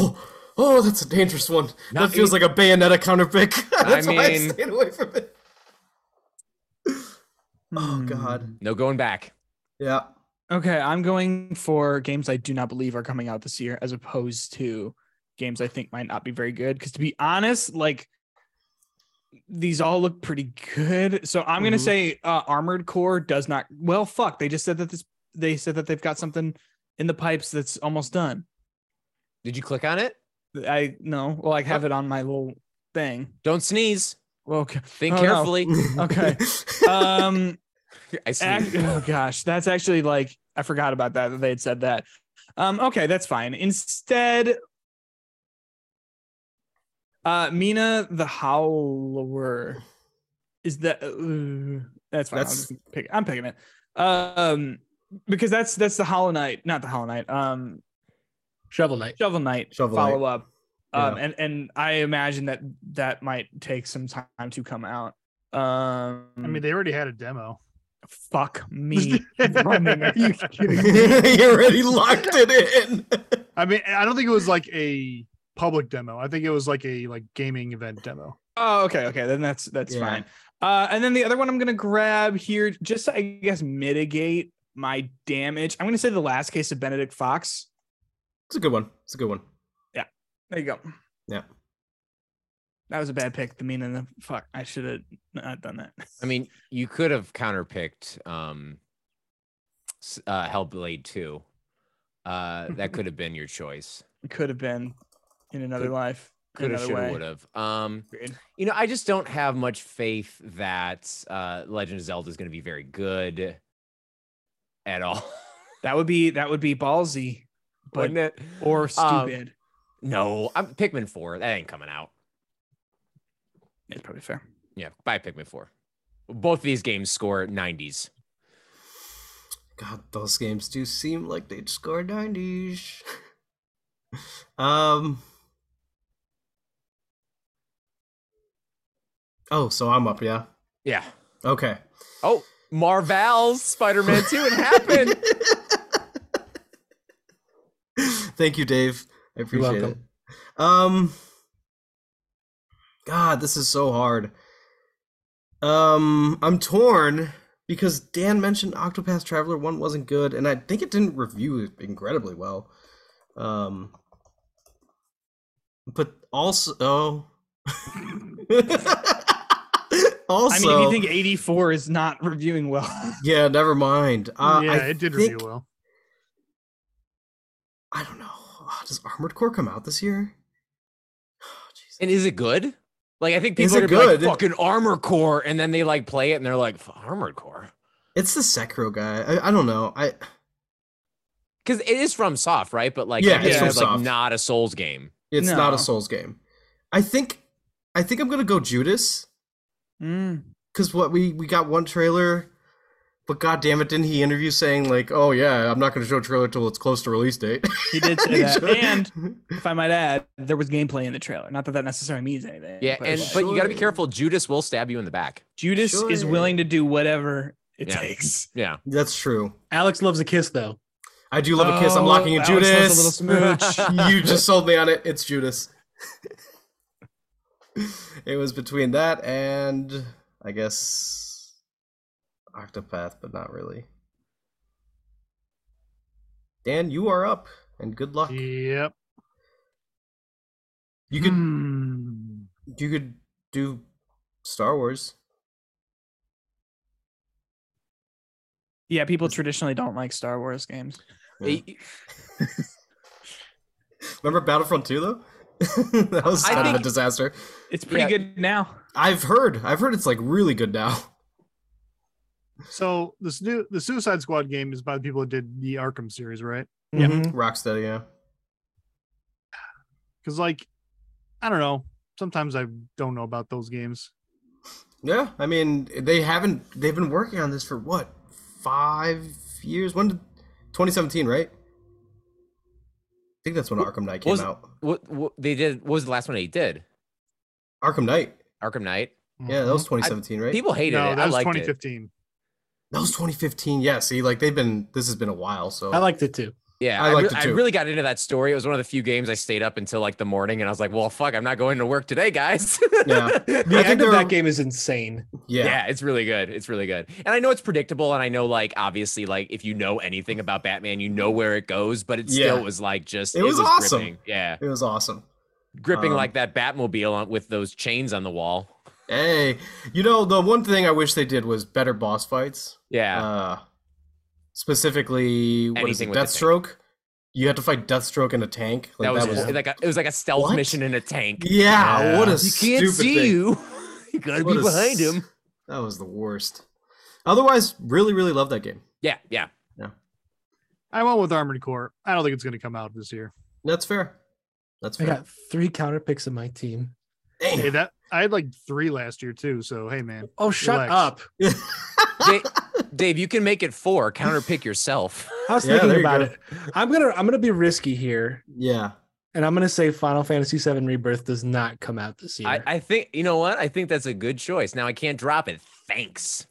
Oh, oh, that's a dangerous one.
Hmm. Not-
that feels like a Bayonetta counter pick. that's why I
mean-
stayed away from it.
hmm.
Mm-hmm.
Oh God.
No going back.
Yeah.
Okay, I'm going for games I do not believe are coming out this year as opposed to games I think might not be very good. Because to be honest, like these all look pretty good. So I'm gonna
Mhm.
say uh, Armored Core does not. Well, fuck. They just said that this. They said that they've got something in the pipes that's almost done.
Did you click on it?
I no. Well, I have it on my little thing.
Don't sneeze.
Well, okay.
Think
Oh, no.
carefully.
Okay. Um.
I
Ac-
sneezed.
oh gosh, that's actually like I forgot about that that they had said that. Um, okay, that's fine. Instead, Uh, Mina the Howler. Is that uh, that's fine? I'll
That's-
just pick, I'm picking it. Um, because that's that's the Hollow Knight, not the Hollow Knight. Um,
Shovel Knight.
Shovel Knight
Shovel
follow up. Um,
Yeah.
and and I imagine that that might take some time to come out. Um,
I
Mm.
mean, they already had a demo.
fuck me running. Are you kidding me?
you already locked it in.
I mean, I don't think it was like a public demo. I think it was like a like gaming event demo.
Oh, okay, okay. Then that's that's
Yeah.
fine. Uh, and then the other one I'm gonna grab here, just to, I guess mitigate my damage. I'm gonna say the last case of Benedict Fox.
It's a good one. It's a good one.
There you go.
Yeah.
That was a bad pick. The mean and the fuck. I should have not done that.
I mean, you could have counterpicked um s- uh Hellblade 2. Uh that could have been your choice.
it could have been in another
Could-
life,
Could have
another
should
way.
have would have. Um
Agreed.
you know, I just don't have much faith that uh Legend of Zelda is going to be very good at all.
That would be that would be ballsy, but
Wouldn't it?
or
Um,
stupid.
No, I'm Pikmin 4. That ain't coming out.
it's probably fair.
Yeah, buy Pikmin 4. Both of these games score 90s.
God, those games do seem like they'd score 90s. um. Oh, so I'm up, yeah?
Yeah.
Okay.
Oh, Marvel's Spider-Man 2 it happened.
Thank you, Dave. I appreciate
welcome.
it. Um God, this is so hard. Um I'm torn because Dan mentioned Octopath Traveler 1 wasn't good and I think it didn't review incredibly well. Um but also oh.
I
also
mean, if you think 84 is not reviewing well,
yeah, never mind. Uh,
yeah,
I
it did
think-
review well.
I don't know. Ah, Does Armored Core come out this year? Oh, Jesus.
And is it good? Like I think
Is
people
it
are gonna be
good?
like fucking armor core, and then they like play it and they're like "F- armored core
It's the Sekiro guy. I, I don't know. I
because it is from Soft, right? But like
Yeah,
it's
yeah, it's
from
like
Soft.
not a Souls game.
it's not
No.
a Souls game. I think I think I'm gonna go Judas
Mm.
because what we we got one trailer, but god damn it, didn't he interview saying like, oh yeah, I'm not gonna show a trailer till it's close to release date.
he did say
He
that.
showed-
And if I might add, there was gameplay in the trailer. Not that that necessarily means anything.
Yeah, and
like,
but you gotta be
Sure.
careful. Judas will stab you in the back.
Judas is
Sure.
willing to do whatever it
Yeah.
takes.
Yeah,
that's true.
Alex loves a kiss though.
I do love a kiss. I'm locking in
Oh, Alex loves
Judas.
A little smooch.
you just sold me on it. It's Judas. it was between that and I guess Octopath, but not really. Dan, you are up, and good luck.
Yep.
You
Mm.
could
Hmm.
you could do Star Wars.
yeah, people traditionally don't like Star Wars games.
Yeah. Remember Battlefront 2 though? that was
I
kind of a
think-
disaster.
It's pretty
Yeah.
good now.
I've heard. I've heard it's like really good now.
So this new the Suicide Squad game is by the people that did the Arkham series, right?
Mm-hmm.
Mhm.
Rocksteady, yeah.
Because like, I don't know. Sometimes I don't know about those games.
Yeah, I mean, they haven't. They've been working on this for what five years? When did 2017, right? I think that's when Arkham Knight came
was-
out.
what, what they did what was the last one they did?
Arkham Knight.
Arkham Knight.
Yeah,
Mm-hmm.
that was 2017, right?
People hated
no,
it.
that
I
was
liked it.
2015.
That was 2015. Yeah. See, like they've been. This has been a while. So
I liked it too.
Yeah,
I
I,
liked
re- I
it too.
really got into that story. It was one of the few games I stayed up until like the morning, and I was like, "Well, fuck, I'm not going to work today, guys."
Yeah.
The
I think
end of
they're-
that game is insane.
yeah.
Yeah. it's really good. It's really good. And I know it's predictable. And I know, like, obviously, like, if you know anything about Batman, you know where it goes, but it
Yeah.
still was like just,
It was awesome.
Gripping. Yeah.
It was awesome.
Gripping
Um,
like that Batmobile on, with those chains on the wall.
Hey, you know the one thing I wish they did was better boss fights.
Yeah.
Uh, specifically, what is
Anything
it?
with the tank.
Deathstroke. You had to fight Deathstroke in a tank.
that was,
was
like a, it was like a stealth
What?
mission in a tank.
Yeah,
Yeah.
what a
You can't
stupid
see
thing.
you. You gotta
What
be
a
behind
s-
him.
That was the worst. Otherwise, really, really love that game.
Yeah, yeah.
I went with Armored Core. I don't think it's going to come out this year.
That's fair. That's
I
fair.
got three counter picks in my team.
Hey, that I had like three last year too. So hey, man,
Oh, shut
Relax.
up.
Da- Dave, you can make it four. Counterpick yourself.
I was
Yeah,
thinking
there you
about
go.
it. I'm gonna I'm gonna be risky here,
Yeah.
and I'm gonna say Final Fantasy VII Rebirth does not come out this year.
I, I think you know what? I think that's a good choice. Now I can't drop it. Thanks.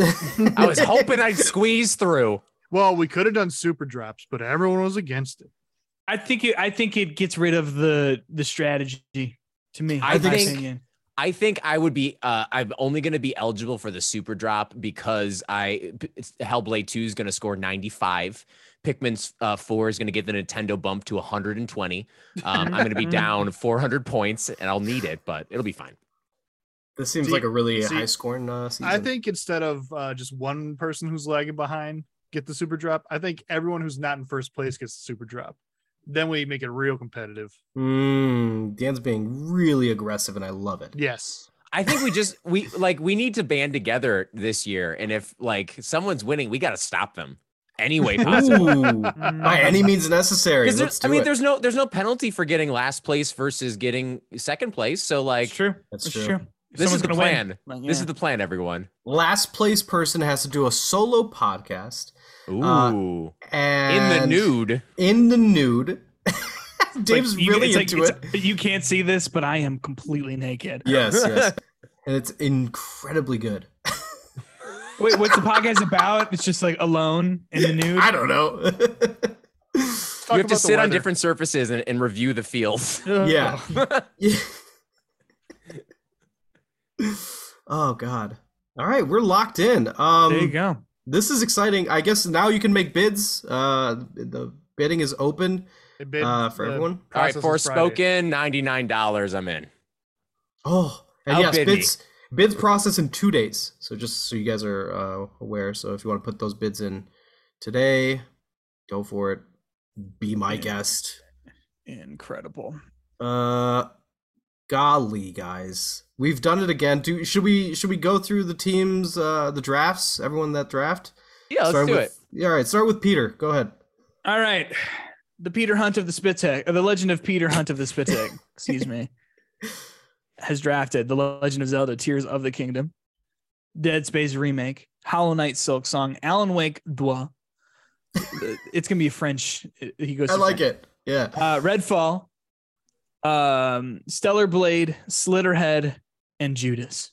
I was hoping I'd squeeze through.
well, we could have done super drops, but everyone was against it.
I think it, I think it gets rid of the the strategy to me.
I
in my
think-
opinion.
I think I would be. Uh, I'm only going to be eligible for the super drop because I it's- Hellblade Two is going to score 95. Pikmin's uh, Four is going to get the Nintendo bump to 120. Um, I'm going to be down 400 points, and I'll need it, but it'll be fine.
This seems
See-
like a really
see,
high scoring uh, season.
I think instead of uh, just one person who's lagging behind get the super drop, I think everyone who's not in first place gets the super drop. Then we make it real competitive.
Mm, Dan's being really aggressive, and I love it.
Yes.
I think we just we like we need to band together this year, and if like someone's winning, we got to stop them anyway. Possible.
Ooh,
Mm-hmm.
by any means necessary.
'Cause there-
Let's do
I mean,
it.
there's no there's no penalty for getting last place versus getting second place. So like
it's true.
That's
It's
true.
true. If
this is
someone's
the
gonna win,
plan.
like,
This
yeah.
is the plan, everyone.
Last place person has to do a solo podcast
Ooh,
Uh,
in
and
the nude.
In the nude.
Like,
Dave's
you-
really
it's like-
into
it's-
it.
You can't see this, but I am completely naked.
yes, yes, and it's incredibly good.
Wait, what's the podcast about? It's just like alone in the nude.
I don't know.
You
Talk
have to
about the
sit on
weather.
different surfaces and, and review the fields.
yeah. Yeah. oh God. All right, we're locked in. Um,
there you go.
This is exciting. I guess now you can make bids. Uh, the bidding is open
It bid-
uh, for
the
everyone.
All right,
process is Friday.
Forspoken, ninety nine dollars. I'm in.
Oh, and yes,
Outbid me.
bids bids process in two days. So just so you guys are uh, aware, so if you want to put those bids in today, go for it. Be my guest.
Incredible.
Uh, golly, guys, we've done it again. Do should we should we go through the teams, uh, the drafts, everyone that draft?
Yeah, Oh, let's do it.
with, Yeah, all right, start with Peter. Go ahead.
All right. The Peter Hunt of the Spitek, or the legend of Peter Hunt of the Spitek, excuse me, has drafted The Legend of Zelda Tears of the Kingdom, Dead Space Remake, Hollow Knight Silk Song, Alan Wake Dwa. It's going to be French. He goes
I
to
like it. Yeah.
uh, Redfall, um, Stellar Blade, Slitterhead, and Judas.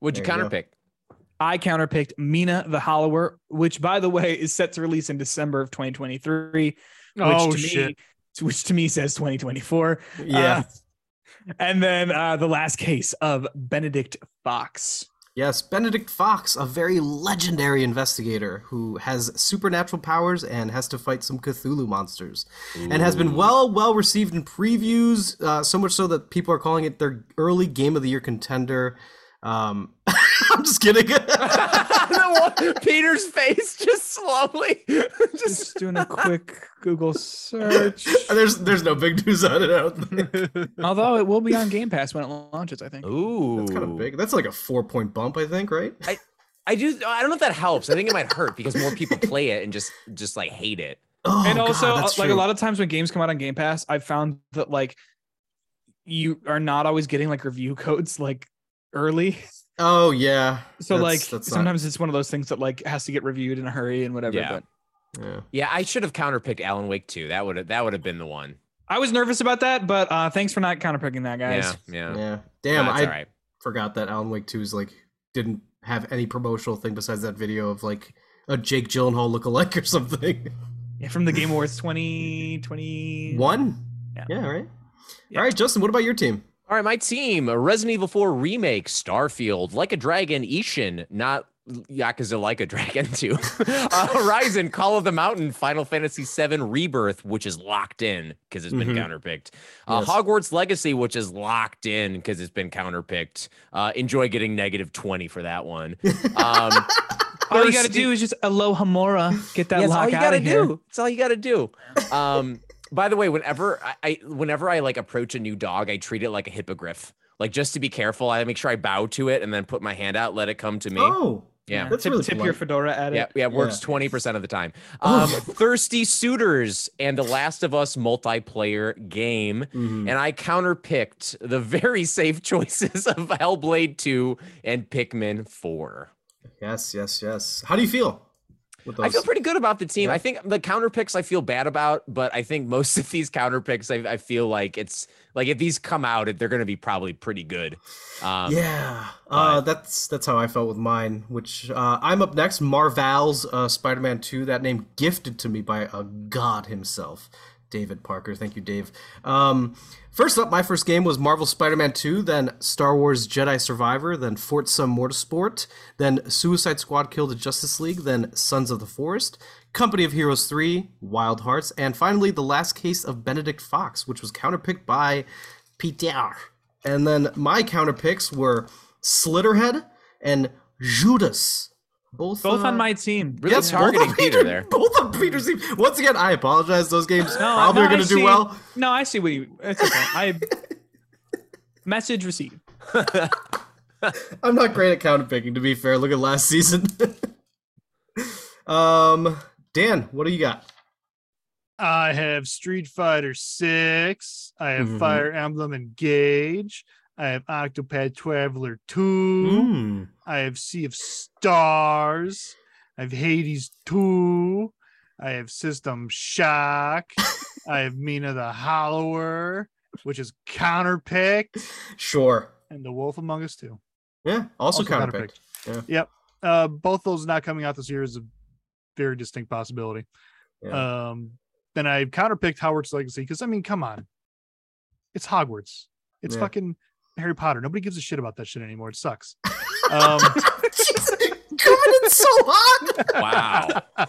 Would you
There you go.
counterpick?
I counterpicked Mina the Hollower, which, by the way, is set to release in December of 2023. Which
Oh
to
shit!
Me, which to me says 2024.
Yeah.
Uh, and then uh, the last case of Benedict Fox.
Yes, Benedict Fox, a very legendary investigator who has supernatural powers and has to fight some Cthulhu monsters, and has been well, well received in previews. Uh, so much so that people are calling it their early game of the year contender. Um, I'm just kidding.
The one- Peter's face just slowly. just
Just doing a quick Google search.
there's there's no big news on it. I don't think.
Although it will be on Game Pass when it launches, I
Oh,
think.
ooh,
That's kind of big. That's like a four point bump, I think, right?
I do. I don't know if that helps. I think it might hurt because more people play it and just just like hate it.
Oh,
and also
God,
uh,
that's
like a
true.
lot of times when games come out on game pass i've found that like you are not always getting like review codes like early
Oh yeah.
so
That's-
like
that's not-
sometimes it's one of those things that like has to get reviewed in a hurry and whatever
Yeah.
but
yeah.
Yeah, I should have counterpicked Alan Wake too. That would have that would have been the one.
i was nervous about that but uh thanks for not counterpicking that guys
Yeah, yeah.
Yeah. Damn,
That's
I
all right.
forgot that Alan Wake 2 is like didn't have any promotional thing besides that video of like a Jake Gyllenhaal lookalike or something.
yeah, from the game awards 2020
One?
Yeah.
Yeah, right.
Yeah.
All right, Justin, what about your team?
All right, my team: Resident Evil 4 remake, Starfield, Like a Dragon, Ishin, not Yakuza Like a Dragon 2, uh, Horizon, Call of the Mountain, Final Fantasy 7 Rebirth, which is locked in because it's been
Mhm.
counterpicked. Uh,
Yes.
Hogwarts Legacy, which is locked in because it's been counterpicked. Uh, enjoy getting negative 20 for that one. Um,
all you gotta
Thirsty-
do is just aloha mora get that
Yeah, it's
lock
all you
out
gotta
of here
do. It's all you gotta do. Um, by the way, whenever I, I whenever I like approach a new dog, I treat it like a hippogriff. Like just to be careful, I make sure I bow to it and then put my hand out, let it come to me.
Oh,
Yeah.
That's
tip
really
tip
polite.
your fedora at it.
Yeah, yeah, works twenty percent of the time. Um, Thirsty Suitors and The Last of Us multiplayer game,
Mhm.
and I counterpicked the very safe choices of Hellblade Two and Pikmin Four.
Yes, yes, yes. How do you feel? With
I feel pretty good about the team.
Yeah.
I think the counter picks I feel bad about, but I think most of these counter picks I, I feel like it's like if these come out, they're going to be probably pretty good. Um,
yeah, uh, that's that's how I felt with mine. Which uh, I'm up next. Marvel's uh, Spider-Man Two. That name gifted to me by a god himself, David Parker. Thank you, Dave. Um, first up, my first game was Marvel Spider-Man Two, then Star Wars Jedi Survivor, then Forza Motorsport, then Suicide Squad: Kill the Justice League, then Sons of the Forest, Company of Heroes Three, Wild Hearts, and finally The Last Case of Benedict Fox, which was counterpicked by Peter. And then my counter picks were Slitterhead and Judas. Both,
Both
uh,
on my team.
really
yes, both
targeting
on
Peter there.
Both on Peter's team. Once again, I apologize. Those games
No,
probably
no,
are going
I
to do
see.
well.
No, I see what you. It's okay. I message received.
I'm not great at counter picking, to be fair. Look at last season. um, Dan, what do you got?
I have Street Fighter 6. I have
Mhm.
Fire Emblem Engage. I have Octopath Traveler 2.
Mm.
I have Sea of Stars. I have Hades 2. I have System Shock. I have Mina the Hollower, which is counterpicked,
Sure.
and The Wolf Among Us 2.
Yeah. Also, counter picked.
Uh, both those not coming out this year is a very distinct possibility. Um, then I counterpicked Howard's Legacy because I mean, come on, it's Hogwarts. It's
Yeah.
fucking Harry Potter. Nobody gives a shit about that shit anymore. It sucks. Um,
God, it's so hot.
Wow.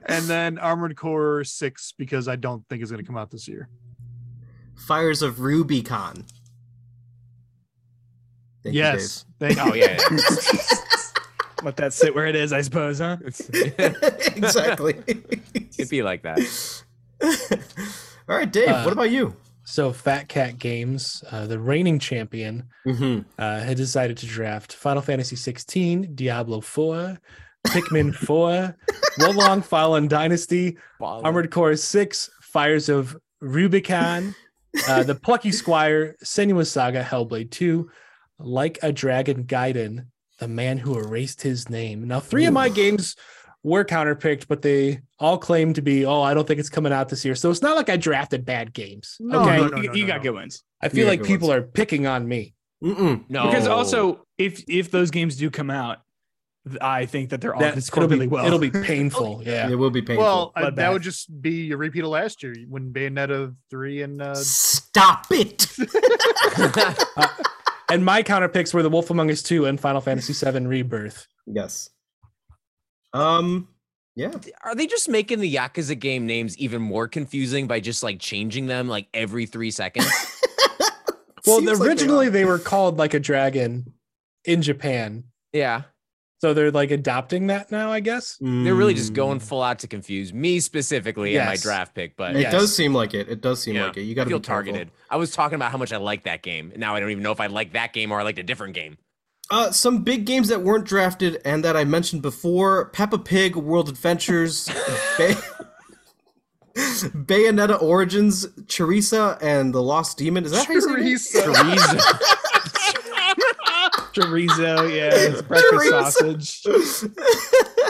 and then Armored Core Six because I don't think it's going to come out this year.
Fires of Rubicon. Thank you, Dave.
yes, thank
oh yeah.
Let that sit where it is, I suppose, huh?
yeah.
exactly.
It'd be like that.
All right, Dave.
Uh,
what about you?
So Fat Cat Games, uh, the reigning champion, uh, had decided to draft Final Fantasy 16, Diablo 4, Pikmin 4, Wolong Fallen Dynasty, Armored Core 6, Fires of Rubicon, uh, The Plucky Squire, Senua Saga, Hellblade 2, Like a Dragon Gaiden, The Man Who Erased His Name. Now, three of my games were counterpicked, but they all claim to be, oh, I don't think it's coming out this year. So it's not like I drafted bad games.
No,
okay.
no,
you, you
no,
got
no.
good ones.
I feel
Yeah,
like
good
people are picking on me.
Mm-mm.
No.
Because also, if if those games do come out, th- I think that they're all
That,
going to score
Oh, it'll, be,
really well.
it'll be painful. Yeah.
It will be
you.
painful.
Well, I,
Bloodbath.
that would just be a repeat of last year when Bayonetta three and uh,
Stop it.
And my counter picks were The Wolf Among Us 2 and Final Fantasy 7 Rebirth.
yes. Um. Yeah.
are they just making the Yakuza game names even more confusing by just like changing them like every three seconds?
Well,
Seems like they
originally
are.
they, were called like a dragon in Japan.
yeah.
So they're like adopting that now, I guess.
They're really just
Mm.
going full out to confuse me specifically in my
Yes.
draft pick, but
It
Yes.
does seem like it. It does seem
Yeah.
like it. You
I
got to
feel
be careful.
targeted. I was talking about how much I like that game. and Now I don't even know if I like that game or I liked a different game.
Uh, some big games that weren't drafted and that I mentioned before: Peppa Pig, World Adventures, Bay- Bayonetta Origins, Charissa, and the Lost Demon. Is that how you say it?
Teresa.
Chorizo, yeah, it's breakfast
Chorizo.
sausage.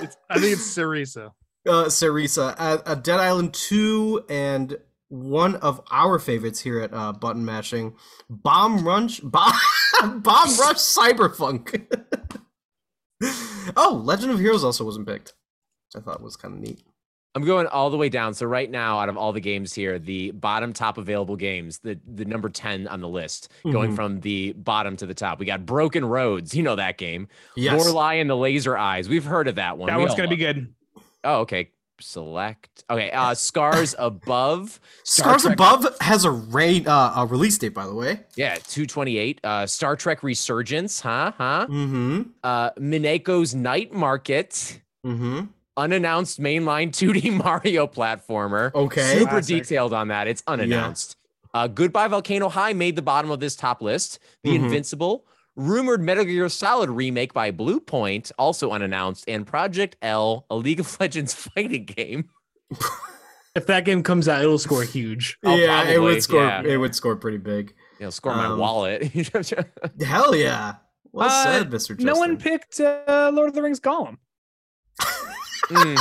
it's, I think it's Cerisa.
uh, Sarisa, uh, uh, Dead Island 2, and one of our favorites here at uh, Button Mashing, Bomb Rush, Bomb, Bomb Rush Cyberpunk. oh, Legend of Heroes also wasn't picked, which I thought was kind of neat.
I'm going all the way down. So right now, out of all the games here, the bottom top available games, the the number 10 on the list,
Mm-hmm.
going
Mhm.
from the bottom to the top. We got Broken Roads. You know that game.
Yes.
Lorelei and the Laser Eyes. We've heard of that one.
That
We
one's
all
gonna be
love-
good.
Oh, okay. Select. Okay. Uh, Scars Above.
Scars Above has a rain uh, a release date, by the way.
Yeah, 228. Uh, Star Trek Resurgence. Huh? Huh?
Mm-hmm.
Uh, Mineko's Night Market.
Mm-hmm.
Unannounced mainline 2D Mario platformer.
Okay.
Super
Classic.
detailed on that. It's unannounced. Uh, Goodbye Volcano High made the bottom of this top list. The
Mhm.
Invincible. rumored Metal Gear Solid remake by Blue Point, also unannounced, and Project L, a League of Legends fighting game.
If that game comes out, it'll score huge.
I'll
yeah, it
probably-
would score.
yeah.
It would score pretty big.
You know, score my
Um,
wallet.
Hell yeah! Well
Uh,
said, Mister. Justin.
No one picked uh, Lord of the Rings Gollum.
Mm,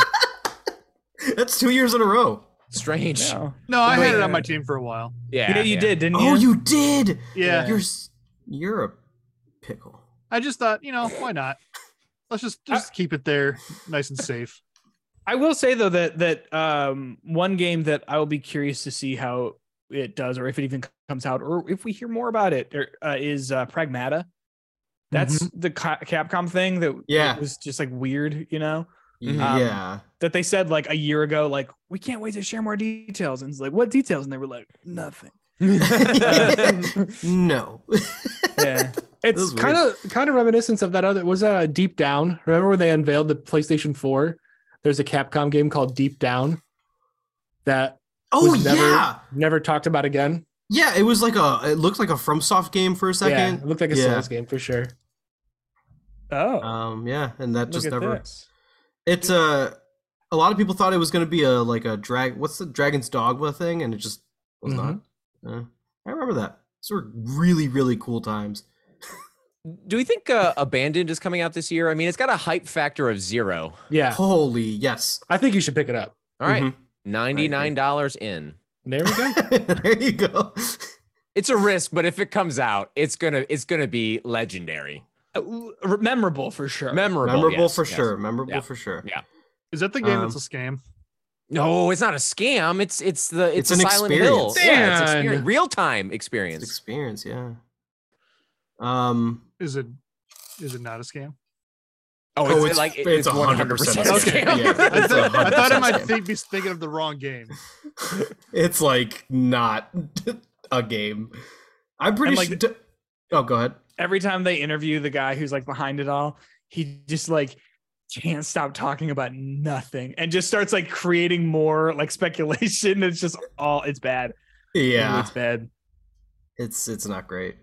That's two years in a row.
strange. Yeah,
No.
No, I had it
Yeah.
on my team for a while.
Yeah, you did, didn't you?
Oh, you did.
Yeah.
You're s- you're a pickle.
I just thought, you know, why not? Let's just just keep it there, nice and safe.
I will say though that that um, one game that I will be curious to see how it does, or if it even comes out, or if we hear more about it, or, uh, is uh, Pragmata. That's the Ca- Capcom thing that
Mm-hmm. Yeah.
was just like weird, you know,
Mhm.
Um,
yeah.
that they said like a year ago, like we can't wait to share more details, and it's like what details, and they were like nothing.
no.
Yeah,
was
It's
weird.
kind of kind of reminiscent of that other was uh, Deep Down. Remember when they unveiled the PlayStation 4? There's a Capcom game called Deep Down that
Oh
was never-
yeah.
never talked about again.
Yeah, it was like a. It looked like a FromSoft game for a
Yeah,
second.
it looked like a
Yeah.
Souls game for sure.
oh,
Um. Yeah, and that
look
just
at
never.
this.
It's a. A lot of people thought it was going to be a like a drag. What's the Dragon's Dogma thing? And it just was not. Uh, I remember that. Those were really really cool times.
Do we think uh, Abandoned is coming out this year? I mean, it's got a hype factor of zero.
Yeah,
Holy yes.
I think you should pick it up.
All right,
Mhm.
ninety-nine dollars in.
There we go.
Mm-hmm. there you go.
It's a risk, but if it comes out, it's gonna it's gonna be legendary,
Uh, memorable for sure.
memorable,
Memorable
yes,
for
yes.
sure. Memorable
Yeah.
for sure.
Yeah.
Is that the game
Um,
that's a scam?
No, it's not a scam. It's it's the
It's
it's,
an
a Silent Hill.
experience.
Yeah, it's
Dan.
experience. real time
It's
experience.
experience, yeah. Um.
Is it is it not a scam?
Oh, it's, like it- it's one hundred percent
scam. Yeah,
scam.
I,
it's
thought I thought I
100%
might
scam.
think, be thinking of the wrong game.
It's like not a game. I'm pretty
And, like,
sure. oh, go ahead.
every time they interview the guy who's like behind it all, he just like can't stop talking about nothing and just starts like creating more like speculation. It's just all it's bad.
Yeah,
It's bad.
it's it's not great.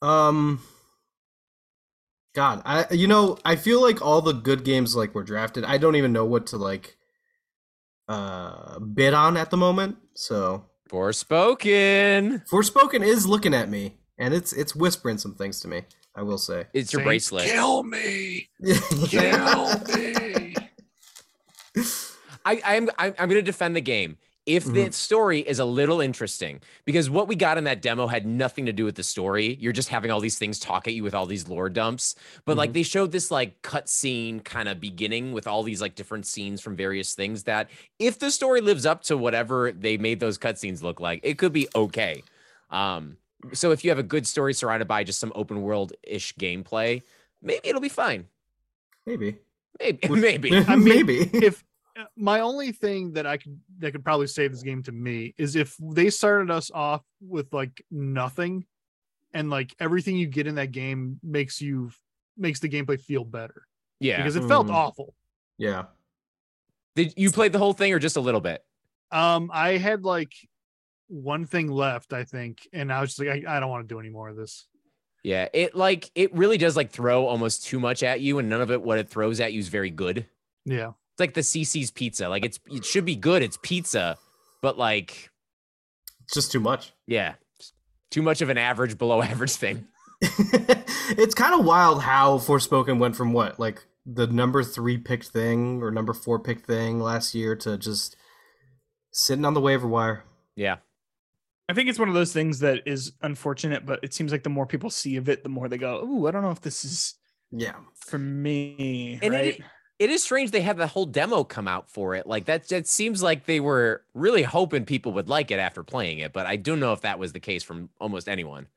Um. God, I you know I feel like all the good games like were drafted. I don't even know what to like. Uh, bid on at the moment. So
Forspoken.
Forspoken is looking at me, and it's it's whispering some things to me. I will say.
It's your
Saints
bracelet.
Kill me.
yeah.
me.
I, I'm I'm, I'm going to defend the game if
Mhm.
the story is a little interesting because what we got in that demo had nothing to do with the story. You're just having all these things talk at you with all these lore dumps. But like they showed this like cutscene kind of beginning with all these like different scenes from various things that if the story lives up to whatever they made those cutscenes look like, it could be okay. Um, so if you have a good story surrounded by just some open world ish gameplay, maybe it'll be fine.
Maybe.
Maybe,
Would-
maybe.
Maybe.
if uh, my only thing that I could that could probably save this game to me is if they started us off with like nothing and like everything you get in that game makes you makes the gameplay feel better
Yeah.
because it felt
Mm.
awful.
yeah.
Did you played the whole thing or just a little bit?
Um I had like one thing left, I think, and I was just like, I, I don't want to do any more of this.
Yeah, it like it really does like throw almost too much at you, and none of it what it throws at you is very good. It's
Yeah.
like the CC's pizza. Like it's it should be good. It's pizza, but like
It's just too much.
yeah, too much of an average below average thing.
it's kind of wild how Forspoken went from what, like the number three picked thing or number four picked thing last year to just sitting on the waiver wire.
Yeah,
I think it's one of those things that is unfortunate, but it seems like the more people see of it, the more they go, "Ooh, I don't know if this is
Yeah.
for me."
and
right?
it, it is strange they had the whole demo come out for it. Like that that seems like they were really hoping people would like it after playing it, but I don't know if that was the case from almost anyone.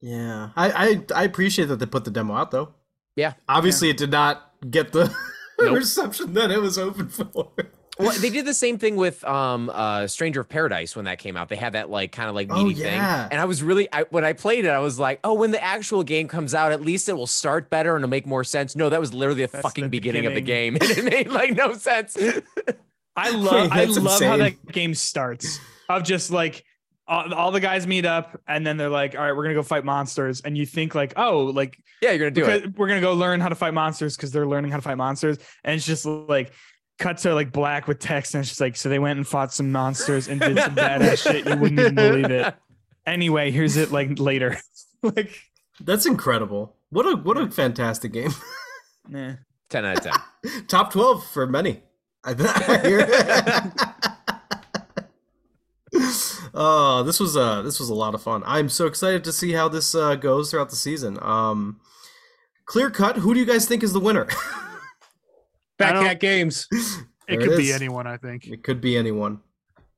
Yeah. I, I, I appreciate that they put the demo out though.
Yeah.
Obviously it did not get the
Nope.
reception that it was open for.
Well, they did the same thing with um uh Stranger of Paradise when that came out. They had that like kind of like
Oh,
meaty
yeah.
thing. And I was really I, when I played it, I was like, oh, when the actual game comes out, at least it will start better and it'll make more sense. No, that was literally the
That's
fucking
the
beginning, of the game. And it made like no sense.
I love I
That's
love how
insane.
that game starts of just like all, all the guys meet up and then they're like, all right, we're gonna go fight monsters. And you think like, oh, like
Yeah, you're gonna do it.
because we're gonna go learn how to fight monsters because they're learning how to fight monsters. And it's just like cut to like black with text, and it's just like, so they went and fought some monsters and did some badass shit. You wouldn't even believe it. Anyway, here's it like later. like
That's incredible. What a what a fantastic game.
nah.
Ten out of ten.
Top twelve for many. I I hear. oh, this was uh this was a lot of fun. I'm so excited to see how this uh, goes throughout the season. Um, clear cut. Who do you guys think is the winner?
I don't-
Backcat Games.
It
There
could be
is.
anyone, I think.
It could be anyone.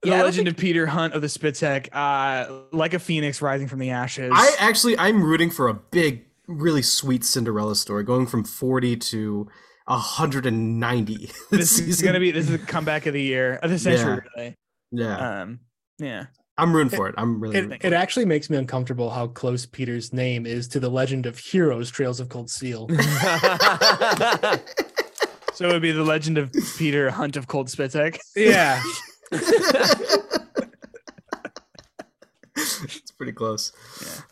The
Yeah, I don't
legend of Peter Hunt of the Spitzek, uh, like a phoenix rising from the ashes.
I actually I'm rooting for a big, really sweet Cinderella story, going from 40 to 190.
this is gonna be this is the comeback of the year of the century, really.
yeah.
Um, yeah.
I'm rooting for it. I'm really. rooting
It, it actually makes me uncomfortable how close Peter's name is to the legend of Heroes Trails of Cold Steel.
So it would be the legend of Peter Hunt of Cold Spitzek.
yeah.
it's pretty close.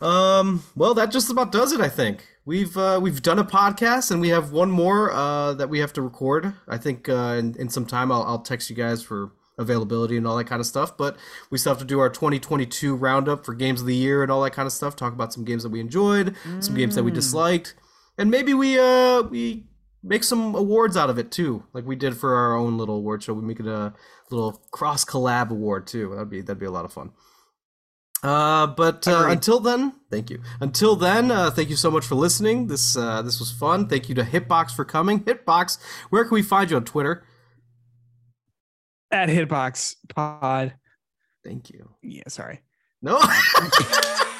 Um, well, that just about does it. I think we've uh, we've done a podcast, and we have one more uh, that we have to record. I think uh, in, in some time, I'll, I'll text you guys for availability and all that kind of stuff. But we still have to do our 2022 roundup for games of the year and all that kind of stuff. Talk about some games that we enjoyed, some games that we disliked, and maybe we uh, we make some awards out of it too, like we did for our own little award show. We make it a little cross collab award too. That'd be that'd be a lot of fun. Uh, but uh, until then, thank you. Until then, uh, thank you so much for listening. This uh, this was fun. Thank you to Hitbox for coming. Hitbox, where can we find you on Twitter?
At Hitbox Pod.
Thank you.
Yeah, sorry.
No,
I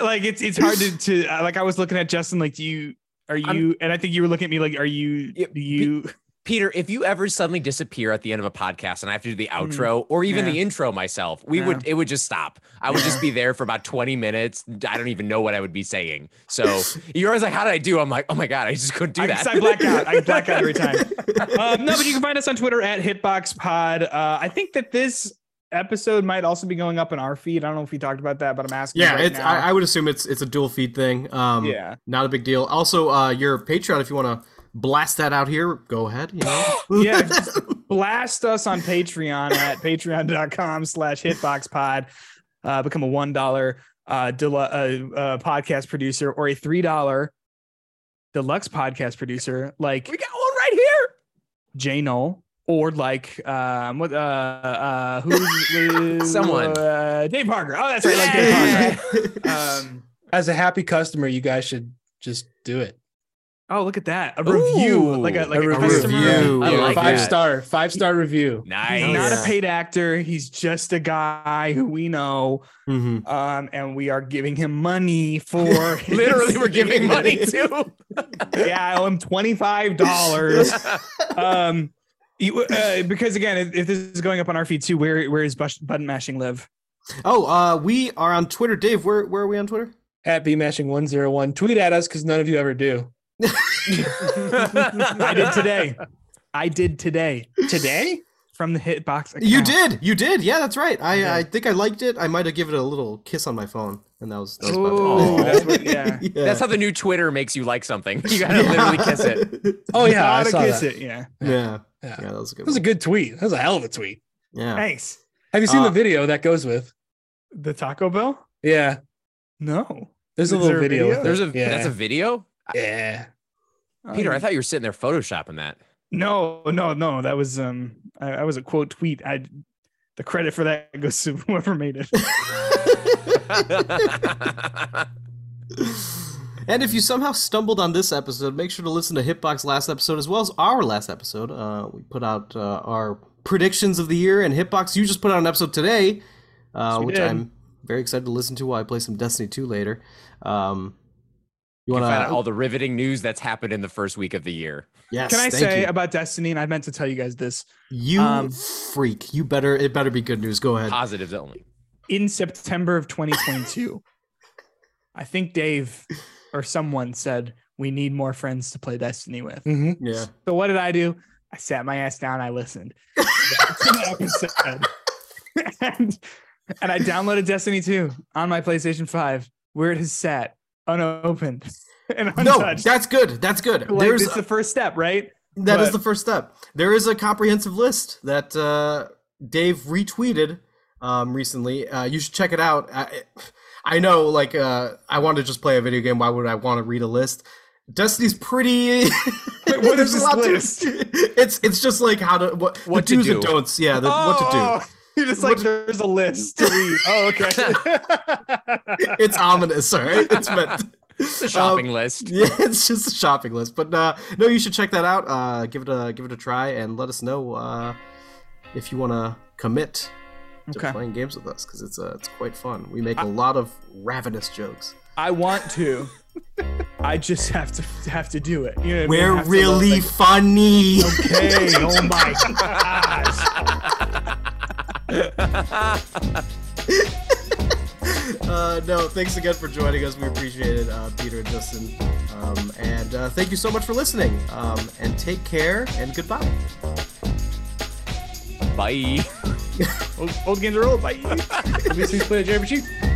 like it's it's hard to, to I- like I was looking at Justin like do you are you
I'm-
and I think you were looking at me like are you
Yeah,
do you
Peter, if you ever suddenly disappear at the end of a podcast and I have to do the
Mm.
outro or even
Yeah.
the intro myself, we would it would just stop. I would just be there for about 20 minutes. I don't even know what I would be saying. So you're always like, How did I do? I'm like, oh my God, I just couldn't do
I, 'cause
that.
I black out. I black out every time. um, no, but you can find us on Twitter at HitboxPod. Uh, I think that this episode might also be going up in our feed. I don't know if we talked about that, but I'm asking.
yeah,
right
it's,
now.
I, I would assume it's it's a dual feed thing. Um,
yeah.
not a big deal. Also, uh, your Patreon, if you want to blast that out here, go ahead. You know,
yeah just blast us on patreon at patreon.com slash hitboxpod uh, become a one dollar uh, del- uh, uh podcast producer or a three dollar deluxe podcast producer like
we got one right here.
jay Knoll or like um what uh uh who's
Someone.
uh, dave parker oh that's right like dave parker um
As a happy customer, you guys should just do it.
oh look at that a review
Ooh,
like a like
a
a,
review.
customer
Review.
I like
five
that.
star, five star review.
Nice.
He's not
Yeah.
a paid actor. He's just a guy who we know
hmm
um, and we are giving him money for his-
Literally, we're giving money to.
yeah, I owe him twenty five dollars. um, you- uh, because again, if, if this is going up on our feed too, where where is bus- button mashing live?
Oh, uh, we are on Twitter, Dave. Where where are we on Twitter?
At bmashing101. Tweet at us because none of you ever do.
I did today. I did today
Today?
from the hitbox. Account.
You did, you did. Yeah, that's right. I I think I liked it. I might have given it a little kiss on my phone, and that was. That was about it.
Oh,
that's what- yeah.
yeah.
That's how the new Twitter makes you like something. You gotta literally kiss it.
Oh, yeah. I
Gotta
saw
kiss
that.
it. Yeah.
Yeah. yeah,
Yeah.
that was a good.
That was a
One.
good tweet. That was a hell of a tweet.
Yeah,
Thanks.
Have you seen
Uh,
the video that goes with?
The Taco Bell?
Yeah.
No.
There's a
Is
little
there a
video.
video?
with it.
There's a
yeah.
that's a video.
yeah.
Oh,
Peter, I thought you were sitting there photoshopping that.
No, no, no. That was um. I, I was a quote tweet. I the credit for that goes to whoever made it.
And if you somehow stumbled on this episode, make sure to listen to Hitbox last episode as well as our last episode. Uh, we put out uh, our predictions of the year, and Hitbox, you just put out an episode today, uh,
we
which
did.
I'm very excited to listen to while I play some Destiny 2 later. Um,
You
you want
can find out
to?
all the riveting news that's happened in the first week of the year.
Yes,
Can I
thank
say
you.
about Destiny? And I meant to tell you guys this.
You
Um,
freak. You better it better be good news. Go ahead.
Positives only.
In September of 2022, I think Dave or someone said we need more friends to play Destiny with.
Mhm.
Yeah.
So what did I do? I sat my ass down. I listened. To the episode. and and I downloaded Destiny 2 on my PlayStation 5 where it has sat unopened and
No,
untouched.
that's good. That's good.
like,
There's
it's the first step, right?
That is
But-
the first step. There is a comprehensive list that uh, Dave retweeted um, recently. Uh, you should check it out. I, I know, like, uh, I want to just play a video game. Why would I want to read a list? Destiny's pretty.
Wait, what is
there's a
this
lot to-
list?
It's it's just like how to what,
What
the
to
do's and
do.
don'ts. Yeah, the, what
Oh, You're just
What-
like, there's a list to read. Oh, okay.
to do. It's ominous, all right. It's meant. Um,
It's a
Oh.
shopping list.
Yeah, it's just a shopping list. But uh, no, you should check that out. Uh, give it a give it a try and let us know uh, if you want to commit to
Okay.
playing games with us because it's uh, it's quite fun. We make a lot of ravenous jokes.
I want to. I just have to have to do it. You know what I mean?
We're
I have to,
really
like,
funny.
Hey, oh my gosh.
uh, no, thanks again for joining us. We appreciate it, uh, Peter and Justin. Um, and uh, thank you so much for listening. Um, and take care and goodbye.
Bye.
Old, old games are old. Bye.
Obviously, play a JRPG.